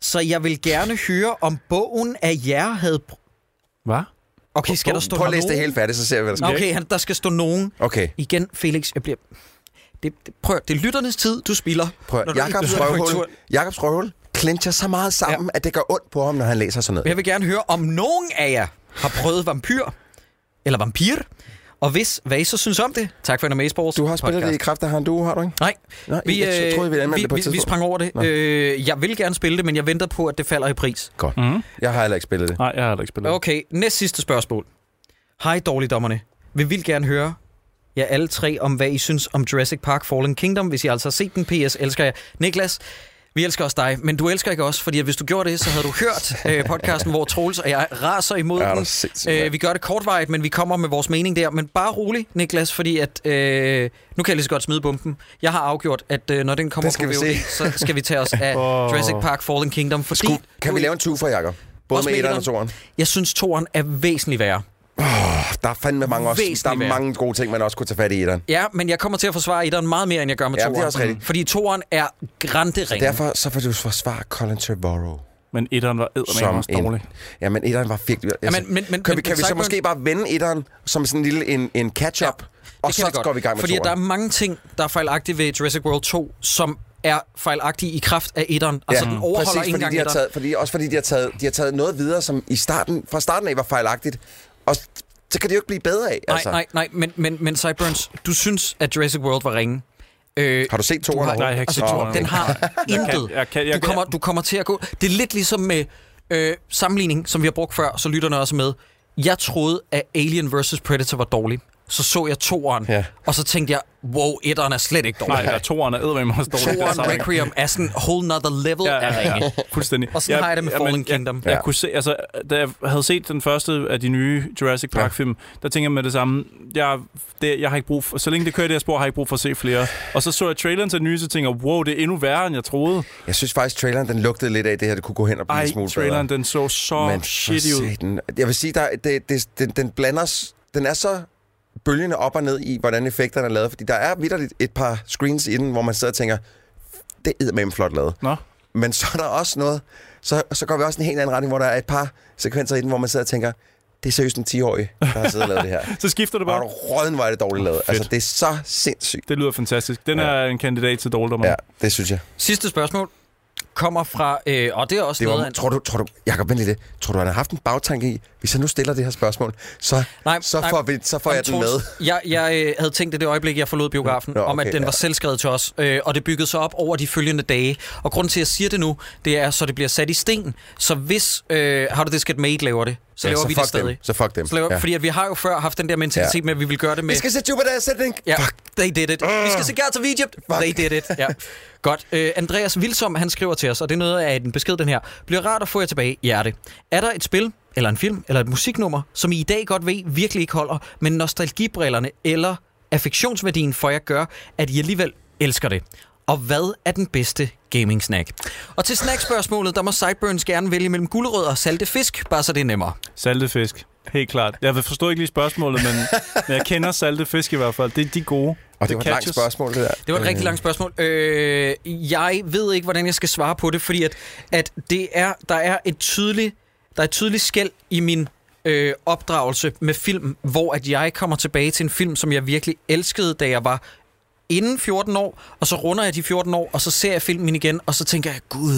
Speaker 3: Så jeg vil gerne høre, om bogen af jer havde... br-
Speaker 4: Hvad?
Speaker 3: Okay, skal der stå
Speaker 5: prøv at læse det
Speaker 3: nogen?
Speaker 5: helt færdigt, så ser vi, hvad der sker.
Speaker 3: Nå, Okay, han, der skal stå nogen.
Speaker 5: Okay,
Speaker 3: Igen, Felix, jeg bliver... Det, det, prøv, at- det er lytternes tid, du spiller.
Speaker 5: prøv.
Speaker 3: når du ikke
Speaker 5: Jakobs
Speaker 3: byder på en tur.
Speaker 5: røvhul, Jakobs røvhul clincher så meget sammen, ja. at det gør ondt på ham, når han læser sådan noget.
Speaker 3: Jeg vil gerne høre, om nogen af jer har prøvet vampyr, eller vampir, og hvis, hvad I så synes om det. Tak for en Amaze Sports
Speaker 5: Du har spillet
Speaker 3: podcast.
Speaker 5: det i kraft af Handu, har du ikke?
Speaker 3: Nej,
Speaker 5: Nå, jeg troede, vi ville anmelde
Speaker 3: vi,
Speaker 5: det på et
Speaker 3: vi, vi
Speaker 5: tidspunkt.
Speaker 3: sprang over det.
Speaker 5: Nå.
Speaker 3: Øh, jeg vil gerne spille det, men jeg venter på, at det falder i pris.
Speaker 5: Godt. Mm. Jeg har heller ikke spillet det.
Speaker 4: Nej, jeg har heller ikke spillet.
Speaker 5: Mm.
Speaker 4: Okay.
Speaker 3: Okay, næst sidste spørgsmål. Hej dårligdommerne. Vi vil gerne høre jer alle tre om, hvad I synes om Jurassic Park Fallen Kingdom. Hvis I altså har set den, PS elsker jeg. Niklas, vi elsker også dig, men du elsker ikke os, fordi at hvis du gjorde det, så havde du
Speaker 5: <laughs>
Speaker 3: hørt øh, podcasten, hvor Troels og jeg raser imod
Speaker 5: Ja, det er
Speaker 3: den.
Speaker 5: sindssygt,
Speaker 3: Øh,
Speaker 5: mand.
Speaker 3: vi gør det kortvarigt, men vi kommer med vores mening der. Men bare rolig, Niklas, fordi at, øh, nu kan jeg lige så godt smide bomben. Jeg har afgjort, at øh, når den kommer
Speaker 5: Den skal
Speaker 3: på
Speaker 5: vi
Speaker 3: VOD,
Speaker 5: se.
Speaker 3: så skal vi tage os
Speaker 5: <laughs>
Speaker 3: af
Speaker 4: Åh.
Speaker 3: Jurassic Park Fallen Kingdom. Fordi
Speaker 5: Sku, kan
Speaker 3: du-
Speaker 5: vi lave en tur for Jakob? Både
Speaker 3: Også
Speaker 5: med
Speaker 3: med
Speaker 5: etteren og toeren.
Speaker 3: jeg synes, toren er væsentligt værre.
Speaker 5: Der er fandme mange, også, der
Speaker 3: Væsentligt
Speaker 5: er
Speaker 3: værre.
Speaker 5: mange gode ting, man også kunne tage fat i etteren.
Speaker 3: Ja, men jeg kommer til at forsvare etteren meget mere, end jeg gør med
Speaker 5: Ja,
Speaker 3: toeren.
Speaker 5: men det er også rigtigt.
Speaker 3: Fordi toeren er grantering.
Speaker 5: Derfor så får du forsvare Colin Trevorrow.
Speaker 4: Men etteren var eddermame
Speaker 5: som
Speaker 4: også
Speaker 5: en...
Speaker 4: dårlig.
Speaker 5: Ja, men etteren var virkelig... Altså,
Speaker 3: men- men- men-
Speaker 5: kan vi,
Speaker 3: men-
Speaker 5: kan vi så
Speaker 3: Cyberpunk-
Speaker 5: måske bare vende etteren som sådan en lille en, en catch-up, ja, og
Speaker 3: Det
Speaker 5: så
Speaker 3: kan
Speaker 5: vi går vi i gang med
Speaker 3: Fordi
Speaker 5: toeren.
Speaker 3: der er mange ting, der er fejlagtige ved Jurassic World 2, som er fejlagtige i kraft af etteren. Altså, den overholder
Speaker 5: Mm. præcis,
Speaker 3: ikke
Speaker 5: fordi
Speaker 3: engang
Speaker 5: de har
Speaker 3: etteren.
Speaker 5: taget, fordi, Også fordi de har, taget, de har taget noget videre, som i starten, fra starten af var fejlagtigt, og s- så kan det jo ikke blive bedre af. altså.
Speaker 3: Nej, nej, nej, men, men, men Cyburns, du synes, at Jurassic World var ringe. Øh,
Speaker 5: Har du set
Speaker 3: har-
Speaker 5: toeren? overhovedet?
Speaker 4: Nej, jeg har ikke
Speaker 3: altså,
Speaker 4: set
Speaker 5: Nå,
Speaker 3: du,
Speaker 4: toeren.
Speaker 3: den har intet.
Speaker 4: jeg kan- jeg
Speaker 3: du,
Speaker 4: kan-
Speaker 3: kommer, du kommer til at gå... Det er lidt ligesom med øh, sammenligning, som vi har brugt før, så lytterne også er med. Jeg troede, at Alien vs. Predator var dårlig. Så så jeg toeren,
Speaker 5: Ja.
Speaker 3: og så tænkte jeg, wow, etteren er slet ikke dårlig.
Speaker 4: Nej, ja, toeren er eddermame også dårlig.
Speaker 3: Toren
Speaker 4: Altså,
Speaker 3: Requiem er sådan whole nother level ja, ja, ja. af ringe.
Speaker 4: Fuldstændig.
Speaker 3: Og sådan har jeg det med
Speaker 4: men
Speaker 3: Fallen Kingdom.
Speaker 4: Jeg,
Speaker 5: Ja.
Speaker 4: jeg kunne se, altså, da jeg havde set den første af de nye Jurassic Park-film, der tænker jeg med det samme, jeg, det, jeg har ikke brug for, så længe det kører i det her spor, har jeg ikke brug for at se flere. Og så så jeg traileren til den nye, så tænker jeg, wow, det er endnu værre, end jeg troede.
Speaker 5: Jeg synes faktisk, traileren den lugtede lidt af det her, det kunne gå hen og blive
Speaker 4: Ej,
Speaker 5: en smule
Speaker 4: traileren,
Speaker 5: bedre.
Speaker 4: den så så
Speaker 5: Men
Speaker 4: Men
Speaker 5: for
Speaker 4: shitty ud.
Speaker 5: satan. Jeg vil sige, der, det, det, den, den blander... s- Den er så bølgende op og ned i, hvordan effekterne er lavet, fordi der er vidderligt et par screens i den, hvor man sidder og tænker, det er med flot lavet.
Speaker 4: Nå,
Speaker 5: Men så er der også noget, så, så går vi også i en helt anden retning, hvor der er et par sekvenser i den, hvor man sidder og tænker, det er seriøst en 10-årig, der har siddet og lavet det
Speaker 4: <laughs>
Speaker 5: her.
Speaker 4: så skifter det
Speaker 5: Hvor er
Speaker 4: bare.
Speaker 5: du råden, var det dårligt lavet.
Speaker 4: Fedt.
Speaker 5: Altså, det er så sindssygt.
Speaker 4: Det lyder fantastisk. Den
Speaker 5: Ja.
Speaker 4: er en kandidat til Doldrum.
Speaker 5: Ja, det synes jeg.
Speaker 3: Sidste spørgsmål kommer fra... Øh, og det er også
Speaker 5: Det
Speaker 3: noget...
Speaker 5: var,
Speaker 3: af-
Speaker 5: tror du, tror du, Jacob, vent lige det. Tror du, han har haft en bagtanke i, hvis jeg nu stiller det her spørgsmål, så,
Speaker 3: Nej,
Speaker 5: så,
Speaker 3: nej.
Speaker 5: får, vi, så får
Speaker 3: Om
Speaker 5: jeg den med.
Speaker 3: Troels- Jeg, jeg øh, havde tænkt det det øjeblik, jeg forlod biografen,
Speaker 5: Nå,
Speaker 3: Nå, okay, om at
Speaker 5: okay,
Speaker 3: den
Speaker 5: ja.
Speaker 3: var selvskrevet til os, øh, og det byggede sig op over de følgende dage. Og grunden til, at jeg siger det nu, det er, så det bliver sat i sten. Så hvis øh, How Do This Get Made laver det, så ja, laver
Speaker 5: så
Speaker 3: vi
Speaker 5: fuck
Speaker 3: det stadig.
Speaker 5: Dem. Så fuck dem.
Speaker 3: Så laver,
Speaker 5: ja.
Speaker 3: Fordi at vi har jo før haft den der mentalitet
Speaker 5: Ja.
Speaker 3: med, at vi vil gøre det med...
Speaker 5: Vi skal se Jupiter Ascending.
Speaker 3: Ja, Fuck. they did it. Vi skal se Gertz of Egypt. Fuck. They did it. Ja. Godt. Øh, Andreas Vilsom, han skriver til os, og det er noget af en besked, den her. Bliver rart at få jer tilbage, hjerte. Er der et spil, eller en film, eller et musiknummer, som I i dag godt ved virkelig ikke holder, men nostalgibrillerne eller affektionsværdien for jer gør, at I alligevel elsker det? Og hvad er den bedste gaming-snack? Og til snackspørgsmålet, der må Sideburns gerne vælge mellem gulerødder og salte fisk, bare så det er nemmere.
Speaker 4: Saltefisk. Helt klart. Jeg forstår ikke lige spørgsmålet, men, men jeg kender saltefisk i hvert fald. Det er de gode.
Speaker 5: Og det, var et langt
Speaker 4: catches.
Speaker 5: spørgsmål, det der.
Speaker 3: Det var et rigtig langt spørgsmål. Øh, jeg ved ikke, hvordan jeg skal svare på det, fordi at, at det er, der, er et tydeligt, der er et tydeligt skæld i min øh, opdragelse med film, hvor at jeg kommer tilbage til en film, som jeg virkelig elskede, da jeg var inden 14 år, og så runder jeg de 14 år, og så ser jeg filmen igen, og så tænker jeg, gud,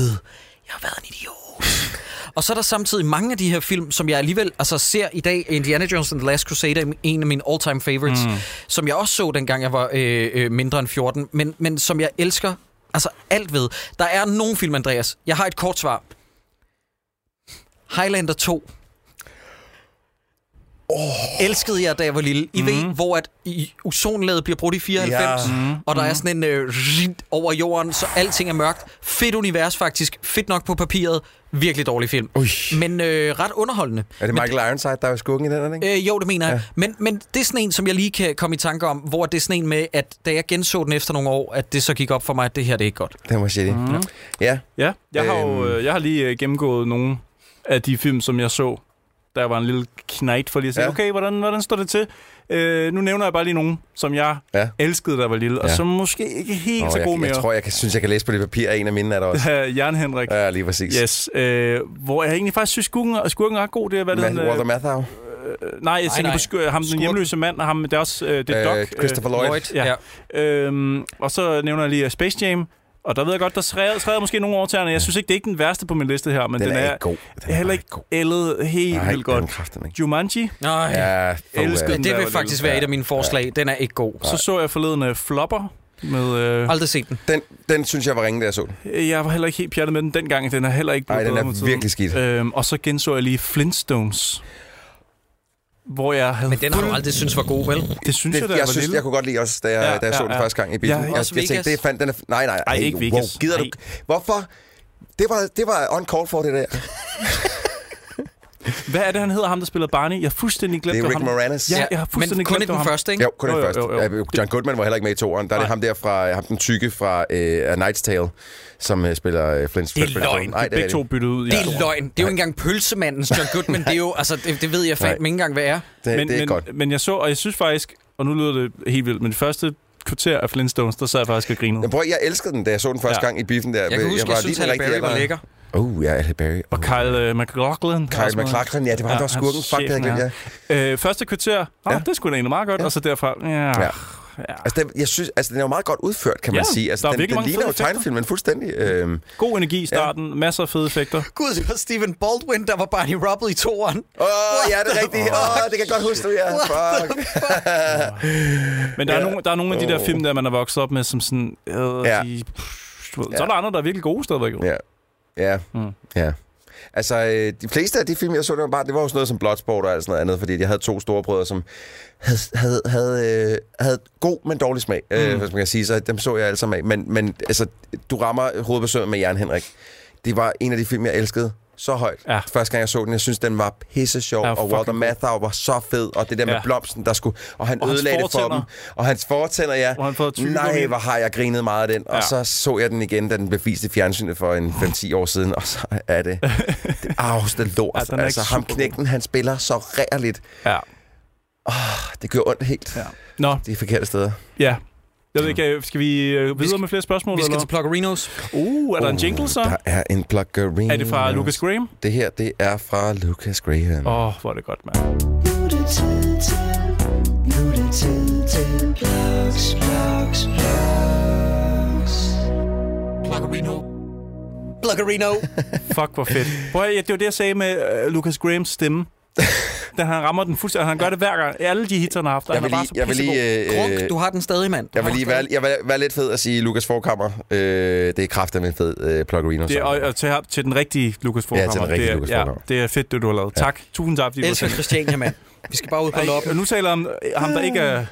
Speaker 3: jeg har været en idiot. Og så er der samtidig mange af de her film, som jeg alligevel altså, ser i dag. Indiana Jones and the Last Crusade er en af mine all-time favorites, mm. som jeg også så, dengang jeg var øh, øh, mindre end 14, men, men som jeg elsker altså alt ved. Der er nogle film, Andreas. Jeg har et kort svar. Highlander 2. Oh. Elskede jeg, da jeg var lille. I mm. ved, hvor at i- ozonlaget bliver brudt i 94, ja. Mm. og der er sådan en øh, rit over jorden, så alting er mørkt. Fedt univers faktisk. Fedt nok på papiret. Virkelig dårlig film.
Speaker 5: Ui.
Speaker 3: Men øh, ret underholdende.
Speaker 5: Er det Michael Ironside, der er skuggen i den, er det ikke?
Speaker 3: Øh, jo, det mener jeg. Ja. Men, men det er sådan en, som jeg lige kan komme i tanke om, hvor det er sådan en med, at da jeg genså den efter nogle år, at det så gik op for mig, at det her det er ikke godt.
Speaker 5: Den var shitty. Mm. Ja.
Speaker 4: Ja, jeg har jo
Speaker 5: Øhm.
Speaker 4: øh, jeg har lige øh, gennemgået nogle af de film, som jeg så, da jeg var en lille knight, for lige at sige,
Speaker 5: Ja.
Speaker 4: ja. okay, hvordan, hvordan står det til? Øh, nu nævner jeg bare lige nogen, som jeg
Speaker 5: Ja.
Speaker 4: ja. elskede, da jeg var lille, ja. og
Speaker 5: Ja.
Speaker 4: som måske ikke helt
Speaker 5: Nå,
Speaker 4: så gode
Speaker 5: jeg,
Speaker 4: mere.
Speaker 5: jeg, tror, jeg kan, synes, jeg kan læse på det papir, at en af mine er der
Speaker 4: <laughs>
Speaker 5: også.
Speaker 4: Øh, Jan Henrik.
Speaker 5: Ja, lige præcis.
Speaker 4: Yes, øh, hvor jeg egentlig faktisk synes, skurken, skurken er ret god. Det er, hvad det
Speaker 5: Ma-
Speaker 4: hedder,
Speaker 5: Walter
Speaker 4: øh,
Speaker 5: Matthau.
Speaker 4: Nej, jeg tænker
Speaker 3: nej.
Speaker 4: nej. på skur, ham, den
Speaker 3: Skurken.
Speaker 4: hjemløse mand, og ham, det er også øh, det er Doc.
Speaker 5: Øh, Christopher Lloyd. Lloyd.
Speaker 4: Ja. Øhm, og så nævner jeg lige øh, Space Jam. Og der ved jeg godt, der træder, træder måske nogle overtagerne. Jeg synes ikke, det er ikke den værste på min liste her, men
Speaker 5: Den,
Speaker 4: den,
Speaker 5: er, ikke god. Den
Speaker 4: er heller ikke
Speaker 5: god.
Speaker 4: ældet helt
Speaker 5: Nej,
Speaker 4: vildt
Speaker 5: den
Speaker 4: godt.
Speaker 5: er kraften, ikke?
Speaker 4: Jumanji.
Speaker 3: Nej. Ja.
Speaker 5: Ja,
Speaker 4: elskede
Speaker 5: elskede
Speaker 4: den.
Speaker 3: Det
Speaker 4: der
Speaker 3: vil
Speaker 4: var
Speaker 3: faktisk
Speaker 4: lidt-
Speaker 3: være et af mine forslag. Den er ikke god.
Speaker 4: Så så jeg forleden uh, Flopper. Med, øh,
Speaker 3: Aldrig set den.
Speaker 5: den. Den synes jeg var ringe, da jeg så den.
Speaker 4: jeg var heller ikke helt pjattet med den dengang. Den er heller ikke
Speaker 5: Nej,
Speaker 4: blevet
Speaker 5: den
Speaker 4: bedre
Speaker 5: er
Speaker 4: med tiden.
Speaker 5: virkelig skidt.
Speaker 4: Øhm, og så genså jeg lige Flintstones. Hvor jeg havde...
Speaker 3: Men den har du aldrig synes var god, vel?
Speaker 4: Det synes
Speaker 5: Det,
Speaker 4: jeg, da
Speaker 5: jeg,
Speaker 4: jeg,
Speaker 5: jeg
Speaker 4: var
Speaker 5: synes,
Speaker 4: lille.
Speaker 5: jeg kunne godt lide også, da jeg, ja, da jeg ja, så den ja. første gang i bilen.
Speaker 4: Ja,
Speaker 5: jeg,
Speaker 3: også
Speaker 5: jeg tænkte,
Speaker 3: Vegas.
Speaker 5: det er fandt, den er... Nej, nej,
Speaker 4: Ej, ikke
Speaker 5: Wow,
Speaker 4: Vegas.
Speaker 5: gider du...
Speaker 4: Ej.
Speaker 5: Hvorfor? Det var, det var uncalled for, det der.
Speaker 4: Hvad er det, han hedder, ham der spiller Barney? Jeg har fuldstændig glemt,
Speaker 5: Det er
Speaker 4: hvad
Speaker 5: Rick
Speaker 4: ham...
Speaker 5: Moranis.
Speaker 4: Ja,
Speaker 5: Ja.
Speaker 4: jeg har
Speaker 3: Men
Speaker 4: fuldstændig
Speaker 3: kun i
Speaker 4: glemt, det
Speaker 3: den
Speaker 4: var ham.
Speaker 3: første, ikke?
Speaker 5: Jo, kun den
Speaker 4: Jo, jo,
Speaker 5: første.
Speaker 4: jo, jo.
Speaker 5: Ja, John Goodman var heller ikke med i toeren. Der er det
Speaker 4: Nej.
Speaker 5: ham der fra, øh, ham den tykke fra uh, A Night's Tale, som uh, spiller uh, Flint.
Speaker 3: Det er løgn.
Speaker 5: Nej, det er
Speaker 4: Begge to
Speaker 5: det.
Speaker 4: byttet ud.
Speaker 3: Det er løgn. Det er jo ikke engang pølsemandens John Goodman. det er jo, altså, det, det ved jeg
Speaker 5: Nej.
Speaker 3: fandme ikke engang, hvad er.
Speaker 5: Det, det er
Speaker 4: men,
Speaker 5: godt.
Speaker 4: men jeg så, og jeg synes faktisk, og nu lyder det helt vildt, men det første kvarter af Flintstones, der sad jeg faktisk og grinede.
Speaker 5: Men prøv, jeg elskede den, da jeg så den første
Speaker 4: Ja.
Speaker 5: gang i biffen der.
Speaker 3: Jeg kan huske, jeg, jeg
Speaker 5: lige
Speaker 3: synes,
Speaker 5: den
Speaker 3: Halle
Speaker 5: rigtige
Speaker 3: Berry var
Speaker 5: alder.
Speaker 3: lækker.
Speaker 5: Uh, ja, Halle Berry.
Speaker 4: Og Kyle uh, McLaughlin. der
Speaker 5: Kyle
Speaker 4: også med.
Speaker 5: McLachlan, ja, det var ham, der var
Speaker 4: Ja,
Speaker 5: skurken. Fuck, det havde jeg
Speaker 4: chefen,
Speaker 5: glemt,
Speaker 4: Øh, første kvarter, oh,
Speaker 5: Ja.
Speaker 4: ja. det skulle da egentlig meget godt,
Speaker 5: Ja.
Speaker 4: ja. og så derfra, ja,
Speaker 5: Ja.
Speaker 4: ja.
Speaker 5: Altså, den, jeg synes, altså, den er jo meget godt udført, kan man
Speaker 4: Ja,
Speaker 5: sige. Altså,
Speaker 4: der er
Speaker 5: den,
Speaker 4: virkelig
Speaker 5: den
Speaker 4: mange
Speaker 5: ligner jo
Speaker 4: fede effekter.
Speaker 5: tegnefilmen fuldstændig. Øhm,
Speaker 4: God energi i starten, ja. masser af fede effekter.
Speaker 3: Gud, det var Stephen Baldwin, der var Barney Rubble i toeren.
Speaker 5: Åh, oh, ja, det er rigtigt. Åh, oh, det kan jeg godt huske, du ja. Fuck.
Speaker 4: Men der, ja. er nogle, der er nogle af de der film, der man er vokset op med, som sådan, øh,
Speaker 5: Ja.
Speaker 4: ja. de, pff, du ved, så er der andre, der er virkelig gode stadigvæk.
Speaker 5: Ja. Ja,
Speaker 4: Mm.
Speaker 5: ja. Altså, øh, de fleste af de film, jeg så, det var, bare, det var jo sådan noget som Bloodsport og alt sådan noget andet, fordi jeg havde to storebrødre, som havde, havde, havde, øh, havde god, men dårlig smag, mm. øh, hvis man kan sige, så dem så jeg alle sammen af. Men, men altså, du rammer hovedbesøget med Jern Henrik. Det var en af de film, jeg elskede så højt.
Speaker 4: Ja.
Speaker 5: Første gang jeg så den, jeg synes, den var pisse sjov,
Speaker 4: Ja,
Speaker 5: og
Speaker 4: fucking
Speaker 5: Walter
Speaker 4: god.
Speaker 5: Matthau var så fed, og det der med ja.
Speaker 4: Ja.
Speaker 5: blomsten, der skulle, og han
Speaker 4: Og
Speaker 5: og
Speaker 4: hans
Speaker 5: ødelagde det for
Speaker 4: fortænder.
Speaker 5: dem, og hans fortænder, ja.
Speaker 4: Hvor han fået tykke
Speaker 5: Nej,
Speaker 4: gummi.
Speaker 5: hvor har jeg grinet meget af den. Ja.
Speaker 4: Ja. Ah.
Speaker 5: Og så så jeg den igen, da den blev vist i fjernsynet for en 5-10 år siden, og så er
Speaker 4: <laughs>
Speaker 5: det det arveste
Speaker 4: Ja,
Speaker 5: lort.
Speaker 4: den
Speaker 5: Ja,
Speaker 4: er
Speaker 5: altså,
Speaker 4: ikke
Speaker 5: ham
Speaker 4: super god.
Speaker 5: knægten, han spiller så rærligt.
Speaker 4: Ja.
Speaker 5: Det gør ondt helt. Ja.
Speaker 4: ja. Nå,
Speaker 5: Det er forkerte steder.
Speaker 4: ja. Jeg ved ikke, øh, skal vi øh, videre med flere spørgsmål?
Speaker 3: Vi skal
Speaker 4: eller?
Speaker 3: til Pluggerinos.
Speaker 4: Uh, er der en jingle så?
Speaker 5: Der er en pluggerine.
Speaker 4: Er det fra Lucas Graham?
Speaker 5: Det her, det er fra Lucas Graham.
Speaker 4: Åh, oh, hvor er det godt, mand.
Speaker 3: Pluggerino. Pluggerino.
Speaker 4: Fuck, hvor <laughs> fedt. Prøv, at- ja, det var det, jeg sagde med uh, Lucas Grahams <laughs> stemme. Den, han rammer den fuldstændig. Han gør det hver gang. Alle de hits, han har haft. og
Speaker 5: Jeg
Speaker 4: Han
Speaker 5: vil
Speaker 4: er bare
Speaker 5: lige,
Speaker 4: så
Speaker 5: jeg vil
Speaker 4: pissegod.
Speaker 5: lige,
Speaker 3: Krunk,
Speaker 5: øh,
Speaker 3: du har den stadig, mand.
Speaker 5: jeg vil lige være, jeg vil være lidt fed at sige Lucas Forkammer. Øh, det er kraften med en fed øh, pluggerino.
Speaker 4: Det, er- og, og til, til den rigtige Lucas
Speaker 5: den
Speaker 4: Forkammer.
Speaker 5: rigtige
Speaker 4: det, er-
Speaker 5: Lucas
Speaker 4: ja,
Speaker 5: Forchhammer.
Speaker 4: det er fedt, det du har lavet. Ja. Tak. Tusind tak, fordi du har
Speaker 3: Elsker
Speaker 4: sendt.
Speaker 3: Christiania,
Speaker 5: <laughs>
Speaker 3: mand. Vi skal bare ud på loppen.
Speaker 4: Ej, og nu taler jeg om øh, ham, der ikke er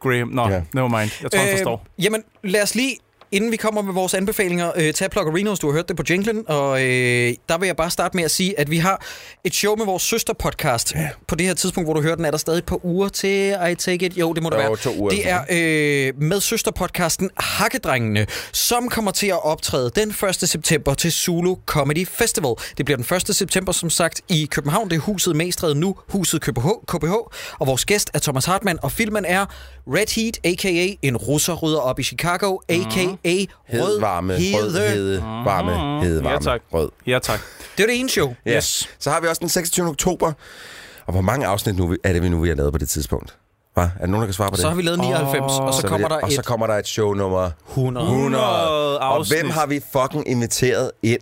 Speaker 4: Graham. Nå,
Speaker 5: Ja.
Speaker 4: yeah. never mind. Jeg tror, han forstår.
Speaker 3: jamen, lad os lige, inden vi kommer med vores anbefalinger, øh, tage Pluggerinos. Du har hørt det på jinglen, og øh, der vil jeg bare starte med at sige, at vi har et show med vores søsterpodcast. Ja. På det her tidspunkt, hvor du hører den, er der stadig et par uger til I Take It. Jo, det må det
Speaker 5: Jo,
Speaker 3: være.
Speaker 5: to uger altså.
Speaker 3: det er øh, med søsterpodcasten Hakkedrengene, som kommer til at optræde den 1. september til Zulu Comedy Festival. Det bliver den 1. september, som sagt, i København. Det er huset Mestred nu, huset KBH, KBH. Og vores gæst er Thomas Hartmann, og filmen er Red Heat, a.k.a. En russer rydder op i Chicago, a.k.a.
Speaker 5: Mhm. Hed,
Speaker 3: Rød
Speaker 5: varme, rød,
Speaker 3: Hede.
Speaker 5: hede, varme, hede,
Speaker 4: Ah. Ja,
Speaker 5: varme,
Speaker 4: tak.
Speaker 5: rød.
Speaker 4: Ja, tak.
Speaker 3: Det er det ene show.
Speaker 5: Ja.
Speaker 4: Yes.
Speaker 5: Så har vi også den 26. oktober. Og hvor mange afsnit nu er det, vi nu vi har lavet på det tidspunkt? Hva? Er der nogen, der kan svare på det?
Speaker 3: Så har vi lavet 99, og så
Speaker 5: vil
Speaker 3: kommer
Speaker 5: jeg-
Speaker 3: der
Speaker 5: og så
Speaker 3: et
Speaker 5: kommer der et show nummer
Speaker 3: 100.
Speaker 5: 100. Og
Speaker 4: afsnit.
Speaker 5: hvem har vi fucking inviteret ind?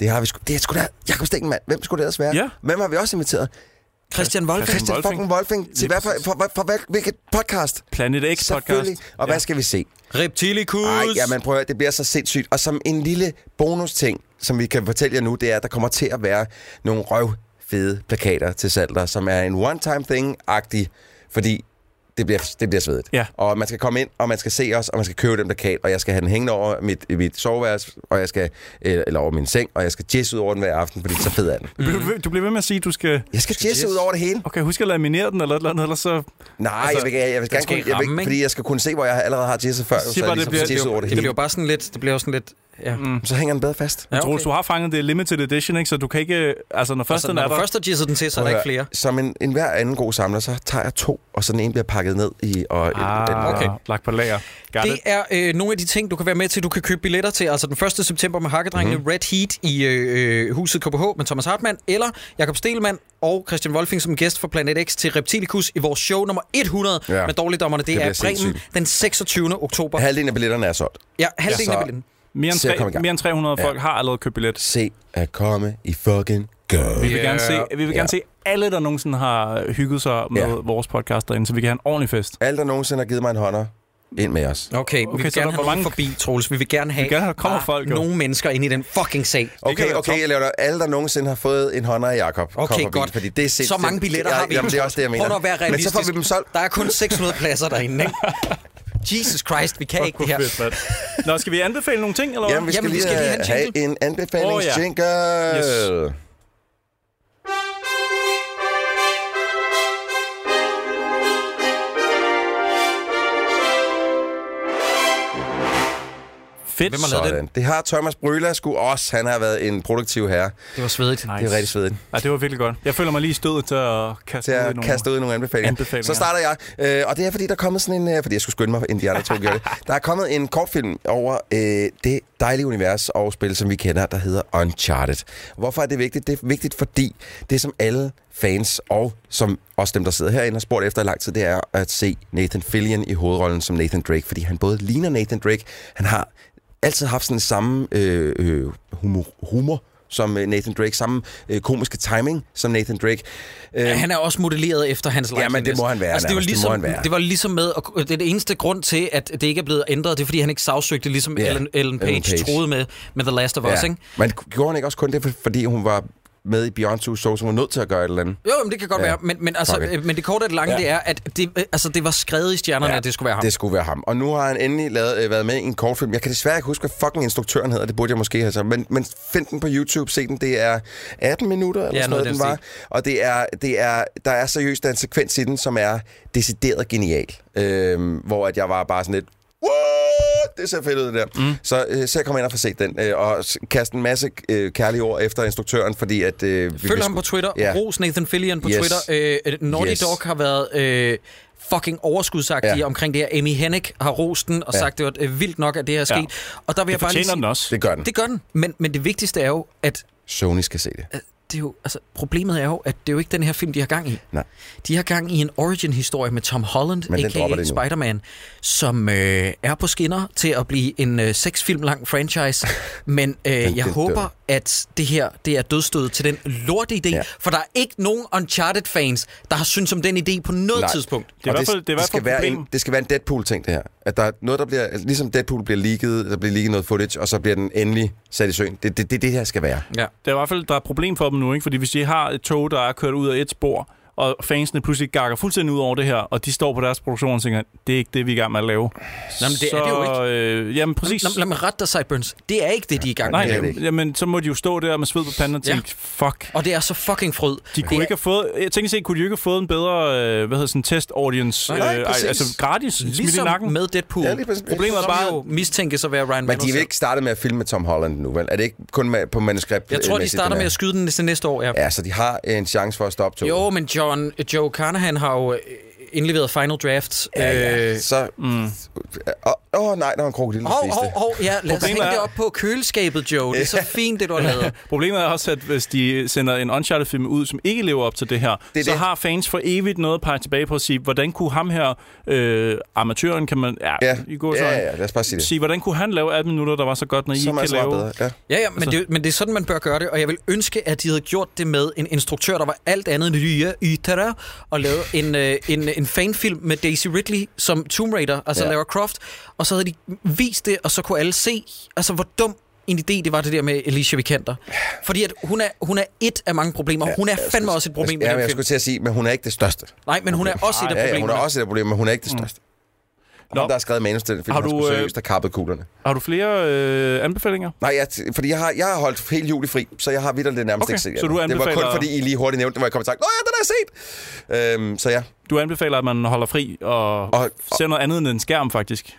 Speaker 5: Det har vi sgu... Det er sgu da... Jakob Stikkelmann. Hvem skulle det ellers være?
Speaker 4: Ja.
Speaker 5: Hvem har vi også inviteret?
Speaker 3: Christian Wolf.
Speaker 5: Christian
Speaker 4: Wolfing.
Speaker 5: fucking Wolfing. Til
Speaker 4: Lige
Speaker 5: hvad for, for, for, for hvad, hvilket podcast?
Speaker 4: Planet X podcast.
Speaker 5: Selvfølgelig. Og hvad skal vi se?
Speaker 3: Reptilicus.
Speaker 5: Ej, jamen prøv at høre, det bliver så sindssygt. Og som en lille bonus ting, som vi kan fortælle jer nu, det er, at der kommer til at være nogle røv fede plakater til Salter, som er en one-time thing-agtig, fordi det bliver, det bliver svedigt.
Speaker 4: Ja.
Speaker 5: Og man skal komme ind, og man skal se os, og man skal købe den plakat, og jeg skal have den hængende over mit, mit soveværelse, og jeg skal, øh, eller, eller over min seng, og jeg skal jizz ud over den hver aften, fordi så fed er den.
Speaker 4: Du, bliver- du bliver ved med at sige, at du Altså, skal...
Speaker 5: Jeg skal jizz ud over det hele.
Speaker 4: Okay, husk at laminere den eller et eller andet, ellers så...
Speaker 5: Nej, altså, jeg vil, gerne- jeg vil gerne
Speaker 3: skal ikke
Speaker 5: kunne, jeg vil,
Speaker 3: ramme,
Speaker 5: ikke,
Speaker 3: ikke?
Speaker 5: fordi jeg skal kunne se, hvor jeg allerede har jizzet før, så,
Speaker 4: Sig
Speaker 5: så,
Speaker 4: bare,
Speaker 5: jeg
Speaker 4: det
Speaker 5: ligesom
Speaker 4: bliver-
Speaker 5: får jizzet over det
Speaker 3: Det
Speaker 5: hele.
Speaker 3: bliver jo bare sådan lidt... Det bliver jo sådan lidt... Ja. Mm.
Speaker 5: Så hænger den bedre fast.
Speaker 4: Ja, okay. Troels, du har fanget det limited edition, ikke? Så du kan ikke... Altså, når først
Speaker 3: Altså,
Speaker 4: den
Speaker 3: når
Speaker 4: er
Speaker 3: du
Speaker 4: der...
Speaker 3: først har jizzet den til, så er der ikke flere.
Speaker 5: Som en, en hver anden god samler, så tager jeg to, og så den ene bliver pakket ned i... Og den,
Speaker 4: Ah, okay.
Speaker 3: Okay.
Speaker 4: lagt på lager. Got
Speaker 3: Det
Speaker 4: it.
Speaker 3: er øh, nogle af de ting, du kan være med til. Du kan købe billetter til, altså den 1. september med Hakkedrengene, mm-hmm. Red Heat i øh, øh, huset KBH med Thomas Hartmann, eller Jakob Stelmann og Christian Wolfing som gæst fra Planet X til Reptilicus i vores show nummer 100
Speaker 5: Ja.
Speaker 3: ja. med Dårligdommerne. Det,
Speaker 5: Det
Speaker 3: det
Speaker 5: bliver
Speaker 3: er Bremen
Speaker 5: sindssygt.
Speaker 3: den 26. oktober.
Speaker 5: halvdelen af billetterne er solgt.
Speaker 3: Ja, halvdelen
Speaker 5: Ja,
Speaker 3: ja,
Speaker 5: så-
Speaker 3: af billetten.
Speaker 4: Mere end,
Speaker 5: Se at komme i
Speaker 4: tre,
Speaker 5: gang.
Speaker 4: mere end 300 folk har allerede købt billet.
Speaker 5: Se at komme i fucking go.
Speaker 4: Vi vil gerne se, vi vil gerne
Speaker 5: Ja.
Speaker 4: se alle, der nogensinde har hygget sig med
Speaker 5: Ja.
Speaker 4: vores podcast derinde, så vi kan have en ordentlig fest.
Speaker 5: Alt, der nogensinde har givet mig en hånder, ind med os.
Speaker 3: Okay,
Speaker 4: Okay,
Speaker 3: vi vil
Speaker 4: så der
Speaker 3: gerne
Speaker 4: er
Speaker 3: have mange...
Speaker 4: mange-
Speaker 3: forbi, Troels. Vi vil gerne have
Speaker 4: vil gerne have, der kommer
Speaker 3: bare
Speaker 4: folk, jo.
Speaker 3: nogle mennesker ind i den fucking sag.
Speaker 5: Okay,
Speaker 4: være
Speaker 5: okay,
Speaker 4: tomt.
Speaker 5: jeg laver det. Alle, der nogensinde har fået en hånder af Jacob, kom
Speaker 3: Okay,
Speaker 5: forbi,
Speaker 3: godt.
Speaker 5: Fordi det er
Speaker 3: Så
Speaker 5: sindssygt.
Speaker 3: mange billetter
Speaker 5: Ja,
Speaker 3: har vi.
Speaker 5: Jamen, det er også det, jeg mener.
Speaker 3: Prøv nu at være
Speaker 5: Men så
Speaker 3: realistisk.
Speaker 5: får vi dem solgt.
Speaker 3: Der er kun 600 pladser derinde, ikke? Jesus Christ, vi kan ikke det her.
Speaker 4: mand. Nå, skal vi anbefale nogle ting, eller hvad?
Speaker 5: Jamen, vi skal,
Speaker 3: Jamen, vi
Speaker 5: lige,
Speaker 3: skal lige have
Speaker 5: have,
Speaker 3: en jingle.
Speaker 5: have en anbefalingsjingle.
Speaker 4: Yes.
Speaker 5: Oh,
Speaker 4: Fedt.
Speaker 3: Hvem har lavet
Speaker 5: Sådan. Det har Thomas Brøler sgu også. Han har været en produktiv herre.
Speaker 3: Det var svedigt.
Speaker 5: Det er rigtig svedigt.
Speaker 4: Ja, det var virkelig godt. Jeg føler mig lige stødet til at kaste
Speaker 5: til
Speaker 4: ud i
Speaker 5: at
Speaker 4: nogle-
Speaker 5: kaste ud i nogle anbefalinger.
Speaker 4: anbefalinger.
Speaker 5: Så starter jeg, øh, og det er fordi, der er kommet sådan en... Øh, fordi jeg skulle skynde mig, inden de andre to
Speaker 4: <laughs>
Speaker 5: gjorde det. Der er kommet en kortfilm over øh, det dejlige univers og spil, som vi kender, der hedder Uncharted. Hvorfor er det vigtigt? Det er vigtigt, fordi det, som alle fans og som også dem, der sidder herinde har spurgt efter i lang tid, det er at se Nathan Fillion i hovedrollen som Nathan Drake, fordi han både ligner Nathan Drake, han har altid haft sådan samme øh, øh, humor, humor som øh, Nathan Drake, samme øh, komiske timing som Nathan Drake. Øh,
Speaker 3: Han er også modelleret efter hans
Speaker 5: Ja, men det må han være
Speaker 3: Altså, det, var
Speaker 5: nærmest. Det
Speaker 3: ligesom,
Speaker 5: må han være.
Speaker 3: det var ligesom med, og det er det eneste grund til, at det ikke er blevet ændret, det er, fordi han ikke sagsøgte, ligesom
Speaker 5: Ja,
Speaker 3: yeah. Ellen, Ellen, Page
Speaker 5: Ellen Page.
Speaker 3: troede med, med The Last of Us,
Speaker 5: Ja.
Speaker 3: ikke?
Speaker 5: Men gjorde hun ikke også kun det, for- fordi hun var med i Beyoncé's show, så hun var nødt til at gøre et eller andet?
Speaker 3: Jo, men det kan godt
Speaker 5: Ja.
Speaker 3: være, men, men, altså,
Speaker 5: Okay.
Speaker 3: okay. men det korte af det lange,
Speaker 5: Ja.
Speaker 3: ja. det er, at det, øh, altså, det var skrevet i stjernerne, ja. at det skulle være ham.
Speaker 5: Det skulle være ham. Og nu har han endelig lavet, øh, været med i en kortfilm. Jeg kan desværre ikke huske, hvad fucking instruktøren hedder. Det burde jeg måske have sagt. Men, men find den på YouTube. Se den. Det er 18 minutter, eller
Speaker 3: Ja,
Speaker 5: sådan noget,
Speaker 3: noget i
Speaker 5: den
Speaker 3: den
Speaker 5: var. Og det er, det er, der er seriøst der er en sekvens i den, som er decideret genial. Øhm, hvor at jeg var bare sådan lidt... What? Det ser fedt ud, det der. Mm. Så, øh, så jeg kommer ind og får set den, øh, og s- kaste en masse øh, kærlige ord efter instruktøren, fordi at... Øh, vi- vi
Speaker 3: Følg ham
Speaker 5: skulle-
Speaker 3: på Twitter.
Speaker 5: Ja.
Speaker 3: Ja. Ros Nathan Fillion på
Speaker 5: Yes.
Speaker 3: yes. Twitter. Øh, øh, Naughty
Speaker 5: Yes.
Speaker 3: yes. Dog har været øh, fucking overskudsagtige
Speaker 5: Ja.
Speaker 3: ja. omkring det her. Amy Hennig har rost den og
Speaker 5: Ja.
Speaker 3: ja. sagt, det var øh, vildt nok, at det her er sket.
Speaker 4: Ja.
Speaker 3: Ja. Og der vil
Speaker 4: Det
Speaker 3: jeg bare lige
Speaker 4: fortjener
Speaker 3: sige,
Speaker 4: den også.
Speaker 5: Det gør den.
Speaker 3: det gør den. Men, men det vigtigste er jo, at
Speaker 5: Sony skal se det.
Speaker 3: øh, det er jo, altså, problemet er jo, at det er jo ikke den her film, de har gang i.
Speaker 5: Nej.
Speaker 3: De har gang i en origin-historie med Tom Holland,
Speaker 5: Men den dropper de nu.
Speaker 3: a.k.a. Spider-Man, som øh, er på skinner til at blive en øh, seksfilm lang
Speaker 5: <laughs>
Speaker 3: franchise. Men øh, jeg
Speaker 5: den
Speaker 3: håber,
Speaker 5: dør.
Speaker 3: at det her det er dødstødet til den lorte idé,
Speaker 5: Ja.
Speaker 3: ja. for der er ikke nogen Uncharted-fans, der har syntes om den idé på noget
Speaker 5: Nej.
Speaker 3: Nej. tidspunkt.
Speaker 4: Det er i
Speaker 5: Og
Speaker 4: hvert fald- det er i hvert
Speaker 5: skal
Speaker 4: fald et
Speaker 5: være en,
Speaker 4: problem.
Speaker 5: det skal være en Deadpool-ting, det her. At der er noget, der bliver... altså, Ligesom Deadpool bliver leaget, der bliver leaget noget footage, og så bliver den endelig sat i søen. Det er det, det, det her skal være.
Speaker 3: Ja.
Speaker 4: Der er i hvert fald der er et problem for dem nu, ikke? Fordi hvis de har et tog, der er kørt ud af et spor, og fansene pludselig gakker fuldstændig ud over det her, og de står på deres produktion og tænker, det er ikke det, vi er i gang med at lave.
Speaker 3: Jamen, det
Speaker 4: så,
Speaker 3: er det jo
Speaker 4: ikke. Øh, jamen, præcis.
Speaker 3: Lad, lad mig rette dig, Sideburns. Det er ikke det, de er i gang
Speaker 4: Nej,
Speaker 5: det er
Speaker 3: med.
Speaker 5: det
Speaker 4: jamen,
Speaker 5: ikke.
Speaker 4: jamen, så må de jo stå der med sved på panden og
Speaker 3: Ja.
Speaker 4: tænke, ja. fuck.
Speaker 3: Og det er så fucking frød.
Speaker 4: De kunne ikke have fået, jeg tænker set, kunne de jo ikke have fået en bedre, øh, hvad hedder sådan, test audience,
Speaker 5: Nej, nej,
Speaker 4: øh,
Speaker 5: præcis.
Speaker 4: altså gratis, smidt i
Speaker 3: Ligesom
Speaker 4: nakken.
Speaker 3: med Deadpool,
Speaker 5: Ja, lige præcis.
Speaker 4: Problemet er
Speaker 3: som
Speaker 4: bare,
Speaker 3: jo mistænkes at være Ryan
Speaker 5: Men de
Speaker 3: Reynolds.
Speaker 5: vil ikke starte med at filme Tom Holland nu, vel? Er det ikke kun med, på manuskript?
Speaker 3: Jeg tror, de
Speaker 5: mæssigt,
Speaker 3: starter
Speaker 5: den
Speaker 3: med
Speaker 5: er?
Speaker 3: at skyde den til næste år, ja.
Speaker 5: Ja, så de har en chance for at stoppe toget.
Speaker 3: Jo, men John, Joe Carnahan har jo øh, indleveret Final Draft.
Speaker 5: Ja, ja.
Speaker 3: Øh,
Speaker 5: Så... Mm. Åh, åh, nej, der var en krokodil, der
Speaker 3: Hov,
Speaker 5: spiste
Speaker 3: hov,
Speaker 5: det.
Speaker 3: hov, ja, lad os
Speaker 4: Problemet
Speaker 3: hænge det
Speaker 4: er-
Speaker 3: op på køleskabet, Joe. Det er så fint, det du har lavet. <laughs>
Speaker 4: Problemet er også, at hvis de sender en Uncharted-film ud, som ikke lever op til det her,
Speaker 5: Det er
Speaker 4: det så
Speaker 5: det.
Speaker 4: det. har fans for evigt noget at pege tilbage på at sige, hvordan kunne ham her, øh, amatøren, kan man... Ja,
Speaker 5: Ja.
Speaker 4: I går så
Speaker 5: ja, ja, ja, lad os bare sige det.
Speaker 4: Sige, hvordan kunne han lave 18 minutter, der var så godt, når I
Speaker 5: Så er
Speaker 4: ikke
Speaker 5: man
Speaker 4: kan
Speaker 5: svaret
Speaker 4: lave...
Speaker 5: bedre. Ja.
Speaker 3: Ja, ja, men, det, men det er sådan, man bør gøre det. Og jeg vil ønske, at de havde gjort det med en instruktør, der var alt andet end Lya Ytara, og
Speaker 5: <laughs>
Speaker 3: lavede en, øh, en, en fanfilm med Daisy Ridley som Tomb Raider, altså
Speaker 5: Ja.
Speaker 3: ja. Lara Croft. Og så havde de vist det, og så kunne alle se, altså hvor dum en idé, det var det der med Alicia Vikander. Fordi at hun er, hun er et af mange problemer. Hun er
Speaker 5: Jeg
Speaker 3: fandme
Speaker 5: skulle-
Speaker 3: også et problem
Speaker 5: jeg,
Speaker 3: med
Speaker 5: jeg,
Speaker 3: den
Speaker 5: jeg
Speaker 3: film.
Speaker 5: skulle til at sige, altså- men hun er ikke det største.
Speaker 3: Nej, men hun er også et af
Speaker 5: Ja, ja, hun er
Speaker 3: problemerne.
Speaker 5: også et problem, men hun er ikke det største.
Speaker 4: Mm. Nå.
Speaker 5: Nå. Hun, der har skrevet manus til den film,
Speaker 4: Har
Speaker 5: har du,
Speaker 4: du,
Speaker 5: skulle
Speaker 4: øh,
Speaker 5: seriøst have kappet kuglerne.
Speaker 4: Har du flere øh, anbefalinger?
Speaker 5: Nej, jeg, fordi jeg har, jeg har holdt helt juli fri, så jeg har vidt det nærmest
Speaker 4: Okay,
Speaker 5: ikke set.
Speaker 4: så du
Speaker 5: det var kun
Speaker 4: anbefaler-
Speaker 5: fordi, I lige hurtigt nævnte det, hvor jeg kom og sagde, Nå ja, den har jeg set! Øhm, så ja,
Speaker 4: Du anbefaler, at man holder fri og, og
Speaker 5: og, og
Speaker 4: ser noget andet end en skærm, faktisk.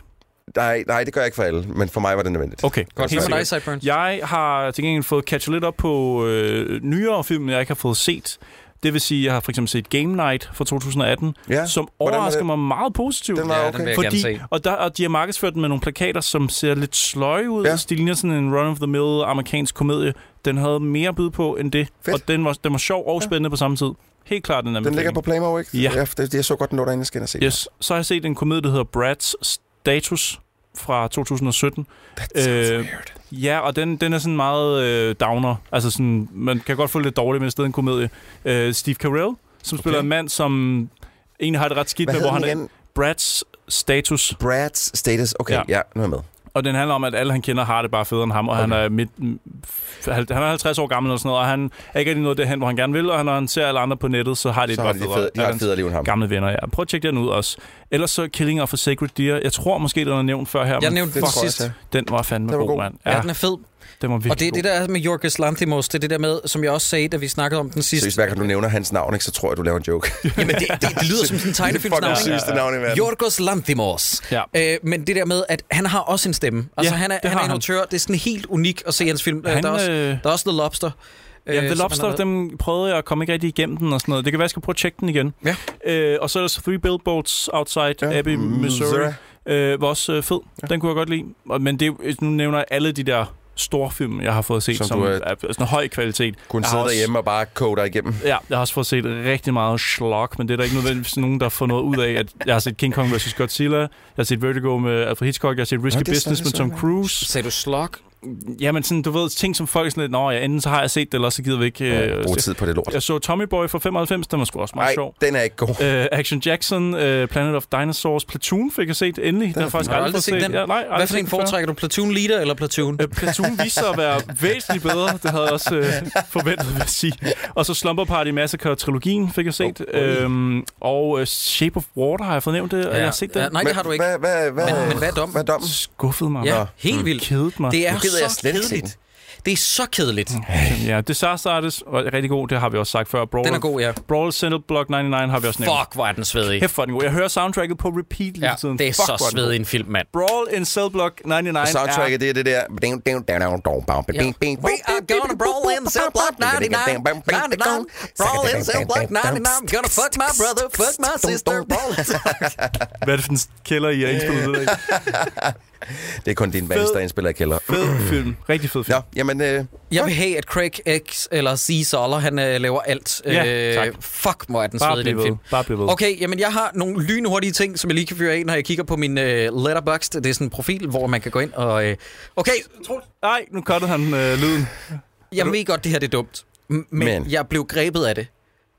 Speaker 5: nej, nej, det gør jeg ikke for alle, men for mig var det nødvendigt.
Speaker 4: Okay,
Speaker 5: Godt
Speaker 4: helt
Speaker 5: valg.
Speaker 4: sikkert.
Speaker 3: Hvad med dig, Sideburns?
Speaker 4: Jeg har til gengæld fået catchet lidt op på øh, nyere film, jeg ikke har fået set. Det vil sige, jeg har for eksempel set Game Night fra 2018,
Speaker 5: Ja,
Speaker 4: som
Speaker 5: hvordan var
Speaker 4: overrasker
Speaker 5: det?
Speaker 4: mig meget positivt.
Speaker 5: Den var
Speaker 3: Ja, den
Speaker 5: okay.
Speaker 3: vil jeg gerne
Speaker 4: Fordi,
Speaker 3: se.
Speaker 4: og, der, og de har markedsført den med nogle plakater, som ser lidt sløje ud. Ja.
Speaker 5: Ja.
Speaker 4: De ligner sådan en run-of-the-mill amerikansk komedie. Den havde mere at byde på end det.
Speaker 5: Fedt.
Speaker 4: Og den var, den var sjov og spændende ja. på samme tid. Helt klart, den er
Speaker 5: Den ligger på Playmobil, ikke?
Speaker 4: Ja.
Speaker 5: det, jeg så godt den lå derinde, jeg skal ind og se.
Speaker 4: Yes. Så har jeg set en komedie, der hedder Brad's Status fra 2017.
Speaker 5: That's
Speaker 4: Øh,
Speaker 5: weird.
Speaker 4: Ja, og den, den er sådan meget øh, downer. Altså sådan, man kan godt få det lidt dårligt med stedet en komedie. Øh, Steve Carell, som okay. spiller en mand, som egentlig har det ret skidt
Speaker 5: Hvad
Speaker 4: med, hvor
Speaker 5: hedder
Speaker 4: han
Speaker 5: den
Speaker 4: er
Speaker 5: igen?
Speaker 4: Brad's Status.
Speaker 5: Brad's status. Okay,
Speaker 4: Ja.
Speaker 5: ja, ja nu er jeg med.
Speaker 4: Og den handler om, at alle han kender har det bare federe end ham, og okay. han, er midt, f- han er 50 år gammel og sådan noget, og han er ikke rigtig nået derhen, hvor han gerne vil, og når han ser alle andre på nettet, så har det
Speaker 5: Så
Speaker 4: et
Speaker 5: har
Speaker 4: godt
Speaker 5: de det fede, de har et federe liv end ham.
Speaker 4: gamle venner, ja. Prøv at tjekke den ud også. Ellers så Killing of a Sacred Deer. Jeg tror måske, den er nævnt før her.
Speaker 3: Jeg
Speaker 4: men
Speaker 3: nævnte
Speaker 5: Det
Speaker 3: den
Speaker 5: tror jeg
Speaker 3: sidst.
Speaker 5: også,
Speaker 4: Den var fandme
Speaker 5: Den var
Speaker 4: god,
Speaker 5: god.
Speaker 4: mand.
Speaker 3: Ja, den er fed.
Speaker 4: den var virkelig
Speaker 3: Og det er det, der er med Jorgos Lanthimos. Det er det der med, som jeg også sagde, da vi snakkede om den sidste.
Speaker 5: Seriøst, hver gang du nævner hans navn, ikke, så tror jeg, du laver en joke.
Speaker 3: Jamen, det, det, det
Speaker 4: <laughs>
Speaker 3: lyder som sådan en tegnefilmsnavn.
Speaker 5: Det
Speaker 3: ikke?
Speaker 5: sygeste navn i verden.
Speaker 3: Jorgos Lanthimos.
Speaker 4: Ja.
Speaker 3: Øh, men det der med, at han har også en stemme. Altså,
Speaker 4: Ja,
Speaker 3: han er,
Speaker 4: det
Speaker 3: han
Speaker 4: har
Speaker 3: er en
Speaker 4: han.
Speaker 3: autør. Det er sådan helt unik at se hans film. Øh,
Speaker 4: Han,
Speaker 3: der, er også,
Speaker 4: øh,
Speaker 3: der er også The Lobster. Øh,
Speaker 4: Ja, The
Speaker 3: som han har
Speaker 4: Lobster,
Speaker 3: lavet.
Speaker 4: dem prøvede jeg at komme ikke rigtig igennem den og sådan noget. Det kan være, jeg skal prøve at tjekke den igen.
Speaker 3: Ja.
Speaker 4: Øh, og så er der så Three Billboards Outside ja.
Speaker 5: Ja,
Speaker 4: Abbey, Missouri.
Speaker 5: Missouri.
Speaker 4: Øh, var også øh, fed. Ja. Den kunne jeg godt lide. Og, men det, er- øh, nu nævner jeg alle de der store film, jeg har fået set, som,
Speaker 5: Som
Speaker 4: som
Speaker 5: du,
Speaker 4: er,
Speaker 5: øh,
Speaker 4: er sådan en høj kvalitet.
Speaker 5: Kunne
Speaker 4: Jeg har
Speaker 5: sidde
Speaker 4: også-
Speaker 5: derhjemme og bare kode dig igennem.
Speaker 4: Ja, jeg har også fået set rigtig meget schlock, men det er der ikke nødvendigvis nogen, der får noget ud af. At jeg har set King Kong vs. Godzilla, jeg har set Vertigo med Alfred Hitchcock, jeg har set Risky
Speaker 5: Nå, det er
Speaker 4: Business med
Speaker 5: sådan,
Speaker 4: Tom
Speaker 5: sådan.
Speaker 4: Cruise.
Speaker 3: Sagde du slog?
Speaker 4: Jamen sådan, du ved, ting som folk sådan lidt, nå ja, enten så har jeg set det, eller så gider vi ikke...
Speaker 5: Ja,
Speaker 4: Øh,
Speaker 5: Brug
Speaker 4: se."
Speaker 5: tid på det lort.
Speaker 4: Jeg så Tommy Boy fra 95, den var sgu også meget
Speaker 5: Nej,
Speaker 4: sjov.
Speaker 5: den er ikke god.
Speaker 4: Uh, Action Jackson, uh, Planet of Dinosaurs, Platoon fik jeg set endelig. Den har jeg faktisk
Speaker 3: Har du
Speaker 4: aldrig,
Speaker 3: aldrig set den?
Speaker 4: Ja, nej, aldrig
Speaker 3: Hvad for
Speaker 4: set
Speaker 3: en
Speaker 4: den før.
Speaker 3: foretrækker du? Platoon Leader eller Platoon?
Speaker 4: Øh, Platoon viste sig at være væsentligt bedre. Det havde jeg også øh, forventet, vil jeg sige. Og så Slumber Party Massacre-trilogien fik jeg set.
Speaker 5: Oh, oh.
Speaker 4: Øhm, og øh, Shape of Water har jeg fået nævnt det. Ja. Jeg har set den.
Speaker 3: Ja, nej,
Speaker 5: Men
Speaker 3: det har du ikke.
Speaker 5: Hvad, hvad, hvad,
Speaker 3: Men- men hvad er dommen?
Speaker 5: Hvad er dommen?
Speaker 4: Skuffede mig.
Speaker 3: Ja,
Speaker 5: Nå.
Speaker 3: helt vildt.
Speaker 4: Kedede mig.
Speaker 3: Det
Speaker 5: Nu
Speaker 3: er
Speaker 5: gider jeg
Speaker 3: så
Speaker 5: slet ikke se
Speaker 3: kedeligt. Det er så kedeligt.
Speaker 4: Ja, Disaster Artist var rigtig god. Det har vi også sagt før. Brawl,
Speaker 3: Den er god, ja.
Speaker 4: Brawl Central Block 99 har vi også nævnt.
Speaker 3: Fuck, hvor er den svedig.
Speaker 4: Kæft, hvor er den god. Jeg hører soundtracket på repeat lige
Speaker 3: Ja,
Speaker 4: tiden.
Speaker 3: det er
Speaker 4: Fuck, hvor
Speaker 3: så
Speaker 4: den god.
Speaker 3: svedig en film, mand.
Speaker 4: Brawl in Cell Block 99
Speaker 5: Soundtracket, det er det der...
Speaker 3: Ja. We are gonna brawl in cell block 99, 99, brawl in cell block 99, gonna fuck my brother, fuck my sister, brawl in cell
Speaker 4: er... Hvad er det for en kælder, I har indspillet det der i?
Speaker 5: <laughs> Det er kun din vans, der indspiller i kælder.
Speaker 4: Fed film. Rigtig fed film.
Speaker 5: Nå, jamen... Øh,
Speaker 3: Jeg vil have, at Craig X eller C. Soller, han øh, laver alt. Øh,
Speaker 4: Ja, tak.
Speaker 3: Fuck, hvor er den
Speaker 4: Bare
Speaker 3: svedig,
Speaker 4: bliv
Speaker 3: den
Speaker 4: ved.
Speaker 3: film.
Speaker 4: Bare bliv ved.
Speaker 3: Okay, jamen jeg har nogle lynhurtige ting, som jeg lige kan fyre af, når jeg kigger på min øh, letterbox. Det er sådan en profil, hvor man kan gå ind og... Øh, okay,
Speaker 4: Nej, nu cuttede han øh, lyden.
Speaker 3: Jeg ved godt, det her det er dumt, m- men, men
Speaker 5: Men-
Speaker 3: jeg blev grebet af det.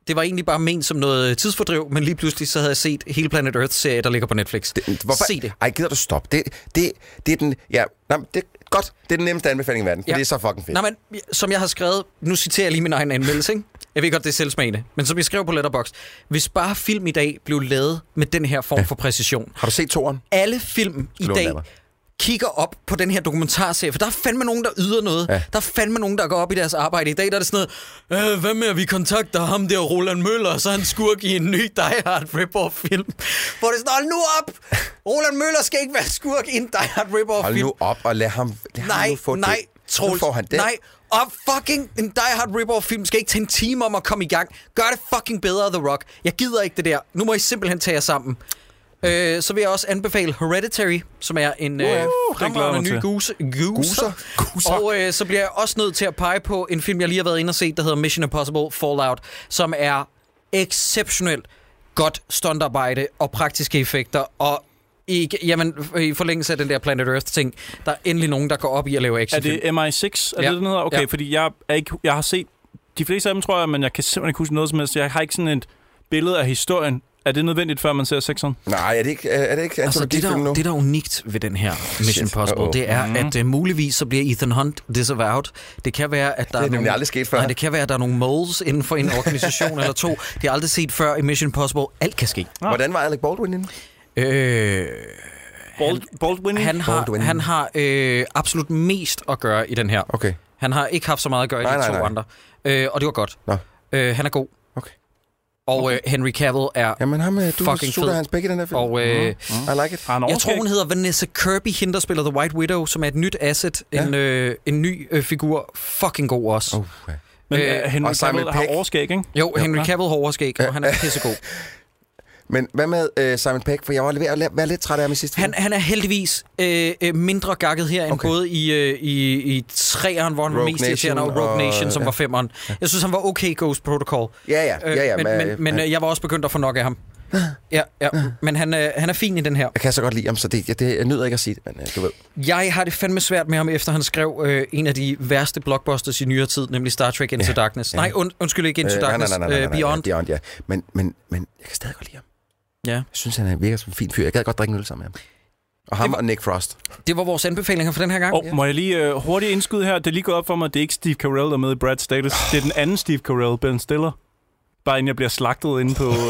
Speaker 3: Det var egentlig bare ment som noget tidsfordriv, men lige pludselig så havde jeg set hele Planet Earth-serie, der ligger på Netflix. Det,
Speaker 5: Hvorfor?
Speaker 3: Se det.
Speaker 5: Ej, gider du stoppe? Det, det, det er den... Ja, nej, men det er godt. Det er den nemmeste anbefaling i verden, for
Speaker 3: Ja.
Speaker 5: det er så fucking fedt.
Speaker 3: Nej, men som jeg har skrevet, nu citerer jeg lige min egen anmeldelse, ikke? Jeg ved godt, det er selvsmagende, men som jeg skrev på Letterboxd, hvis bare film i dag blev lavet med den her form for præcision.
Speaker 5: Har du set toren?
Speaker 3: Alle film i
Speaker 5: Slå en
Speaker 3: dag
Speaker 5: lapper.
Speaker 3: kigger op på den her dokumentarserie, for der er fandme nogen, der yder noget. Ja.
Speaker 5: Ja.
Speaker 3: Der er fandme nogen, der går op i deres arbejde. I dag der er det sådan noget, "Øh, hvad med, at vi kontakter ham der Roland Møller, og så er han skurk i en ny Die Hard rip-off-film. Hvor det er sådan, hold nu op! Roland Møller skal ikke være skurk i en Die Hard
Speaker 5: Hold
Speaker 3: rip-off-film.
Speaker 5: nu op og lad ham, lad ham
Speaker 3: Nej,
Speaker 5: nu få
Speaker 3: nej,
Speaker 5: det.
Speaker 3: Troels.
Speaker 5: Nu får han det.
Speaker 3: Nej, og fucking en Die Hard rip-off-film skal ikke tage en time om at komme i gang. Gør det fucking bedre, The Rock. Jeg gider ikke det der. Nu må I simpelthen tage jer sammen. Øh, så vil jeg også anbefale Hereditary, som er en øh,
Speaker 4: glæder jeg mig
Speaker 3: fremragende
Speaker 4: til.
Speaker 3: ny guse, guser.
Speaker 5: Guser? Guser.
Speaker 3: Og øh, så bliver jeg også nødt til at pege på en film, jeg lige har været inde og set, der hedder Mission Impossible Fallout, som er exceptionelt godt stuntarbejde og praktiske effekter og i, jamen, i forlængelse af den der Planet Earth-ting, der er endelig nogen, der går op i at lave
Speaker 4: Er
Speaker 3: actionfilm.
Speaker 4: det MI6? Er
Speaker 3: Ja.
Speaker 4: ja. det, den hedder? Okay,
Speaker 3: Ja.
Speaker 4: ja. fordi jeg, er ikke, jeg har set de fleste af dem, tror jeg, men jeg kan simpelthen ikke huske noget som helst. Jeg har ikke sådan et billede af historien. Er det nødvendigt, før man ser sekseren?
Speaker 5: Nej, er det ikke, er er det ikke
Speaker 3: Altså, det,
Speaker 5: antologifilm
Speaker 3: der,
Speaker 5: nu?
Speaker 3: det, der er unikt ved den her Mission
Speaker 5: Shit.
Speaker 3: Possible,
Speaker 5: Uh-oh. Mm-hmm.
Speaker 3: det er, at uh, muligvis så bliver Ethan Hunt disavowed. Det kan være, at der
Speaker 5: er
Speaker 3: er nogle,
Speaker 5: nemlig aldrig sket før.
Speaker 3: Nej, det kan være, at der er nogle moles inden for
Speaker 5: <laughs>
Speaker 3: en organisation eller to. Det er aldrig set før i Mission Possible. Alt kan ske.
Speaker 5: Hvordan var Alec Baldwin inde?
Speaker 3: Øh,
Speaker 4: Bald, Baldwin?
Speaker 3: han har,
Speaker 5: Baldwin.
Speaker 3: han har øh, absolut mest at gøre i den her.
Speaker 5: Okay.
Speaker 3: Han har ikke haft så meget at gøre i
Speaker 5: Nej,
Speaker 3: de
Speaker 5: nej,
Speaker 3: to
Speaker 5: nej.
Speaker 3: andre. Øh, og det var godt.
Speaker 5: Nå.
Speaker 3: Øh, han er god.
Speaker 5: Okay.
Speaker 3: Og øh, Henry Cavill er...
Speaker 5: Jamen ham, øh, du
Speaker 3: Fucking
Speaker 5: sutter
Speaker 3: fed.
Speaker 5: hans begge i den her film. Mm-hmm.
Speaker 3: Og, øh,
Speaker 5: I like it.
Speaker 4: Har han
Speaker 3: Jeg tror, hun hedder Vanessa Kirby, hende der spiller The White Widow, som er et nyt asset. Ja. En, øh, en ny øh, figur. Fucking god også. Oh.
Speaker 5: Oh, ja.
Speaker 4: Men
Speaker 3: Øh,
Speaker 4: øh, Henry
Speaker 5: og Simon
Speaker 4: Cavill har
Speaker 5: Pegg.
Speaker 4: overskæg, ikke?
Speaker 3: Jo, Henry Cavill har overskæg, og han er pissegod.
Speaker 5: <laughs> Men hvad med øh, Simon Peck? For jeg var ved at la- være lidt træt af ham i sidste
Speaker 3: Han, han er heldigvis øh, øh, mindre gakket her, end okay.
Speaker 5: Okay.
Speaker 3: både i, øh, i, i træeren, hvor han var
Speaker 5: Rogue
Speaker 3: mest irriterende, og
Speaker 5: Nation
Speaker 3: Rogue
Speaker 5: og-
Speaker 3: Nation, som
Speaker 5: ja.
Speaker 3: var femmeren. Jeg synes, han var okay i Ghost Protocol.
Speaker 5: Ja, ja, ja, ja.
Speaker 3: Øh, men men, men øh, jeg var også begyndt at få nok af ham. Ja, ja. Men han, øh, han er fin i den her.
Speaker 5: jeg kan så godt lide ham, så det, jeg, det, jeg nyder ikke at sige det, men øh, du ved.
Speaker 3: Jeg har det fandme svært med ham, efter han skrev øh, en af de værste blockbusters i nyere tid, nemlig Star Trek Into ja, Darkness. Nej, und, undskyld, ikke Into
Speaker 5: Øh,
Speaker 3: Darkness. øh, Beyond.
Speaker 5: Ja, Beyond, ja. Men, men, men jeg kan stadig godt lide ham.
Speaker 3: Ja.
Speaker 5: Jeg synes, han er- virker som en fin fyr. Jeg gad godt drikke en øl sammen med ham. Og ham
Speaker 3: Det-
Speaker 5: og Nick Frost.
Speaker 3: Det var vores anbefalinger for den her gang.
Speaker 4: Og må jeg lige øh, hurtigt indskyde her, det er lige gået op for mig, at det er ikke Steve Carell, der er med i Brad Status. Det er den anden Steve Carell, Ben Stiller. Bare inden jeg bliver slagtet inde på... Øh,
Speaker 5: Oh, det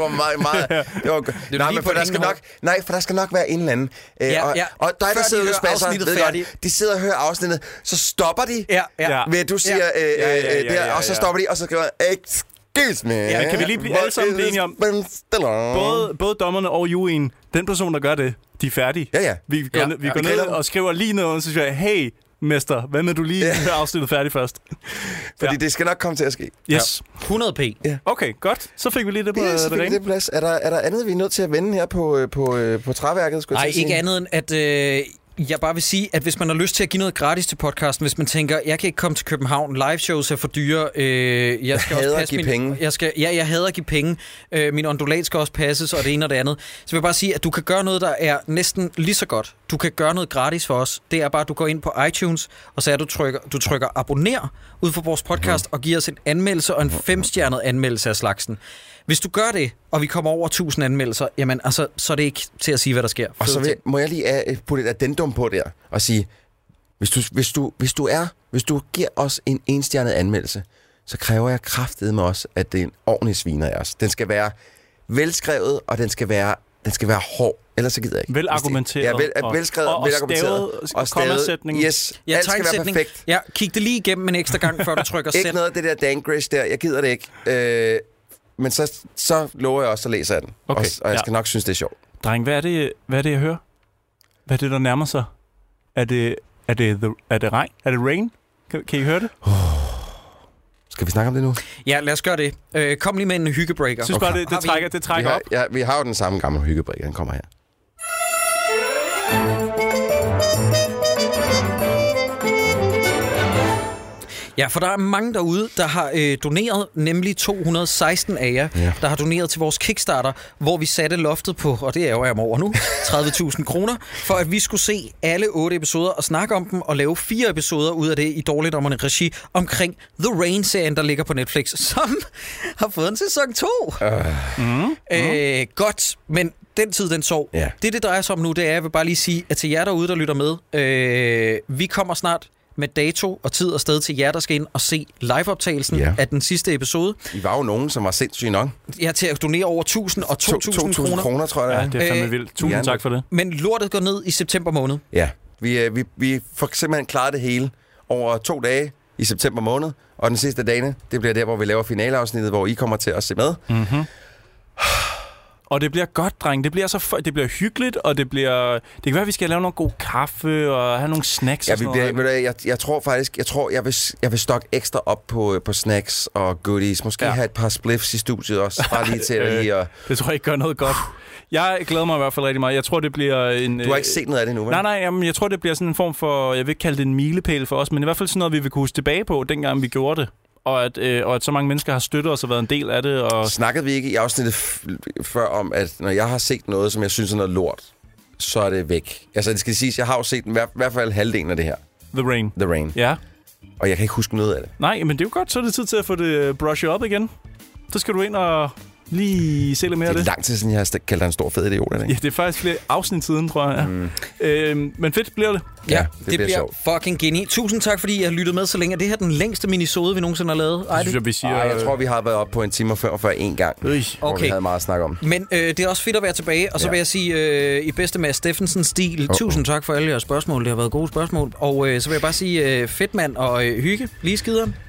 Speaker 5: var meget,
Speaker 4: <laughs>
Speaker 5: meget... Det var, det nej,
Speaker 3: lige
Speaker 5: men
Speaker 3: på
Speaker 5: for der
Speaker 3: ingen
Speaker 5: skal
Speaker 3: hår.
Speaker 5: nok, nej, for der skal nok være en eller anden. Øh,
Speaker 3: Ja,
Speaker 5: og,
Speaker 3: ja.
Speaker 5: og dig,
Speaker 3: Før
Speaker 5: der
Speaker 3: de
Speaker 5: sidder
Speaker 3: hører
Speaker 5: og spasser,
Speaker 3: afsnittet
Speaker 5: ved godt,
Speaker 3: færdigt.
Speaker 5: de sidder og hører afsnittet, så stopper de
Speaker 3: Ja, ja.
Speaker 4: Ja.
Speaker 3: ja.
Speaker 5: ved at du siger
Speaker 3: Ja.
Speaker 5: øh, øh,
Speaker 4: Ja, ja, ja,
Speaker 5: der,
Speaker 4: ja,
Speaker 5: og så
Speaker 4: ja.
Speaker 5: stopper de, og så skriver Excuse me.
Speaker 4: Ja, kan vi lige blive alle sammen blive enige om- både, både dommerne og juryen, den person, der gør det, de er færdige.
Speaker 5: Ja, ja.
Speaker 4: Vi går,
Speaker 3: Ja.
Speaker 4: ja, vi
Speaker 5: Ja, vi
Speaker 4: går ned
Speaker 5: griller dem.
Speaker 4: og skriver lige noget, og så siger jeg, hey, mester, hvad med du lige ja. hører afsnittet færdigt først?
Speaker 5: Fordi
Speaker 4: Ja.
Speaker 5: det skal nok komme til at ske.
Speaker 4: Yes.
Speaker 3: 100p.
Speaker 4: Okay, godt. Så fik vi lige det på
Speaker 5: Ja,
Speaker 4: øh,
Speaker 5: så
Speaker 4: det
Speaker 5: fik vi
Speaker 4: rene.
Speaker 5: det på plads. Er der, er der andet, vi er nødt til at vende her på, øh, på, øh, på træværket? Skulle jeg
Speaker 3: Nej,
Speaker 5: til at
Speaker 3: ikke
Speaker 5: sige?
Speaker 3: andet end, at øh, jeg bare vil sige, at hvis man har lyst til at give noget gratis til podcasten, hvis man tænker, jeg kan ikke komme til København, live shows er for dyre, øh, jeg skal
Speaker 5: Jeg hader
Speaker 3: også
Speaker 5: at
Speaker 3: passe
Speaker 5: give
Speaker 3: min,
Speaker 5: penge.
Speaker 3: Jeg skal, ja, jeg hader at give penge. Øh, min ondulat skal også passes, og det ene og det andet. Så vil jeg bare sige, at du kan gøre noget, der er næsten lige så godt. Du kan gøre noget gratis for os. Det er bare, at du går ind på iTunes, og så er du trykker, du trykker abonner ud for vores podcast,
Speaker 5: Mm.
Speaker 3: og giver os en anmeldelse og en femstjernet anmeldelse af slagsen. Hvis du gør det, og vi kommer over 1000 anmeldelser, jamen altså, så er det ikke til at sige, hvad der sker.
Speaker 5: Og så
Speaker 3: Fed
Speaker 5: vil, må jeg lige uh, putte et addendum på der og sige, hvis du, hvis du, hvis du er, hvis du giver os en enstjernet anmeldelse, så kræver jeg kraftet med os, at det er en ordentlig sviner af os. Den skal være velskrevet, og den skal være, den skal være hård. Ellers så gider jeg ikke. Hvis det-
Speaker 4: Velargumenteret
Speaker 5: Ja, vel, øh,
Speaker 4: og-
Speaker 5: velskrevet,
Speaker 4: og- og
Speaker 5: velargumenteret.
Speaker 4: stavet, kommasætning.
Speaker 5: Yes,
Speaker 3: Ja,
Speaker 5: alt skal være
Speaker 3: tegnsætning.
Speaker 5: perfekt.
Speaker 3: Ja, kig det lige igennem en ekstra gang,
Speaker 5: <laughs>
Speaker 3: før du trykker
Speaker 5: Ikke
Speaker 3: send.
Speaker 5: noget af det der Dankrish der. Jeg gider det ikke. Øh, men så, så lover jeg også, så læser jeg den.
Speaker 4: Okay,
Speaker 5: Og, og jeg
Speaker 4: ja.
Speaker 5: skal nok synes, det er sjovt.
Speaker 4: Dreng, hvad er, det, hvad er det, jeg hører? Hvad er det, der nærmer sig? Er det, er det, the, er det regn? Er det rain? Kan, kan I høre det?
Speaker 5: Skal vi snakke om det nu?
Speaker 3: Ja, lad os gøre det. Øh, kom lige med en hyggebreaker.
Speaker 4: Jeg synes
Speaker 3: Okay.
Speaker 4: okay. bare, det,
Speaker 3: Har
Speaker 4: det
Speaker 3: vi-
Speaker 4: trækker, det
Speaker 5: Vi
Speaker 4: trækker
Speaker 5: har,
Speaker 4: op.
Speaker 5: ja, vi har jo den samme gamle hyggebrik, han kommer her.
Speaker 3: Ja, for der er mange derude, der har øh, doneret, nemlig 216 af jer, ja.
Speaker 5: Ja.
Speaker 3: der har doneret til vores Kickstarter, hvor vi satte loftet på, og det er jo jeg mig over nu, 30.000 kroner, for at vi skulle se alle otte episoder og snakke om dem, og lave fire episoder ud af det i dårligdommerne regi omkring The Rain-serien, der ligger på Netflix, som <laughs> har fået en sæson 2. Øh, godt, men den tid, den sov.
Speaker 5: Ja.
Speaker 3: Det, det drejer sig om nu, det er, jeg vil bare lige sige, at til jer derude, der lytter med, øh, vi kommer snart med dato og tid og sted til jer, der skal ind og se liveoptagelsen
Speaker 5: Ja.
Speaker 3: af den sidste episode.
Speaker 5: I var jo nogen, som var sindssyge nok.
Speaker 3: Jeg er til at donere over 1000 og
Speaker 5: 2.000
Speaker 3: 2000 kroner.
Speaker 5: kroner, tror jeg.
Speaker 4: Ja,
Speaker 5: Ja.
Speaker 4: det er fandme
Speaker 3: Øh,
Speaker 4: vildt. Tusind
Speaker 5: gerne.
Speaker 4: tak for det.
Speaker 3: Men lortet går ned i september måned.
Speaker 5: ja. Vi, øh, vi, vi får simpelthen klaret det hele over to dage i september måned. Og den sidste dagene, det bliver der, hvor vi laver finaleafsnittet, hvor I kommer til at se med. Mm.
Speaker 4: Og det bliver godt, dreng. Det bliver, så f- det bliver hyggeligt, og det bliver... Det kan være, at vi skal lave noget god kaffe og have nogle snacks
Speaker 5: Ja,
Speaker 4: og
Speaker 5: vi
Speaker 4: sådan
Speaker 5: bliver, ved
Speaker 4: noget.
Speaker 5: du hvad, jeg, jeg tror faktisk, jeg tror, jeg vil, jeg vil stokke ekstra op på, øh, på snacks og goodies. Måske
Speaker 4: Ja.
Speaker 5: ja. have et par spliffs i studiet også, bare lige til <laughs>
Speaker 4: Øh,
Speaker 5: at lige... Og,
Speaker 4: Det tror jeg ikke gør noget godt. Jeg glæder mig i hvert fald rigtig meget. Jeg tror, det bliver en... øh,
Speaker 5: du har ikke set noget af det nu, vel?
Speaker 4: Nej, nej, jamen, jeg tror, det bliver sådan en form for, jeg vil ikke kalde det en milepæl for os, men i hvert fald sådan noget, vi vil kunne huske tilbage på, dengang vi gjorde det. Og at, øh, og at så mange mennesker har støttet os og været en del af det. Og...
Speaker 5: Snakkede vi ikke i afsnittet f- før om, at når jeg har set noget, som jeg synes er noget lort, så er det væk. Altså, det skal siges, jeg har jo set i hvert, i hvert fald halvdelen af det her,
Speaker 4: The Rain.
Speaker 5: The Rain,
Speaker 4: Ja.
Speaker 5: og jeg kan ikke huske noget af det.
Speaker 4: Nej, men det er jo godt, så er det tid til at få det øh, brushet op igen. Så skal du ind og lige se lidt mere af
Speaker 5: Det er
Speaker 4: det.
Speaker 5: lang tid siden, jeg har kaldt dig en stor fed idiot, er det
Speaker 4: Ja,
Speaker 5: ikke?
Speaker 4: det er faktisk flere afsnit siden, tror jeg. Mm. Øhm, men fedt bliver det.
Speaker 3: Ja,
Speaker 5: Ja,
Speaker 3: ja
Speaker 5: det
Speaker 3: det, det
Speaker 5: bliver
Speaker 3: bliver
Speaker 5: sjovt.
Speaker 3: fucking geni. Tusind tak, fordi I har lyttet med så længe. Er det her den længste minisode, vi nogensinde har lavet? Ej,
Speaker 4: Det synes
Speaker 3: det...
Speaker 4: jeg, vi siger.
Speaker 5: Ej, jeg tror, vi har været oppe på en time og 45 en gang, okay.
Speaker 4: Øh,
Speaker 5: hvor vi
Speaker 3: Okay.
Speaker 5: havde meget at snakke om.
Speaker 3: Men øh, det er også fedt at være tilbage, og så
Speaker 5: Ja.
Speaker 3: ja. vil jeg sige øh, i bedste Mads Steffensen-stil,
Speaker 5: Oh,
Speaker 3: oh, tusind tak for alle jeres spørgsmål. Det har været gode spørgsmål. Og øh, så vil jeg bare sige øh, fedt mand og øh, hygge. Lige skideren.